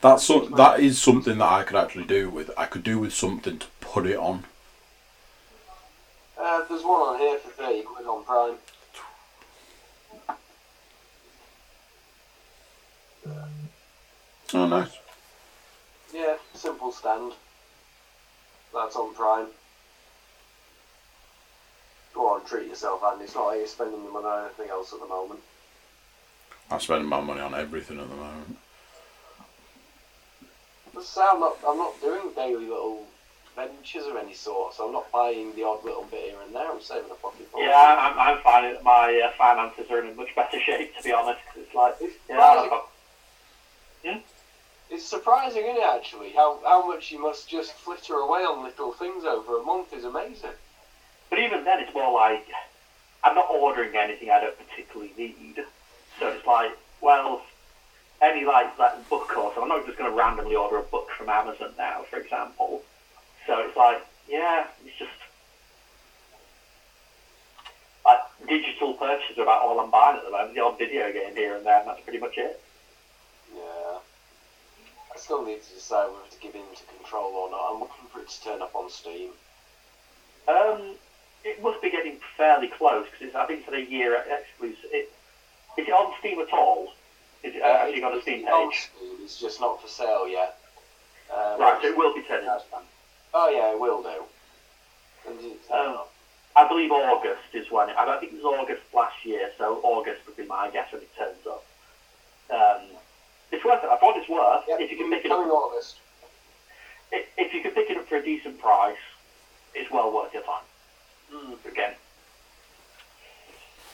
A: That's so, that is something that I could actually do with. I could do with something to put it on.
B: Uh, there's one on here for 30 quid on Prime.
A: Oh, nice.
B: Yeah, simple stand. That's on Prime. Go on, treat yourself, Andy. It's not like you're spending your money on anything else at the moment.
A: I'm spending my money on everything at the moment.
B: As I say, I'm not, I'm not doing daily little ventures of any sort, so I'm not buying the odd little bit here and there. I'm saving a pocket full.
D: Yeah, I'm, I'm finding that my uh, finances are in a much better shape, to be honest. 'cause It's like,
B: It's
D: yeah, I've got-
B: surprising, it's surprising, isn't it, actually? How, how much you must just flitter away on little things over a month is amazing.
D: but even then, it's more like I'm not ordering anything I don't particularly need. So it's like, well, any like that book course, I'm not just going to randomly order a book from Amazon now, for example. So it's like, yeah, it's just like digital purchases are about all I'm buying at the moment. The odd video game here and there, and that's pretty much it.
B: Yeah. I still need to decide whether to give in to control or not. I'm looking for it to turn up on Steam.
D: Um, it must be getting fairly close because I think it's a year exclusive. It, is it on Steam at all? Is it uh, actually got a Steam
B: On
D: page?
B: Steam, It's just not for sale yet. Um,
D: Right, so it will be turning.
B: Oh yeah, it will do. And it's-
D: Um, I believe August is when it, I think it was August last year, so August would be my guess when it turns up. Um, it's worth it. I thought it's worth
B: Yep,
D: if you can pick it
B: coming
D: up.
B: August.
D: i- If you can pick it up for a decent price, it's well worth your time. Again,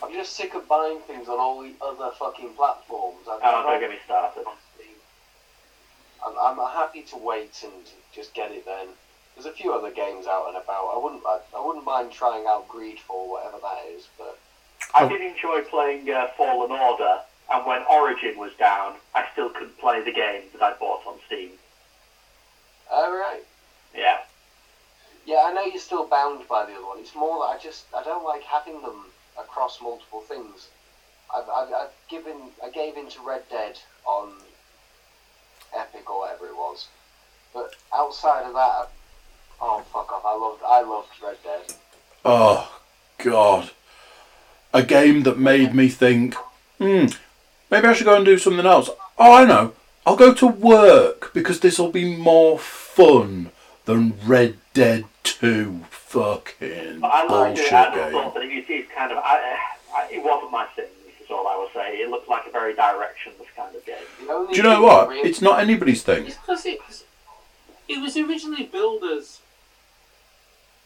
B: I'm just sick of buying things on all the other fucking platforms. I'm,
D: oh, don't get me started.
B: I'm, I'm happy to wait and just get it then. There's a few other games out and about. I wouldn't I, I wouldn't mind trying out Greedfall, whatever that is, but
D: I did enjoy playing uh, Fallen Order, and when Origin was down, I still couldn't play the game that I bought on Steam.
B: alright.
D: Yeah.
B: Yeah, I know you're still bound by the other one. It's more that I just I don't like having them across multiple things. I've, I've, I've given I gave in to Red Dead on Epic or whatever it was, but outside of that, I, oh fuck off! I loved I loved Red Dead.
A: Oh God, a game that made me think. Hmm, maybe I should go and do something else. Oh, I know. I'll go to work because this will be more fun than Red Dead Two. Fucking
D: But I liked
A: bullshit
D: it. I just
A: game.
D: thought that it is kind of. I, I, it wasn't my thing, is all I would say. It looked like a very directionless kind of game.
B: The only
A: Do you know
B: thing
A: what?
B: that really-
A: It's not anybody's thing.
E: It's because it was, it was originally builders.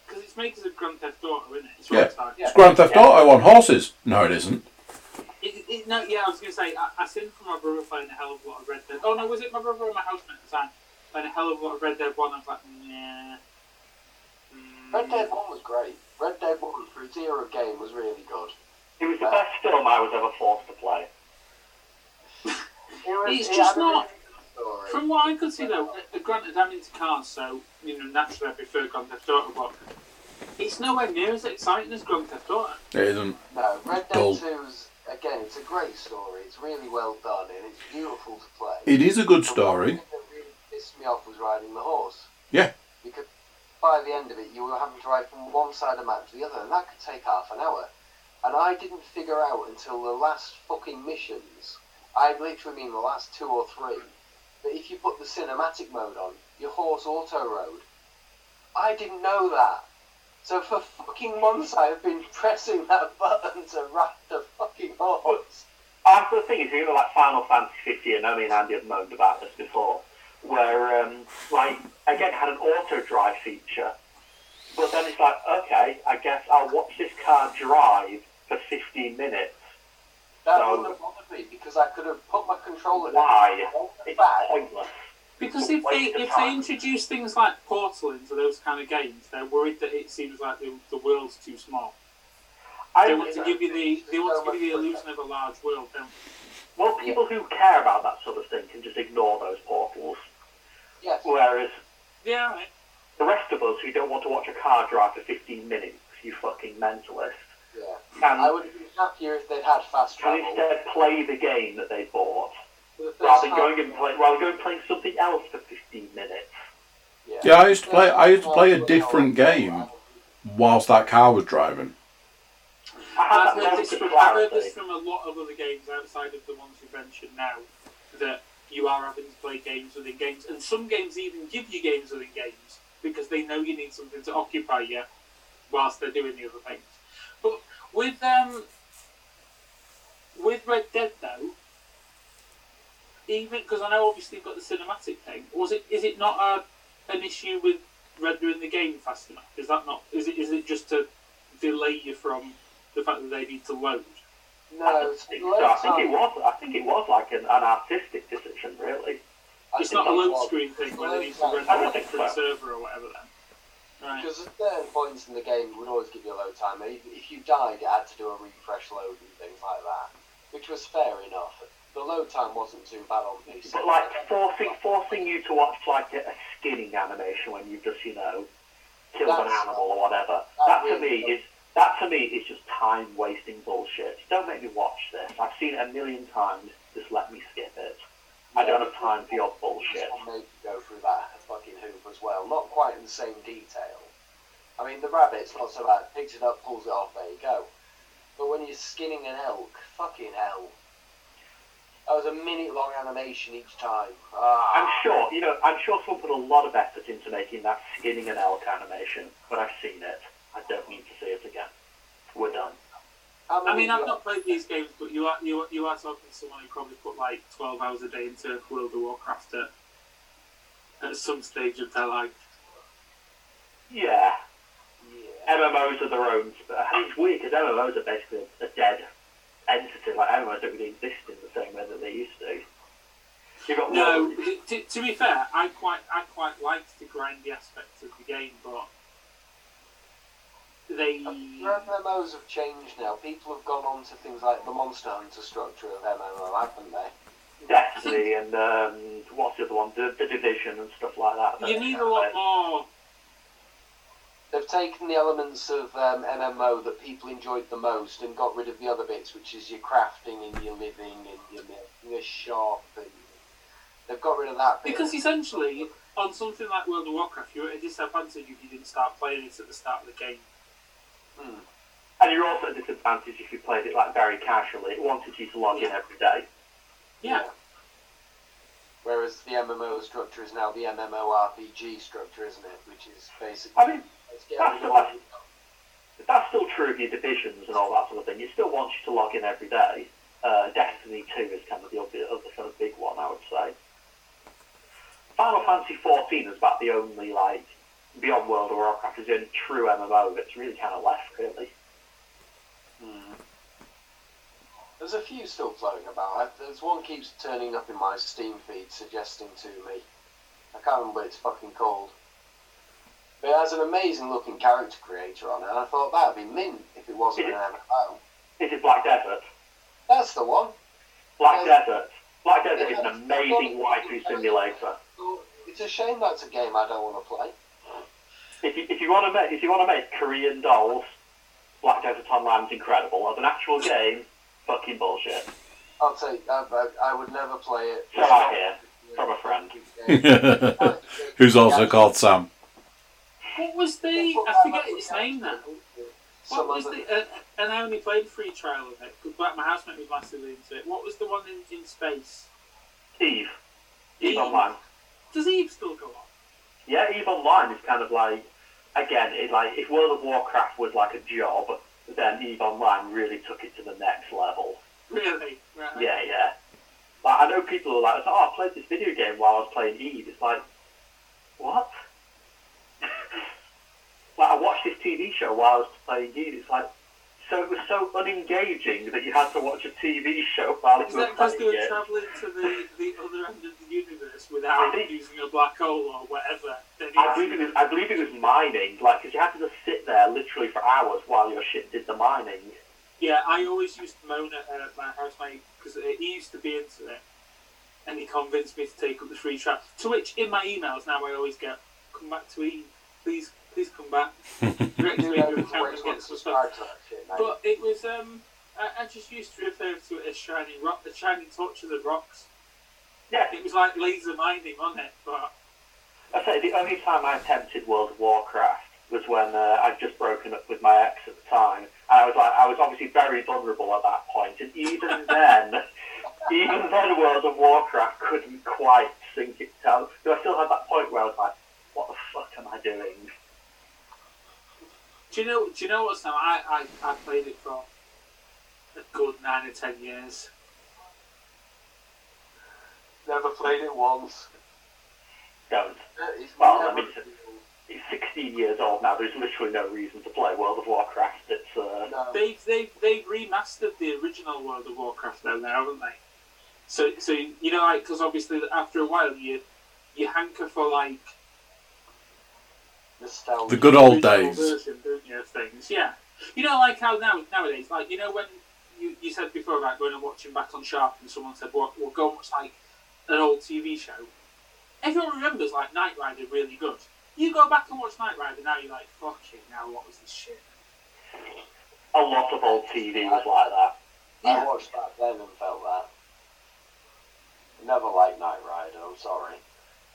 E: Because it's makers of Grand Theft Auto, isn't it? It's
A: Yeah.
E: Rockstar.
B: Yeah.
A: It's Grand Theft Auto on horses. No, it isn't.
E: It, it, no, yeah, I was going to say, I, I seen from my brother playing a hell of a lot of Red Dead. Oh no, was it my brother or my housemate at the time? Playing a hell of a lot of Red Dead 1, I was like, nah. Mm.
B: Red Dead One was great. Red Dead One for its era game was really good.
D: It was the best film I was ever forced to play.
B: It was-
E: It's
B: it
E: just
B: had a
E: not-
B: really good story.
E: From what I could see, though, uh, granted I'm into cars, so you know naturally I prefer Grand Theft Auto, but it's nowhere near as exciting as Grand Theft Auto.
A: It isn't.
B: No, Red Dead
A: Dull.
B: 2's, again, it's a great story. It's really well done and it's beautiful to play.
A: It is a good story.
B: The one thing that pissed me off was riding the horse.
A: Yeah.
B: Because by the end of it, you were having to ride from one side of the map to the other, and that could take half an hour. And I didn't figure out until the last fucking missions, I literally mean the last two or three, that if you put the cinematic mode on, your horse auto rode. I didn't know that. So for fucking months I've been pressing that button to ride the fucking horse.
D: I've got the thing is, you know, like Final Fantasy 50, and Omi and Andy have moaned about this before, where, um, like, again, it had an auto drive feature, but then it's like, okay, I guess I'll watch this car drive for 15 minutes.
B: That
D: No.
B: wouldn't have bothered me because I could have put my controller down.
D: Why?
B: It's
D: It's
B: bad.
D: pointless.
E: Because if they
D: Waste of
E: if they
D: time.
E: introduce things like Portal into those kind of games, they're worried that it seems like the, the world's too small.
D: I
E: They want to
D: don't
E: give you the they want
B: So
E: to give you the
B: much
E: illusion of a large world. Don't they?
D: Well, people who care about that sort of thing can just ignore those portals,
B: Yes.
D: whereas
E: Yeah, right.
D: the rest of us who don't want to watch a car drive for 15 minutes, you fucking mentalist,
B: Yeah. I
D: can,
B: would have been happier if they'd had fast
D: can
B: travel.
D: instead play the game that they bought
B: For the first
D: rather than
B: time-
D: going and play, rather than going and playing something else for 15 minutes.
B: Yeah.
A: Yeah, I used to play. I used to play a different game whilst that car was driving.
D: I had
E: I've
D: that
E: heard,
D: moment
E: this,
D: of
E: I've heard
D: clarity.
E: this from a lot of other games outside of the ones you've mentioned now that you are having to play games within games, and some games even give you games within games because they know you need something to occupy you whilst they're doing the other things. But with um, with Red Dead though, even because I know obviously you've got the cinematic thing, was it is it not a, an issue with rendering the game fast enough? Is that not is it is it just to delay you from the fact that they need to load.
B: No, it's
D: I think
B: loads
D: so. I think
B: of
D: it was. I think it was like an, an artistic decision, really.
B: I
E: it's
B: think
E: not a
B: it
E: load
B: was.
E: screen thing where they need to
B: Well,
E: render
D: I
E: on a
D: don't think
E: different
D: so.
E: server or whatever then. Right.
B: Because at certain points in the game would always give you a load time. and If if you died, it had to do a refresh load and things like that, which was fair enough. The load time wasn't too bad on PC.
D: But like forcing forcing you to watch like a, a skinning animation when you've just you know killed an
B: That's-
D: animal or whatever. That
B: that
D: to
B: really
D: me is that to me is just time wasting bullshit. Don't make me watch this. I've seen it a million times. Just let me skip it. I don't have time for your bullshit.
B: Just made you go through that fucking hoop as well. Not quite in the same detail. I mean, the rabbit's not so bad. Picks it up, pulls it off, there you go. But when you're skinning an elk, fucking hell. That was a minute long animation each time.
D: I'm
B: Ah,
D: sure you know. I'm sure someone put a lot of effort into making that skinning an elk animation, but I've seen it. I don't need to see it again. We're done.
B: how
E: I
B: many
E: mean,
B: of
E: I've
B: you-
E: not played these games, but you are you are, you are talking to someone who probably put like twelve hours a day into World of Warcraft at, at some stage of their life.
D: Yeah.
B: Yeah.
D: MMOs are their own. And it's weird because MMOs are basically a dead entity. Like MMOs don't really exist in the same way that they used to. You've got
E: No,
D: worlds.
E: to, to be fair, I quite I quite liked the grindy aspects of the game, but they
B: Your MMOs have changed now. People have gone on to things like the Monster Hunter structure of MMO, haven't they?
D: Destiny and um, what's the other one? The, the Division and stuff like that.
E: you need a lot more.
B: They've taken the elements of um, MMO that people enjoyed the most and got rid of the other bits, which is your crafting and your living and your, mi- your shop. And they've got rid of that bit.
E: Because essentially, on something like World of Warcraft, you're at a disadvantage if you didn't start playing it at the start of the game.
D: And you're also at a disadvantage if you played it like very casually. It wanted you to log in every day.
E: Yeah.
B: Whereas the MMO structure is now the MMORPG structure, isn't it? Which is basically.
D: I mean,
B: let's get
D: that's
B: everyone-
D: the- that's still true of your divisions and all that sort of thing. It still wants you to log in every day. Uh, Destiny 2 is kind of the obvious, other kind of big one, I would say. Final Fantasy 14 is about the only, like, beyond World of Warcraft, is the only true MMO that's really kind of left, really.
B: There's a few still floating about. I, there's one keeps turning up in my Steam feed suggesting to me. I can't remember what it's fucking called. But it has an amazing looking character creator on it, and I thought that would be mint if it wasn't an MMO.
D: Is it Black Desert?
B: That's the one.
D: Black
B: Yeah.
D: Desert. Black Desert
B: Yeah,
D: is an
B: that's-
D: amazing waifu simulator.
B: It's a shame that's a game I don't want to play.
D: If you, if you want to make if you want to make Korean dolls, Black Desert Online's incredible. As an actual game, fucking bullshit.
B: I'll take. I, I, I would never play it.
D: So I hear.
B: Yeah,
D: From a friend.
A: Who's also called Sam.
E: What was the? I forget its name now. What was the? Uh, and I only played free trial of it. 'cause my housemate was massively into it. What was the one in, in space?
D: Eve.
E: Eve.
D: Eve Online.
E: Does Eve still go on?
D: Yeah, Eve Online is kind of like, again, it, like if World of Warcraft was like a job, then Eve Online really took it to the next level.
E: Really? Right.
D: Yeah, yeah. Like, I know people are like, oh, I played this video game while I was playing Eve. It's like, what? like, I watched this TV show while I was playing Eve. It's like, so it was so unengaging that you had to watch a TV show while you
E: Is
D: were
E: that because
D: playing
E: they were
D: it.
E: travelling to the, the other end of the universe without
D: think-
E: using a black hole or whatever? Then
D: I believe it was, I believe it was mining, like, 'cause you had to just sit there literally for hours while your ship did the mining.
E: Yeah, I always used to moan at uh, my housemate because he used to be into it, and he convinced me to take up the free trial. To which, in my emails now, I always get, "Come back to Eve, please, please come back." Direct to Eve and count against the stuff. But it was, um, I, I just used to refer to it as shining rock, the shining torch of the rocks.
D: Yeah,
E: It was like laser mining on it, but
D: I say the only time I attempted World of Warcraft was when uh, I'd just broken up with my ex at the time, and I was like, I was obviously very vulnerable at that point, and even then, even then, World of Warcraft couldn't quite sink it down. So I still had that point where I was like, what the fuck am I doing?
E: do you know? Do you know what's now? I, I, I played it for a good nine or ten years.
B: Never played it once.
D: Don't. Well,
C: Well,
D: I mean, It's 16 years old now. There's literally no reason to play World of Warcraft. It's uh,
C: no.
E: They've they've they've remastered the original World of Warcraft though now, haven't they? So so you know, like because obviously after a while you you hanker for like
A: The good old
E: original
A: days.
E: version, don't you, of things? Yeah, you know, like how now nowadays, like you know when you, you said before about going and watching back on Sharp, and someone said, "Well, we'll go and watch like an old TV show." Everyone remembers like Night Rider really good. You go back and watch Night Rider now, you're like, "Fuck it, now what was this shit?"
D: a lot of old TV was like that.
B: I watched that then and felt that. Never liked Night Rider, I'm sorry.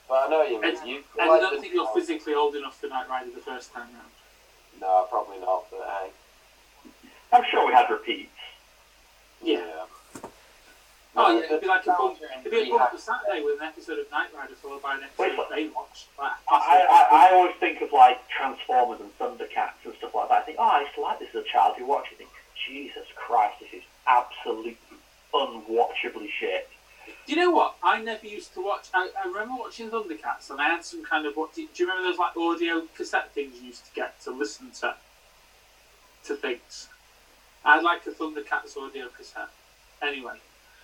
B: But I know you mean.
E: And-
B: you
E: And I
B: like
E: don't
B: the-
E: think you're physically old enough for Night Rider the first time round.
B: No, probably not, but hey.
D: I'm sure we had repeats.
E: Yeah.
B: No,
E: Oh, yeah, it'd be like a bump,
B: nostalgia and
E: it'd be a bump for
B: rehash-
E: Saturday with an episode of Night Rider followed by an
D: Wait,
E: episode of
D: what?
E: Baywatch. Like,
D: I, I, I- I always think of like Transformers and Thundercats and stuff like that. I think, oh, I used to like this as a child. You watch it, and think, Jesus Christ, this is absolutely unwatchably shit.
E: Do you know what? I never used to watch. I, I remember watching Thundercats, and I had some kind of what? Do you, do you remember those like audio cassette things you used to get to listen to to things? I had like a Thundercats audio cassette. Anyway,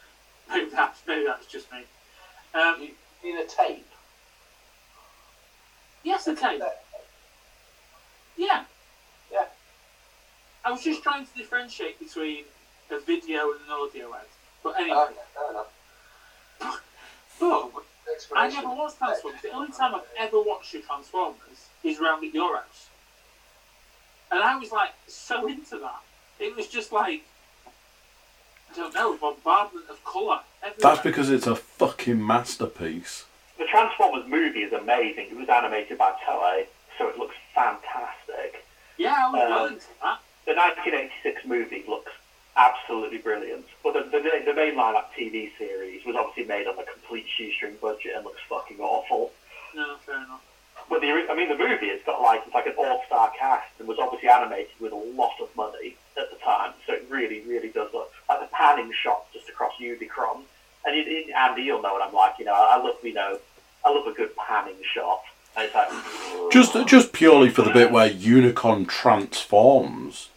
E: maybe that's maybe that's just me. Um,
B: You mean a tape?
E: yes, okay. Yeah.
B: Yeah.
E: I was just trying to differentiate between a video and an audio ad. But anyway,
B: Oh, yeah, fair enough.
E: but I
B: Explanation.
E: never watched Transformers. The only time I've ever watched the Transformers is round at your house. And I was like so into that. It was just like I don't know, bombardment of colour. everywhere.
A: That's because it's a fucking masterpiece.
D: The Transformers movie is amazing. It was animated by Toei, so it looks fantastic.
E: Yeah, I was
D: Um,
E: well into that.
D: The 1986 movie looks absolutely brilliant. But the, the, the main lineup TV series was obviously made on a complete shoestring budget and looks fucking awful.
E: No, fair enough.
D: But the, I mean, the movie has got like it's like an all-star cast and was obviously animated with a lot of money at the time, so it really, really does look like the panning shots just across Unicron. And it, it, Andy, you'll know what I'm like. You know, I love you know, I love a good panning shot. And it's like,
A: Just just purely for the bit where Unicon transforms.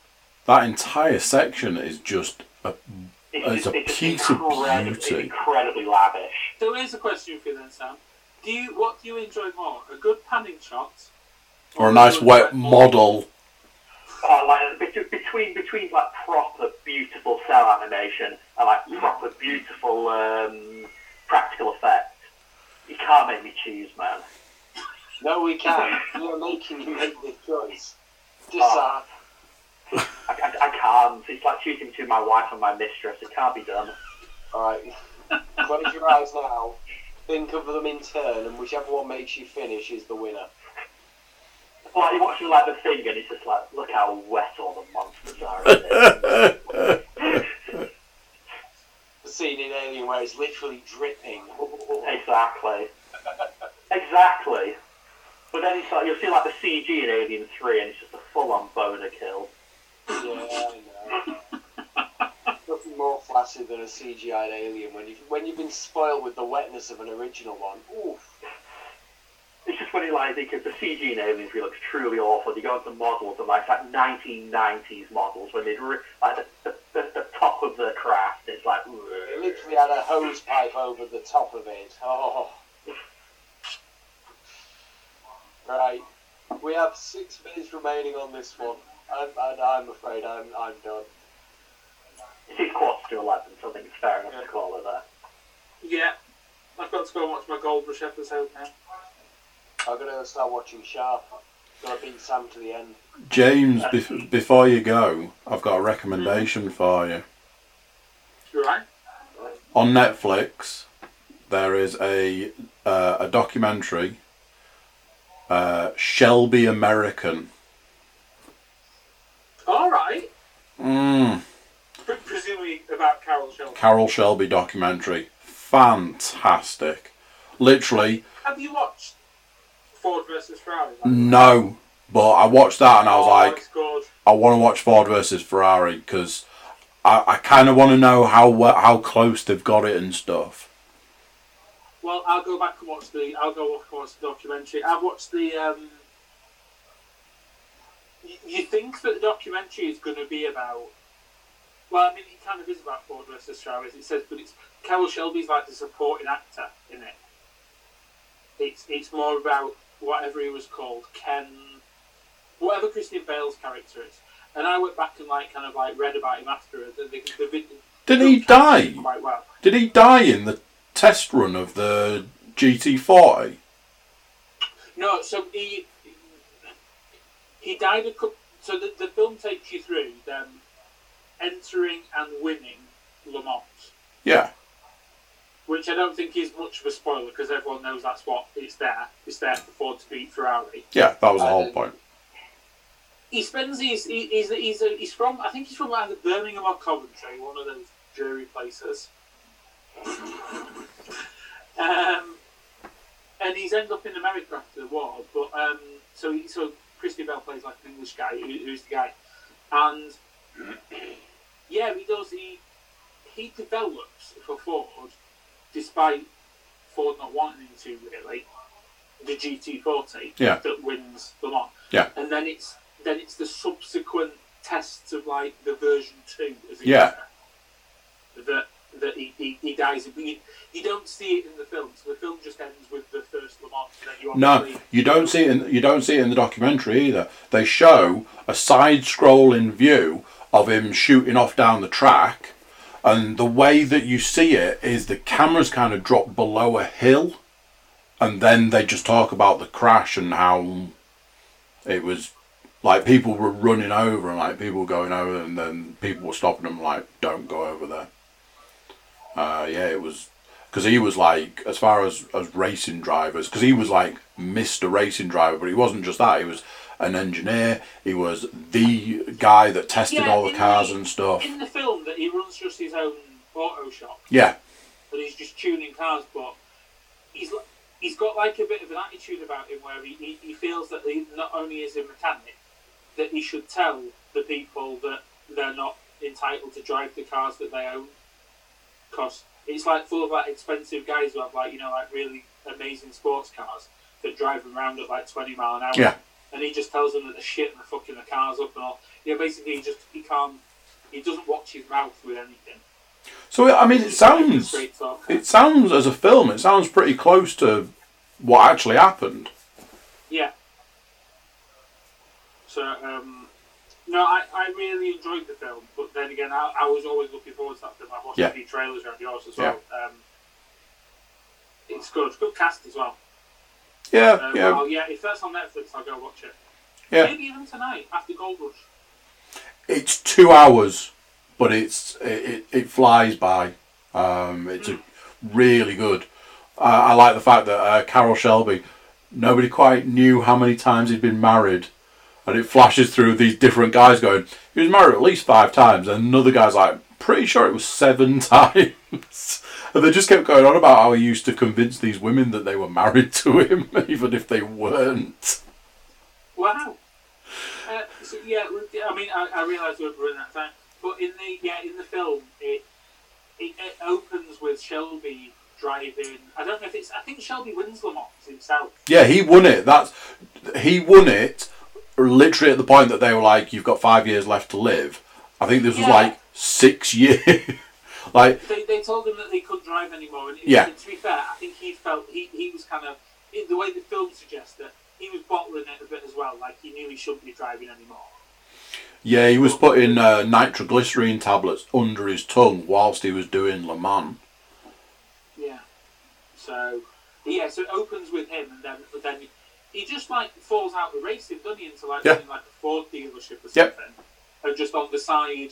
A: That entire section is just a It's a
D: just
A: piece of
D: incredibly-
A: beauty.
D: incredibly lavish.
E: So here's a question for you then, Sam. Do you what do you enjoy more? A good panning shot
A: or a nice wet model.
D: Oh, like bet- between between like proper beautiful cell animation and like proper beautiful um, practical effects. You can't make me choose, man.
B: No, we can. You're making you make the choice. uh,
D: Oh.
E: Ah.
B: Decide.
D: I, I, I can't. It's like choosing between my wife and my mistress. It can't be done.
B: Alright. Close your eyes now. think of them in turn, and whichever one makes you finish is the winner.
D: Like you're watching like the thing, and it's just like, look how wet all the monsters are. in it.
B: The scene in Alien where it's literally dripping.
D: exactly, exactly. But then it's like you'll see like the CG in Alien Three, and it's just a full-on boner kill.
B: Yeah, I know. Nothing more flaccid than a CGI alien when you've when you've been spoiled with the wetness of an original one. Oof.
D: It's just when you like because the CG in Alien Three looks truly awful. You go into models and like it's like 1990s models when they re- like the, the, the, the top of the craft is like.
B: It literally had a hose pipe over the top of it. Oh. Right. We have six minutes remaining on this one. I'm, and I'm afraid I'm, I'm done.
D: It is quarter to eleven, so I think it's fair enough to call it that.
E: Yeah. I've got to go and watch my Gold Rush episode now.
B: I'm going to start watching Sharp. Gotta beat Sam to the end.
A: James, bef- before you go, I've got a recommendation for you.
E: You right?
A: on Netflix, there is a uh, a documentary, uh, Shelby American.
E: All right.
A: Mm,
E: Pre- presumably about Carol Shelby.
A: Carol Shelby documentary, fantastic. Literally,
E: Have you watched Ford versus Ferrari? Like,
A: no, but I watched that and I was
E: oh,
A: like,
E: it's good.
A: I want to watch Ford versus Ferrari because I, I kind of want to know how we- how close they've got it and stuff.
E: Well, I'll go back and watch the. I'll go back and watch the documentary. I've watched the. Um, y- you think that the documentary is going to be about? Well, I mean, it kind of is about Ford versus Travis. It says, but it's Carol Shelby's like the supporting actor in it. It's it's more about whatever he was called, Ken, whatever Christian Bale's character is. And I went back and like kind of like read about him afterwards. and The, the, vid-
A: Didn't he
E: the documentary
A: die?
E: Quite well.
A: Did he die in the test run of the GT40?
E: No, so he he died a couple. So the, the film takes you through them entering and winning Le Mans,
A: Yeah.
E: which I don't think is much of a spoiler because everyone knows that's what it's there. It's there for Ford to beat Ferrari.
A: Yeah, that was the
B: I
A: whole
B: didn't-
A: point.
E: He spends his he, he's he's a, he's from I think he's from either Birmingham or Coventry, one of those dreary places. um, and he's ended up in America after the war. But um, so he, so Christy Bell plays like an English guy, who, who's the guy, and yeah, he does. He he develops for Ford, despite Ford not wanting him to really. The GT40
A: Yeah.
E: that wins the lot.
A: Yeah.
E: and then it's then it's the subsequent tests of like the version two. As it
A: Yeah.
E: were, that that he, he, he dies. You, you don't see it in the film, so the film just ends with the first Le Mans. and Then you
A: No,
E: obviously-
A: you don't see it. In, you don't see it in the documentary either. They show a side-scrolling view of him shooting off down the track, and the way that you see it is the cameras kind of drop below a hill, and then they just talk about the crash and how it was like people were running over and like people were going over, and then people were stopping them like, "Don't go over there." Uh, yeah, it was because he was like as far as as racing drivers because he was like Mr. Racing Driver, but he wasn't just that. He was an engineer. He was the guy that tested
E: Yeah,
A: all the
E: in
A: cars
E: the-
A: and stuff.
E: in the film that he runs just his own auto shop
A: Yeah,
E: and he's just tuning cars, but he's li- he's got like a bit of an attitude about him where he, he, he feels that he not only is a mechanic, that he should tell the people that they're not entitled to drive the cars that they own, because it's like full of like expensive guys who have like you know like really amazing sports cars that drive them around at like twenty mile an hour.
A: Yeah.
E: And he just tells them that the shit and the fucking the cars up and all. Yeah, basically he just he can't he doesn't watch his mouth with anything.
A: so I mean, it sounds
E: Straight talk.
A: it sounds as a film. It sounds pretty close to what actually happened.
E: Yeah. So, um, no, I, I really enjoyed the film, but then again, I, I was always looking forward to that film. I watched
A: Yeah.
E: a few trailers around yours as well. Um, it's good. It's good cast as well.
A: Yeah,
E: Uh, yeah.
A: yeah,
E: Well, yeah, if that's on Netflix, I'll go watch it.
A: yeah.
E: Maybe even tonight after Gold Rush.
A: It's two hours, but it's it, it, it flies by. Um, it's a really good. I, I like the fact that uh, Carol Shelby, nobody quite knew how many times he'd been married. And it flashes through these different guys going, he was married at least five times. And another guy's like, pretty sure it was seven times. and they just kept going on about how he used to convince these women that they were married to him, even if they weren't.
E: Wow. Uh, so yeah, with the- I mean, I, I realised we were running out of time, but in the yeah in the film, it, it it opens with Shelby driving. I don't know if it's. I think Shelby wins Le Mans himself.
A: Yeah, he won it. That's he won it literally at the point that they were like, "You've got five years left to live." I think this was
E: Yeah.
A: like six years. like,
E: They, they told him that they couldn't drive anymore, and, it-
A: Yeah.
E: and to be fair, I think he felt he, he was kind of in the way the film suggests that he was bottling it a bit as well. Like he knew he shouldn't be driving anymore.
A: yeah, he was putting uh, nitroglycerine tablets under his tongue whilst he was doing Le Mans.
E: Yeah. So yeah, so it opens with him, and then but then he just like falls out of the racing, doesn't he? Into like
A: Yeah.
E: something like a Ford dealership or something,
A: Yep.
E: and just on the side,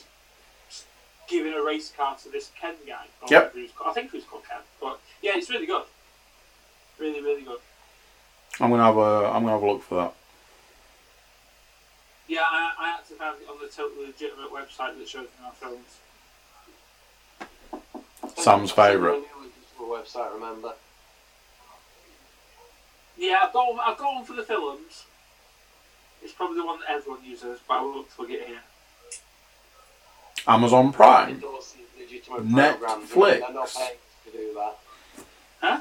E: just giving a race car to this Ken guy. or
A: Yep.
E: who's ca- I think he was called Ken, but yeah, it's really good. Really, really good.
A: I'm gonna have a I'm gonna have a look for that.
E: Yeah, I, I actually found it on the totally legitimate website that shows me my films.
A: Sam's favourite.
B: Website, remember?
E: Yeah, I've gone. I've gone for the films. It's probably the one that everyone uses, but I won't plug it here.
A: Amazon Prime.
B: Endorsing legitimate programs.
A: Netflix.
B: They're not paying to do that.
E: Huh?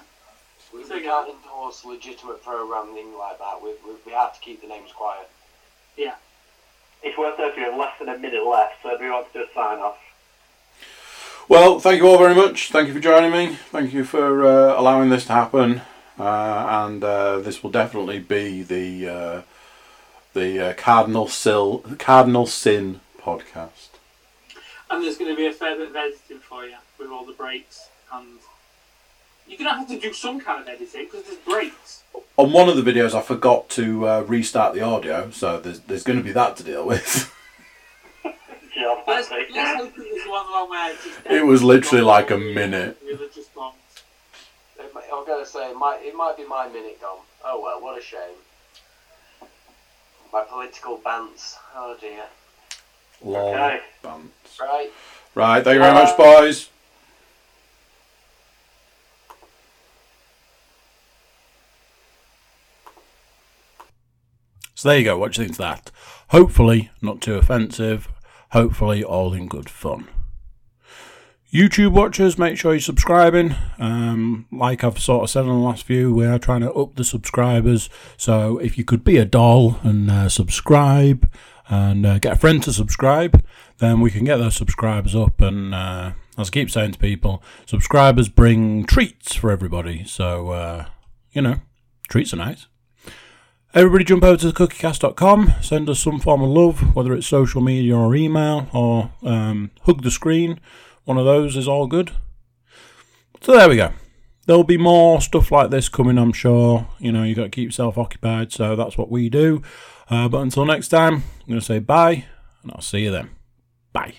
B: We,
E: Say
B: we
E: again.
B: can't endorse legitimate programming like that. We, we, we have to keep the names quiet.
D: It's worth noting we have less than a minute left, so if you want to do a sign off.
A: Well, thank you all very much. Thank you for joining me. Thank you for uh, allowing this to happen. Uh, and uh, this will definitely be the uh, the uh, cardinal sil cardinal sin podcast.
E: And there's going to be a fair bit of editing for you with all the breaks, and you're going to have to do some kind of editing because there's breaks.
A: On one of the videos, I forgot to uh, restart the audio, so there's there's going to be that to deal with.
D: Job,
E: Let's,
D: that's it.
E: let's hope it was the one wrong way. Just
A: It was literally like a minute.
E: We were just gone.
B: It, might- I'm gonna say it might it might be my minute gone. Oh well, what a shame. My political bants. Oh dear.
A: Long
D: Okay.
A: bants.
B: Right.
A: Right, thank you very much, boys. So there you go. What do you think of that? Hopefully, not too offensive. Hopefully, all in good fun. YouTube watchers, make sure you're subscribing. Um, like I've sort of said in the last few, we are trying to up the subscribers. So if you could be a doll and uh, subscribe and uh, get a friend to subscribe, then we can get those subscribers up. And uh, as I keep saying to people, subscribers bring treats for everybody. So, uh, you know, treats are nice. Everybody jump over to cookiecast.com, send us some form of love, whether it's social media or email or um, hug the screen. One of those is all good. So there we go. There'll be more stuff like this coming, I'm sure. You know, you've got to keep yourself occupied, so that's what we do. Uh, but until next time, I'm going to say bye, and I'll see you then. Bye.